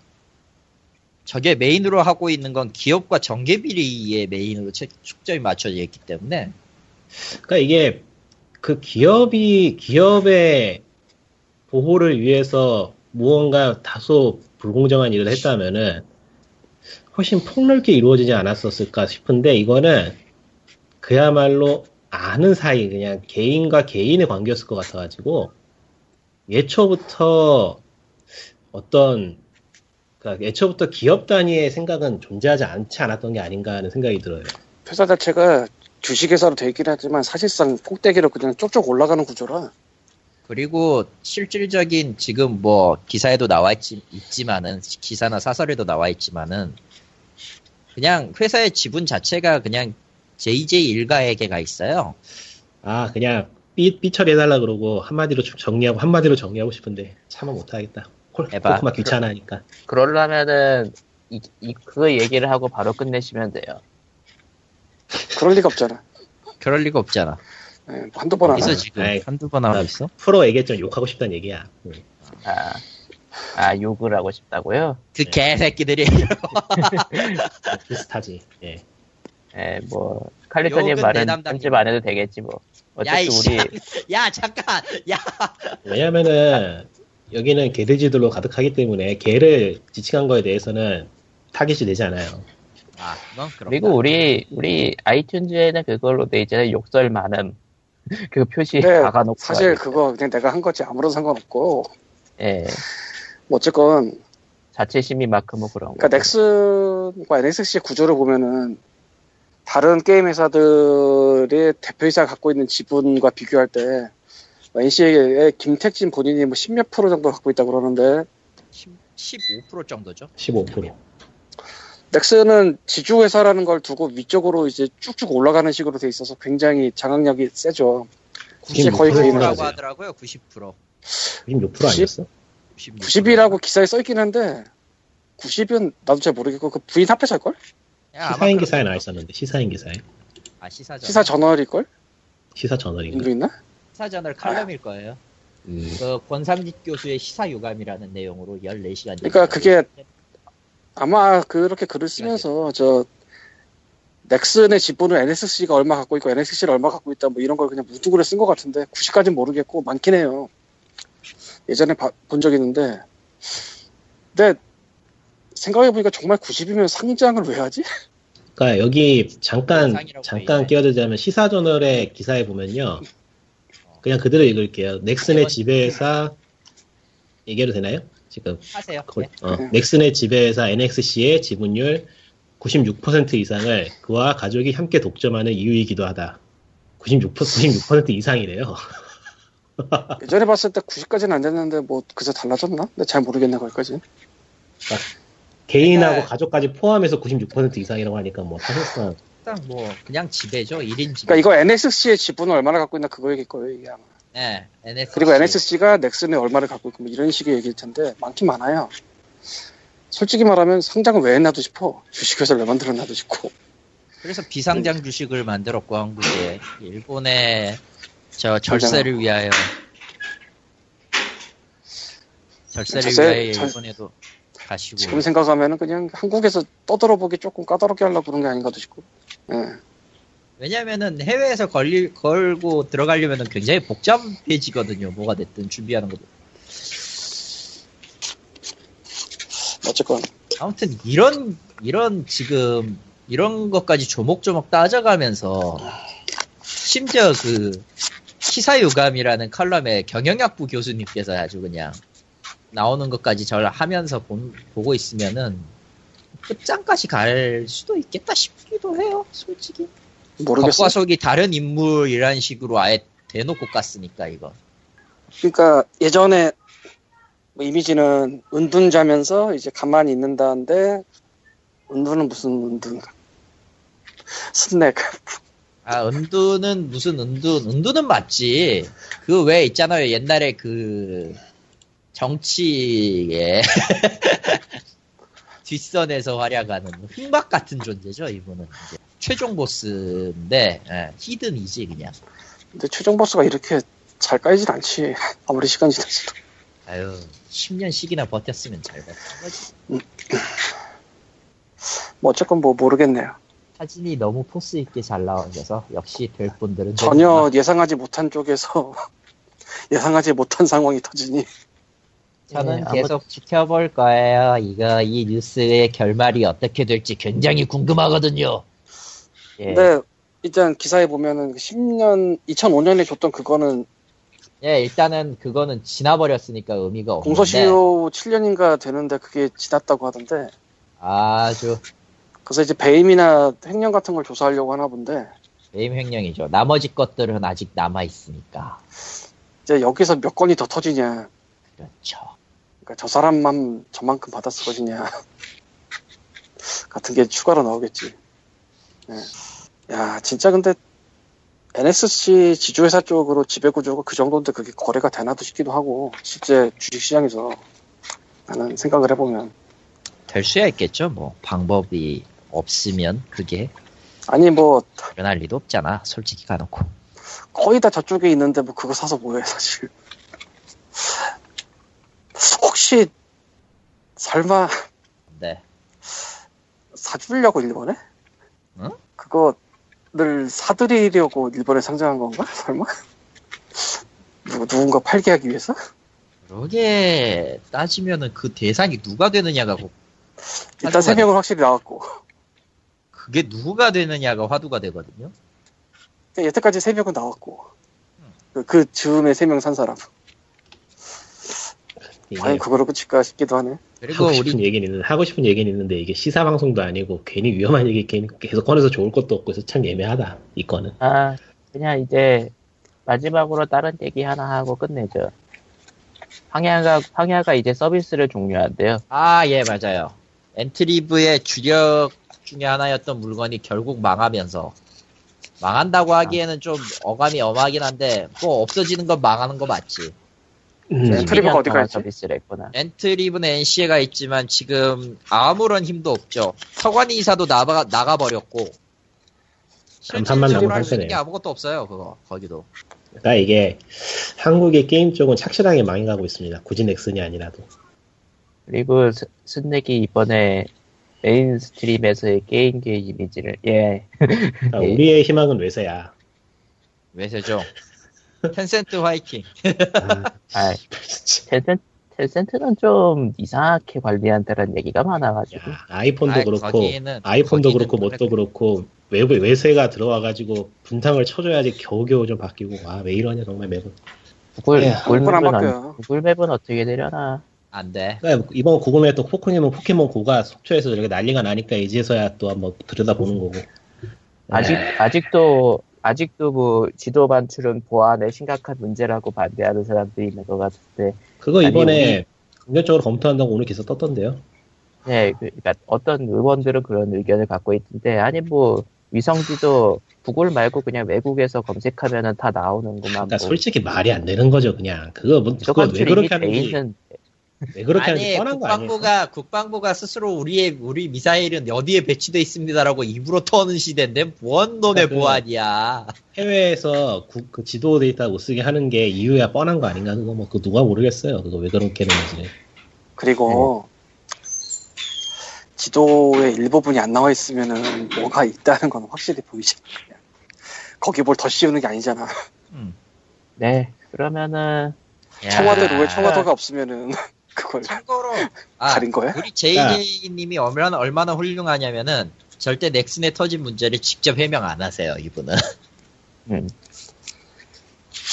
[SPEAKER 3] 저게 메인으로 하고 있는 건 기업과 정계비리의 메인으로 채- 초점이 맞춰져 있기 때문에
[SPEAKER 4] 그러니까 이게 그 기업이 기업의 보호를 위해서 무언가 다소 불공정한 일을 했다면은 훨씬 폭넓게 이루어지지 않았었을까 싶은데 이거는 그야말로 아는 사이 그냥 개인과 개인의 관계였을 것 같아가지고 예초부터 어떤 그러니까 예초부터 기업 단위의 생각은 존재하지 않지 않았던 게 아닌가 하는 생각이 들어요.
[SPEAKER 2] 회사 자체가 주식회사로 돼 있긴 하지만 사실상 폭대기로 그냥 쪽쪽 올라가는 구조라
[SPEAKER 3] 그리고 실질적인 지금 뭐 기사에도 나와 있지, 있지만은 기사나 사설에도 나와 있지만은 그냥 회사의 지분 자체가 그냥 JJ 일가에게 가 있어요.
[SPEAKER 4] 아 그냥 삐, 삐 처리해달라 그러고 한마디로 쭉 정리하고 한마디로 정리하고 싶은데 참아 못하겠다 콜,
[SPEAKER 3] 에바.
[SPEAKER 4] 코코마 귀찮아하니까
[SPEAKER 1] 그러려면은 이, 이- 그 얘기를 하고 바로 끝내시면 돼요.
[SPEAKER 2] 그럴 리가 없잖아.
[SPEAKER 3] 그럴 리가 없잖아.
[SPEAKER 2] 예, 뭐 한두 번 하나.
[SPEAKER 3] 있어 지금
[SPEAKER 4] 아이,
[SPEAKER 3] 한두 번 하고
[SPEAKER 4] 아,
[SPEAKER 3] 있어.
[SPEAKER 4] 프로에게 좀 욕하고 싶다는 얘기야 음.
[SPEAKER 1] 아, 아 욕을 하고 싶다고요?
[SPEAKER 3] 그 개새끼들이
[SPEAKER 4] 비슷하지 예.
[SPEAKER 1] 예, 뭐 칼리터님
[SPEAKER 3] 욕은
[SPEAKER 1] 말은
[SPEAKER 3] 내담당이야.
[SPEAKER 1] 편집 안 해도 되겠지 뭐.
[SPEAKER 3] 야이
[SPEAKER 1] 어쨌든
[SPEAKER 3] 씨.
[SPEAKER 1] 우리
[SPEAKER 3] 야 잠깐 야
[SPEAKER 4] 왜냐면은 여기는 개돼지들로 가득하기 때문에 개를 지칭한 거에 대해서는 타깃이 되지 않아요
[SPEAKER 3] 아, 그건 그렇다.
[SPEAKER 1] 그리고 우리 우리 아이튠즈에는 그걸로 돼 있잖아요. 욕설 많음 [laughs] 그 표시
[SPEAKER 2] 네,
[SPEAKER 1] 박아놓고
[SPEAKER 2] 사실
[SPEAKER 1] 하니까.
[SPEAKER 2] 그거 그냥 내가 한 거지 아무런 상관없고
[SPEAKER 1] 예
[SPEAKER 2] 뭐 어쨌건
[SPEAKER 1] 자체 심의만큼 뭐 그런 거.
[SPEAKER 2] 그러니까 넥슨과 NSC 의 구조를 보면은 다른 게임 회사들의 대표이사가 갖고 있는 지분과 비교할 때뭐 NC의 김택진 본인이 뭐 10몇 프로 정도 갖고 있다고 그러는데
[SPEAKER 3] 15% 정도죠.
[SPEAKER 4] 15%
[SPEAKER 2] 넥슨은 지주회사라는 걸 두고 위쪽으로 이제 쭉쭉 올라가는 식으로 돼 있어서 굉장히 장악력이 세죠.
[SPEAKER 4] 지금
[SPEAKER 2] 거의
[SPEAKER 4] 뭐 프로라고
[SPEAKER 3] 라고
[SPEAKER 2] 개인화죠.
[SPEAKER 4] 하지?
[SPEAKER 3] 하더라고요. 90%.
[SPEAKER 4] 96% 아니었어?
[SPEAKER 3] 96%.
[SPEAKER 2] 90이라고 기사에 써 있긴 한데 90은 나도 잘 모르겠고 그 부인 합해서일걸?
[SPEAKER 1] 네.
[SPEAKER 3] 야, 아마
[SPEAKER 4] 시사인
[SPEAKER 3] 그런-
[SPEAKER 4] 기사에 나와 있었는데 시사인 기사에
[SPEAKER 3] 아, 시사전.
[SPEAKER 2] 시사 저널일걸? 시사
[SPEAKER 4] 시사
[SPEAKER 1] 네.
[SPEAKER 4] 저널인가
[SPEAKER 2] 인도 있나?
[SPEAKER 3] 시사전을 칼럼일 거예요.
[SPEAKER 4] 음.
[SPEAKER 3] 그 권상직 교수의 시사 유감이라는 내용으로 14시간.
[SPEAKER 2] 그러니까 그게 아마 그렇게 글을 쓰면서 저 넥슨의 지분을 NSC가 얼마 갖고 있고 NSC를 얼마 갖고 있다 뭐 이런 걸 그냥 무두글에 쓴 것 같은데 90까지는 모르겠고 많긴 해요. 예전에 본 적 있는데 근데 생각해보니까 정말 90이면 상장을 왜 하지?
[SPEAKER 4] 그러니까 여기 잠깐
[SPEAKER 3] 영상이라고
[SPEAKER 4] 잠깐
[SPEAKER 3] 얘기해.
[SPEAKER 4] 끼어들자면 시사저널의 기사에 보면요.
[SPEAKER 3] 어.
[SPEAKER 4] 그냥 그대로 읽을게요. 넥슨의
[SPEAKER 3] 이건-
[SPEAKER 4] 지배회사 얘기해도 되나요? 지금
[SPEAKER 3] 하세요.
[SPEAKER 4] 거-
[SPEAKER 3] 예.
[SPEAKER 4] 어, 넥슨의 지배회사 NXC의 지분율 96% 이상을 그와 가족이 함께 독점하는 이유이기도 하다. 96% 96% 이상이래요.
[SPEAKER 3] 그러니까
[SPEAKER 2] 예전에 봤을 때 90까지는 안 됐는데 뭐 그저 달라졌나? 근데 잘 모르겠네 거기까지.
[SPEAKER 4] 개인하고
[SPEAKER 3] 그러니까-
[SPEAKER 4] 가족까지 포함해서 96% 이상이라고 하니까 뭐 사실상
[SPEAKER 3] 사실상 뭐 그냥 지배죠. 1인 지배.
[SPEAKER 2] 그러니까 이거 NSC의 지분을 얼마나 갖고 있나 그거 얘기일 거예요 그러니까 이게 아마.
[SPEAKER 3] 예, NSC.
[SPEAKER 2] 그리고 NSC가 넥슨에 얼마를 갖고 있고 뭐 이런 식의 얘기일 텐데 많긴 많아요. 솔직히 말하면 상장은 왜 했나도 싶어. 주식회사를 왜 만들었나도 싶고.
[SPEAKER 3] 그래서 비상장 주식을 만들었고 한국에 일본의 저 절세를 위하여 절세를
[SPEAKER 2] 절세-
[SPEAKER 3] 위하여
[SPEAKER 2] 절-
[SPEAKER 3] 일본에도 가시고
[SPEAKER 2] 지금 생각하면은 그냥 한국에서 떠들어보기 조금 까다롭게 하려고 그런 게 아닌가도 싶고. 예.
[SPEAKER 3] 왜냐면은 해외에서 걸리, 걸고 들어가려면은 굉장히 복잡해지거든요. 뭐가 됐든 준비하는 것도.
[SPEAKER 2] 어쨌건
[SPEAKER 3] 아무튼 이런 이런 지금 이런 것까지 조목조목 따져가면서 심지어 그 시사 유감이라는 칼럼에 경영학부 교수님께서 아주 그냥 나오는 것까지 절 하면서 본- 보고 있으면은 끝장까지 갈 수도 있겠다 싶기도 해요, 솔직히.
[SPEAKER 2] 모르겠어.
[SPEAKER 3] 겉과 속이 다른 인물이라는 식으로 아예 대놓고 깠으니까 이거.
[SPEAKER 2] 그러니까 예전에 뭐 이미지는 은둔 자면서 이제 가만히 있는다는데 은둔은 무슨 은둔? 스낵.
[SPEAKER 3] 아, 은두는 무슨 은두, 은두는 맞지. 그 왜 있잖아요. 옛날에 그 정치의 [laughs] 뒷선에서 활약하는 흑막 같은 존재죠, 이분은. 이제. 최종 보스인데, 예, 히든이지, 그냥.
[SPEAKER 2] 근데 최종 보스가 이렇게 잘 까이진 않지. 아무리 시간이 지났어도.
[SPEAKER 3] 아유, 10년씩이나 버텼으면 잘 버틴 거지.
[SPEAKER 2] 뭐 어쨌건 뭐 모르겠네요.
[SPEAKER 3] 사진이 너무 포스 있게 잘 나와서, 역시 될 분들은. 되는구나.
[SPEAKER 2] 전혀 예상하지 못한 쪽에서 [laughs] 예상하지 못한 상황이 터지니
[SPEAKER 3] 저는
[SPEAKER 1] 예,
[SPEAKER 2] 네,
[SPEAKER 3] 계속 지켜볼 거예요. 이거 이 뉴스의 결말이 어떻게 될지 굉장히 궁금하거든요.
[SPEAKER 1] 예.
[SPEAKER 2] 근데 일단 기사에 보면은 그 10년 2005년에 줬던 그거는
[SPEAKER 3] 예, 일단은 그거는 지나버렸으니까 의미가 없는데
[SPEAKER 2] 공소시효 7년인가 되는데 그게 지났다고 하던데
[SPEAKER 3] 아주
[SPEAKER 2] 그래서 이제 배임이나 횡령 같은 걸 조사하려고 하나 본데
[SPEAKER 3] 게임 횡령이죠. 나머지 것들은 아직 남아 있으니까
[SPEAKER 2] 이제 여기서 몇 건이 더 터지냐
[SPEAKER 3] 그렇죠.
[SPEAKER 2] 그러니까 저 사람만 저만큼 받았을 것이냐 [laughs] 같은 게 추가로 나오겠지. 예. 야 진짜 근데 NSC 지주회사 쪽으로 지배구조가 그 정도인데 그게 거래가 되나도 싶기도 하고 실제 주식시장에서 나는 생각을 해보면
[SPEAKER 3] 될 수야 있겠죠. 뭐 방법이 없으면 그게
[SPEAKER 2] 아니 뭐
[SPEAKER 3] 일어날 리도 없잖아. 솔직히 가놓고
[SPEAKER 2] 거의 다 저쪽에 있는데 뭐 그거 사서 뭐해 사실 [laughs] 혹시 설마
[SPEAKER 3] 네.
[SPEAKER 2] 사주려고 일본에?
[SPEAKER 3] 응?
[SPEAKER 2] 그거를 사들이려고 일본에 상장한 건가? 설마? 누, 누군가 팔게 하기 위해서?
[SPEAKER 3] 그러게 따지면은 그 대상이 누가 되느냐가 고-
[SPEAKER 2] 일단 세
[SPEAKER 3] 사주가
[SPEAKER 2] 명은 확실히 나왔고
[SPEAKER 3] 그게 누가 되느냐가 화두가 되거든요.
[SPEAKER 2] 그러니까 여태까지 세 명은 나왔고 그, 그 즈음에 세 명 산 사람
[SPEAKER 3] 예.
[SPEAKER 4] 이게
[SPEAKER 2] 과연 그거로 끝일까 싶기도 하네
[SPEAKER 3] 그리고
[SPEAKER 4] 하고
[SPEAKER 3] 우리
[SPEAKER 4] 싶은 얘기는 있는- 하고 싶은 얘기는 있는데 이게 시사 방송도 아니고 괜히 위험한 얘기 괜히 계속 꺼내서 좋을 것도 없고 해서 참 애매하다 이 거는.
[SPEAKER 1] 아 그냥 이제 마지막으로 다른 얘기 하나 하고 끝내죠. 황야가 황야가 이제 서비스를 종료한대요.
[SPEAKER 3] 아, 예, 맞아요. 엔트리브의 주력 중에 하나였던 물건이 결국 망하면서 망한다고 하기에는 좀 어감이 엄하긴 한데 뭐 없어지는 건 망하는 거 맞지. 네,
[SPEAKER 4] 음,
[SPEAKER 2] 네, 트리버가
[SPEAKER 1] 이민영
[SPEAKER 2] 어디
[SPEAKER 1] 동안
[SPEAKER 2] 갔지?
[SPEAKER 1] 서비스를 했구나.
[SPEAKER 3] 엔트리브는 NC에가 있지만 지금 아무런 힘도 없죠. 서관이 이사도 나가 나가 버렸고.
[SPEAKER 4] 감탄만
[SPEAKER 3] 실질적으로
[SPEAKER 4] 남은
[SPEAKER 3] 할수 있는
[SPEAKER 4] 상태네요.
[SPEAKER 3] 게 아무것도 없어요. 그거 거기도.
[SPEAKER 4] 그러니까 이게 한국의 게임 쪽은 착실하게 망해가고 있습니다. 굳이 넥슨이 아니라도.
[SPEAKER 1] 그리고 스- 스낵이 이번에 메인스트림에서의 게임계 이미지를 예 [laughs]
[SPEAKER 4] 그러니까
[SPEAKER 3] 네.
[SPEAKER 1] 예.
[SPEAKER 4] 우리의 희망은 외세야.
[SPEAKER 3] 외세죠.
[SPEAKER 4] [laughs]
[SPEAKER 3] 텐센트 화이팅.
[SPEAKER 4] 아,
[SPEAKER 1] 아, 텐센, 텐센트는 좀 이상하게 관리한다는 얘기가 많아가지고.
[SPEAKER 4] 야, 아이폰도
[SPEAKER 3] 음. 아이,
[SPEAKER 4] 그렇고
[SPEAKER 3] 거기는-
[SPEAKER 4] 아이폰도
[SPEAKER 3] 거기는
[SPEAKER 4] 그렇고 뭣도
[SPEAKER 3] 블랙-
[SPEAKER 4] 그렇고 외부 외세가 들어와가지고 분탕을 쳐줘야지 겨우겨우 좀 바뀌고 아왜 이러냐 정말 매번.
[SPEAKER 1] 구글,
[SPEAKER 4] 예,
[SPEAKER 1] 구글
[SPEAKER 2] 안
[SPEAKER 1] 맵은,
[SPEAKER 2] 바뀌어요.
[SPEAKER 1] 어, 구글 맵은 어떻게 되려나.
[SPEAKER 3] 안 돼.
[SPEAKER 4] 그러니까 이번 구금에 또 포켓몬 포켓몬 고가 속초에서 이렇게 난리가 나니까 이제서야 또 한번 들여다보는 거고. 네.
[SPEAKER 1] 아직, 아직도, 아직도 뭐, 지도 반출은 보안에 심각한 문제라고 반대하는 사람들이 있는 것 같은데.
[SPEAKER 4] 그거
[SPEAKER 1] 아니,
[SPEAKER 4] 이번에 긍정적으로 검토한다고 오늘 기사 떴던데요.
[SPEAKER 1] 네, 그- 그러니까 어떤 의원들은 그런 의견을 갖고 있던데, 아니 뭐, 위성지도 구글 말고 그냥 외국에서 검색하면은 다 나오는구만. 뭐.
[SPEAKER 4] 그러니까 솔직히 말이 안 되는 거죠 그냥 그거 뭐, 그거 왜 그렇게 하는지
[SPEAKER 1] 있는
[SPEAKER 4] 왜 그렇게 하는지
[SPEAKER 3] 아니
[SPEAKER 4] 뻔한 거 아니에요.
[SPEAKER 3] 국방부가 국방부가 스스로 우리의 우리 미사일은 어디에 배치돼 있습니다라고 입으로 터는 시대인데 뭔 놈의
[SPEAKER 4] 그-
[SPEAKER 3] 보안이야.
[SPEAKER 4] 해외에서 국- 그 지도 데이터 못 쓰게 하는 게 이유야 뻔한 거 아닌가 그거 뭐 그 누가 모르겠어요 그거 왜 그렇게 하는지
[SPEAKER 2] 그리고
[SPEAKER 3] 예.
[SPEAKER 2] 지도의 일부분이 안 나와 있으면은 뭐가 있다는 건 확실히 보이지. 거기 뭘 더 씌우는 게 아니잖아.
[SPEAKER 1] 네. 그러면은
[SPEAKER 2] 청와대로 왜 청와대가 없으면은 그걸
[SPEAKER 3] 참고로 아,
[SPEAKER 2] 가린 거야?
[SPEAKER 3] 우리 JJ님이 얼마나 얼마나 훌륭하냐면은 절대 넥슨에 터진 문제를 직접 해명 안 하세요 이분은.
[SPEAKER 1] 음.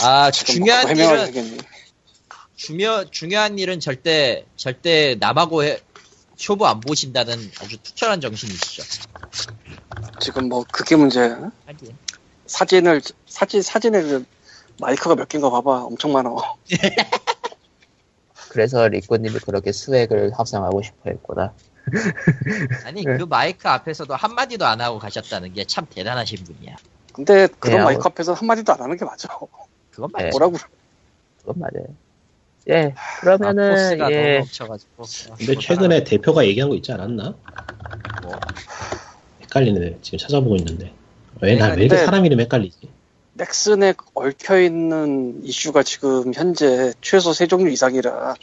[SPEAKER 3] 아
[SPEAKER 2] 지금 뭐
[SPEAKER 3] 중요한
[SPEAKER 2] 해명을
[SPEAKER 3] 일은
[SPEAKER 2] 하겠네.
[SPEAKER 3] 중요, 중요한 일은 절대, 절대 남하고 해- 쇼부 안 보신다는 아주 투철한 정신이시죠.
[SPEAKER 2] 지금 뭐 그게 문제야.
[SPEAKER 3] 하긴.
[SPEAKER 2] 사진을 사진 사진에 그 마이크가 몇 개인가 봐봐. 엄청 많아.
[SPEAKER 1] 그래서 리코님이 그렇게 수액을 합성하고 싶어 했구나.
[SPEAKER 3] 아니, 그 마이크 앞에서도 한마디도 안 하고 가셨다는 게 참 대단하신 분이야.
[SPEAKER 2] 근데 그런
[SPEAKER 1] 네,
[SPEAKER 2] 마이크 앞에서 한 마디도 안 하는 게 맞아.
[SPEAKER 3] 그건
[SPEAKER 1] 네.
[SPEAKER 3] 맞죠.
[SPEAKER 2] 뭐라고
[SPEAKER 1] 그건 맞아요. 예.
[SPEAKER 3] 아,
[SPEAKER 1] 그러면은
[SPEAKER 3] 포스가
[SPEAKER 1] 예.
[SPEAKER 3] 너무 넘쳐가지고. 아,
[SPEAKER 4] 근데
[SPEAKER 3] 그거
[SPEAKER 4] 최근에 대표가 얘기한 거 있지 않았나?
[SPEAKER 3] 뭐.
[SPEAKER 4] 헷갈리네 지금 찾아보고 있는데 왜 나 왜
[SPEAKER 3] 내가
[SPEAKER 4] 이렇게
[SPEAKER 2] 그때-
[SPEAKER 4] 사람 이름 헷갈리지?
[SPEAKER 2] 넥슨에 얽혀 있는 이슈가 지금 현재 최소 세 종류 이상이라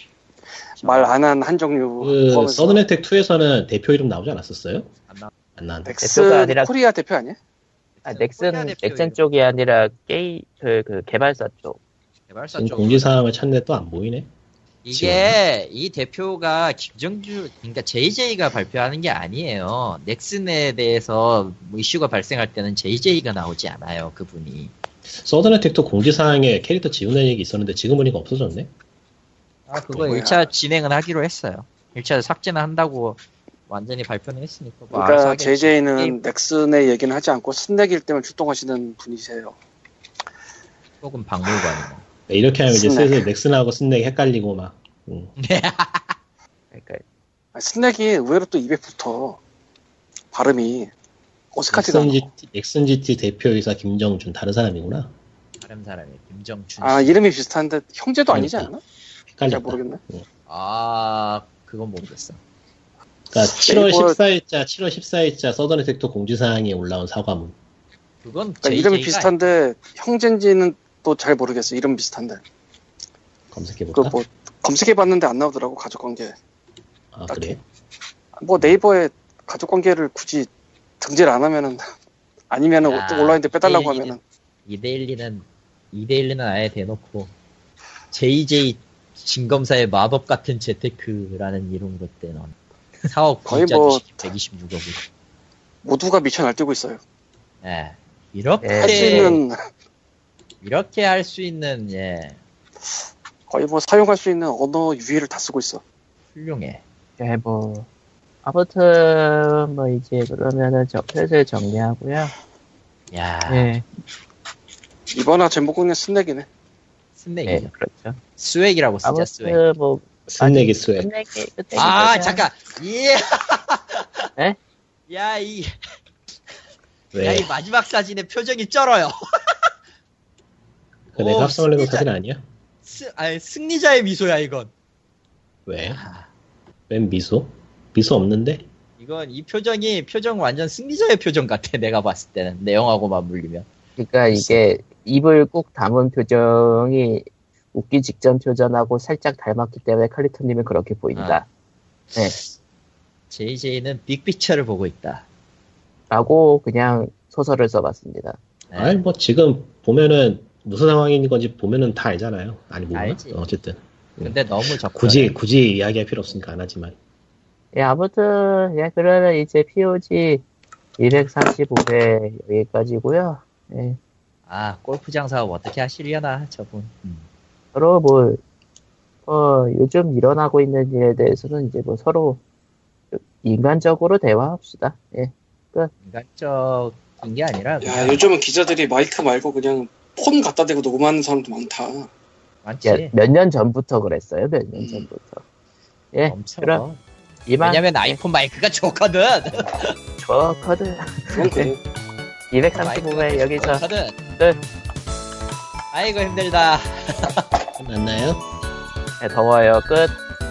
[SPEAKER 2] 말 안 한 한 종류
[SPEAKER 4] 그
[SPEAKER 2] 포함해서
[SPEAKER 4] 서든혜택 2에서는 대표 이름 나오지 않았었어요?
[SPEAKER 3] 안 나와.
[SPEAKER 4] 안 나왔네.
[SPEAKER 2] 넥슨
[SPEAKER 1] 대표가 아니라-
[SPEAKER 2] 코리아 대표 아니야?
[SPEAKER 1] 아,
[SPEAKER 3] 코리아
[SPEAKER 1] 넥슨
[SPEAKER 3] 대표
[SPEAKER 1] 넥슨
[SPEAKER 3] 이름.
[SPEAKER 1] 쪽이 아니라 게이 그, 그 개발사 쪽.
[SPEAKER 3] 개발사
[SPEAKER 4] 지금
[SPEAKER 3] 쪽.
[SPEAKER 4] 공지사항을 찾는데 또 안 보이네.
[SPEAKER 3] 이게 이 대표가 김정주 그러니까 JJ가 발표하는 게 아니에요. 넥슨에 대해서 뭐 이슈가 발생할 때는 JJ가 나오지 않아요. 그분이.
[SPEAKER 4] 서든혜택도 공지사항에 캐릭터 지우는 얘기 있었는데 지금 보니까 없어졌네.
[SPEAKER 3] 아, 그거
[SPEAKER 2] 뭐야.
[SPEAKER 3] 1차 진행은 하기로 했어요. 1차 삭제는 한다고 완전히 발표는 했으니까. 뭐 알아서
[SPEAKER 2] 그러니까
[SPEAKER 3] 하겠-
[SPEAKER 2] JJ는
[SPEAKER 3] 게임.
[SPEAKER 2] 넥슨의 얘기는 하지 않고 스낵일 때만 출동하시는 분이세요.
[SPEAKER 3] 혹은 박물관이나.
[SPEAKER 4] 네, 이렇게 하면 이제
[SPEAKER 2] 스낵.
[SPEAKER 4] 슬슬 넥슨하고 스낵 헷갈리고 막. 음.
[SPEAKER 1] 그러니까
[SPEAKER 2] 아, 스낵이 의외로 또 입에 붙어 발음이 어색하지도 않아.
[SPEAKER 4] 넥슨 GT, 넥슨 GT 대표이사 김정준 다른 사람이구나.
[SPEAKER 3] 다른 사람이 김정춘.
[SPEAKER 2] 아
[SPEAKER 3] 씨.
[SPEAKER 2] 이름이 비슷한데 형제도 아니지 않나? 잘
[SPEAKER 4] 헷갈렸다.
[SPEAKER 2] 모르겠네. 그러니까
[SPEAKER 3] 아, 그건 모르겠어.
[SPEAKER 4] 그러니까 7월
[SPEAKER 2] 네, 이거-
[SPEAKER 4] 14일자 7월 14일자 서든혜택도 공지사항에 올라온 사과문.
[SPEAKER 3] 그건
[SPEAKER 2] 그러니까
[SPEAKER 3] JJ가
[SPEAKER 2] 이름이 비슷한데 형제인지는 또 잘 모르겠어. 이름 비슷한데
[SPEAKER 4] 검색해볼까?
[SPEAKER 2] 그 뭐 검색해봤는데 안 나오더라고 가족관계.
[SPEAKER 4] 아 그래?
[SPEAKER 2] 뭐 네이버에 가족 관계를 굳이 등재를 안 하면은 [laughs] 아니면은
[SPEAKER 3] 야,
[SPEAKER 2] 또 온라인에 빼달라고
[SPEAKER 3] 내일
[SPEAKER 2] 하면은
[SPEAKER 3] 2대1리는 2대1리는 아예 대놓고 JJ 진검사의 마법 같은 재테크라는 이름으로 떼는 사업
[SPEAKER 2] 거의
[SPEAKER 3] 공짜
[SPEAKER 2] 뭐-
[SPEAKER 3] 126억을.
[SPEAKER 2] 모두가 미쳐 날뛰고 있어요.
[SPEAKER 3] 예.
[SPEAKER 1] 예.
[SPEAKER 2] 할 수
[SPEAKER 3] 이렇게
[SPEAKER 2] 있는 [laughs]
[SPEAKER 3] 이렇게 할 수 있는 예
[SPEAKER 2] 거의 뭐 사용할 수 있는 언어 유해를 다 쓰고 있어.
[SPEAKER 3] 훌륭해.
[SPEAKER 1] 예, 뭐 아무튼 뭐 이제 그러면은 저 슬슬 정리하고요.
[SPEAKER 3] 야
[SPEAKER 1] 예,
[SPEAKER 2] 이번화 제목은 스낵이네.
[SPEAKER 3] 스낵이
[SPEAKER 1] 예, 그렇죠.
[SPEAKER 3] 스웩이라고 쓰자 스웩.
[SPEAKER 1] 아무튼 뭐
[SPEAKER 4] 스낵이 스웩.
[SPEAKER 1] 끝내기 끝내기
[SPEAKER 3] 아
[SPEAKER 1] 전에
[SPEAKER 3] 잠깐 예.
[SPEAKER 1] 에?
[SPEAKER 2] 예?
[SPEAKER 3] [laughs] 야이 야,
[SPEAKER 4] 왜?
[SPEAKER 3] 이 마지막 사진의 표정이 쩔어요.
[SPEAKER 4] 그
[SPEAKER 2] 뭐
[SPEAKER 4] 내가
[SPEAKER 3] 오,
[SPEAKER 4] 합성을 해놓은
[SPEAKER 3] 진짜.
[SPEAKER 4] 사진 아니야?
[SPEAKER 3] 스, 아니, 승리자의 미소야 이건.
[SPEAKER 4] 왜?
[SPEAKER 3] 아,
[SPEAKER 4] 웬 미소? 미소 없는데?
[SPEAKER 3] 네. 이건 이 표정이 표정 완전 승리자의 표정 같아 내가 봤을 때는 내용하고 맞물리면.
[SPEAKER 1] 그러니까 이게 입을 꾹 담은 표정이 웃기 직전 표정하고 살짝 닮았기 때문에 칼리토님은 그렇게 보인다.
[SPEAKER 3] JJ는 빅피처를 보고 있다.
[SPEAKER 1] 라고 그냥 소설을 써봤습니다.
[SPEAKER 3] 예.
[SPEAKER 4] 아니 뭐 지금 보면은 무슨 상황인 건지 보면은 다 알잖아요. 아니 뭐
[SPEAKER 3] 알지. 네.
[SPEAKER 4] 어쨌든
[SPEAKER 3] 근데 너무 적다.
[SPEAKER 4] 굳이 굳이 이야기할 필요 없으니까 안 하지만
[SPEAKER 1] 예, 아무튼 예, 그러면 이제 POG 235회 여기까지고요. 예,
[SPEAKER 3] 아 골프장 사업 어떻게 하시려나 저분. 음.
[SPEAKER 1] 서로 뭐 어, 요즘 일어나고 있는 일에 대해서는 이제 뭐 서로 인간적으로 대화합시다. 예,
[SPEAKER 3] 인간적인 게 아니라
[SPEAKER 5] 야
[SPEAKER 3] 그냥
[SPEAKER 5] 요즘은 기자들이 마이크 말고 그냥 폰 갖다 대고 녹음하는 사람도 많다.
[SPEAKER 3] 많지
[SPEAKER 1] 몇 년 전부터 그랬어요. 몇 년
[SPEAKER 5] 음.
[SPEAKER 1] 전부터. 예,
[SPEAKER 3] 엄청
[SPEAKER 1] 그럼 이만 네.
[SPEAKER 3] 왜냐면 아이폰 마이크가 좋거든
[SPEAKER 1] 좋거든.
[SPEAKER 5] 그건 그래.
[SPEAKER 3] 아,
[SPEAKER 1] 235회 여기서 네.
[SPEAKER 3] 저는
[SPEAKER 1] 끝.
[SPEAKER 3] 아이고 힘들다.
[SPEAKER 4] 만나요.
[SPEAKER 1] 네, 더워요 끝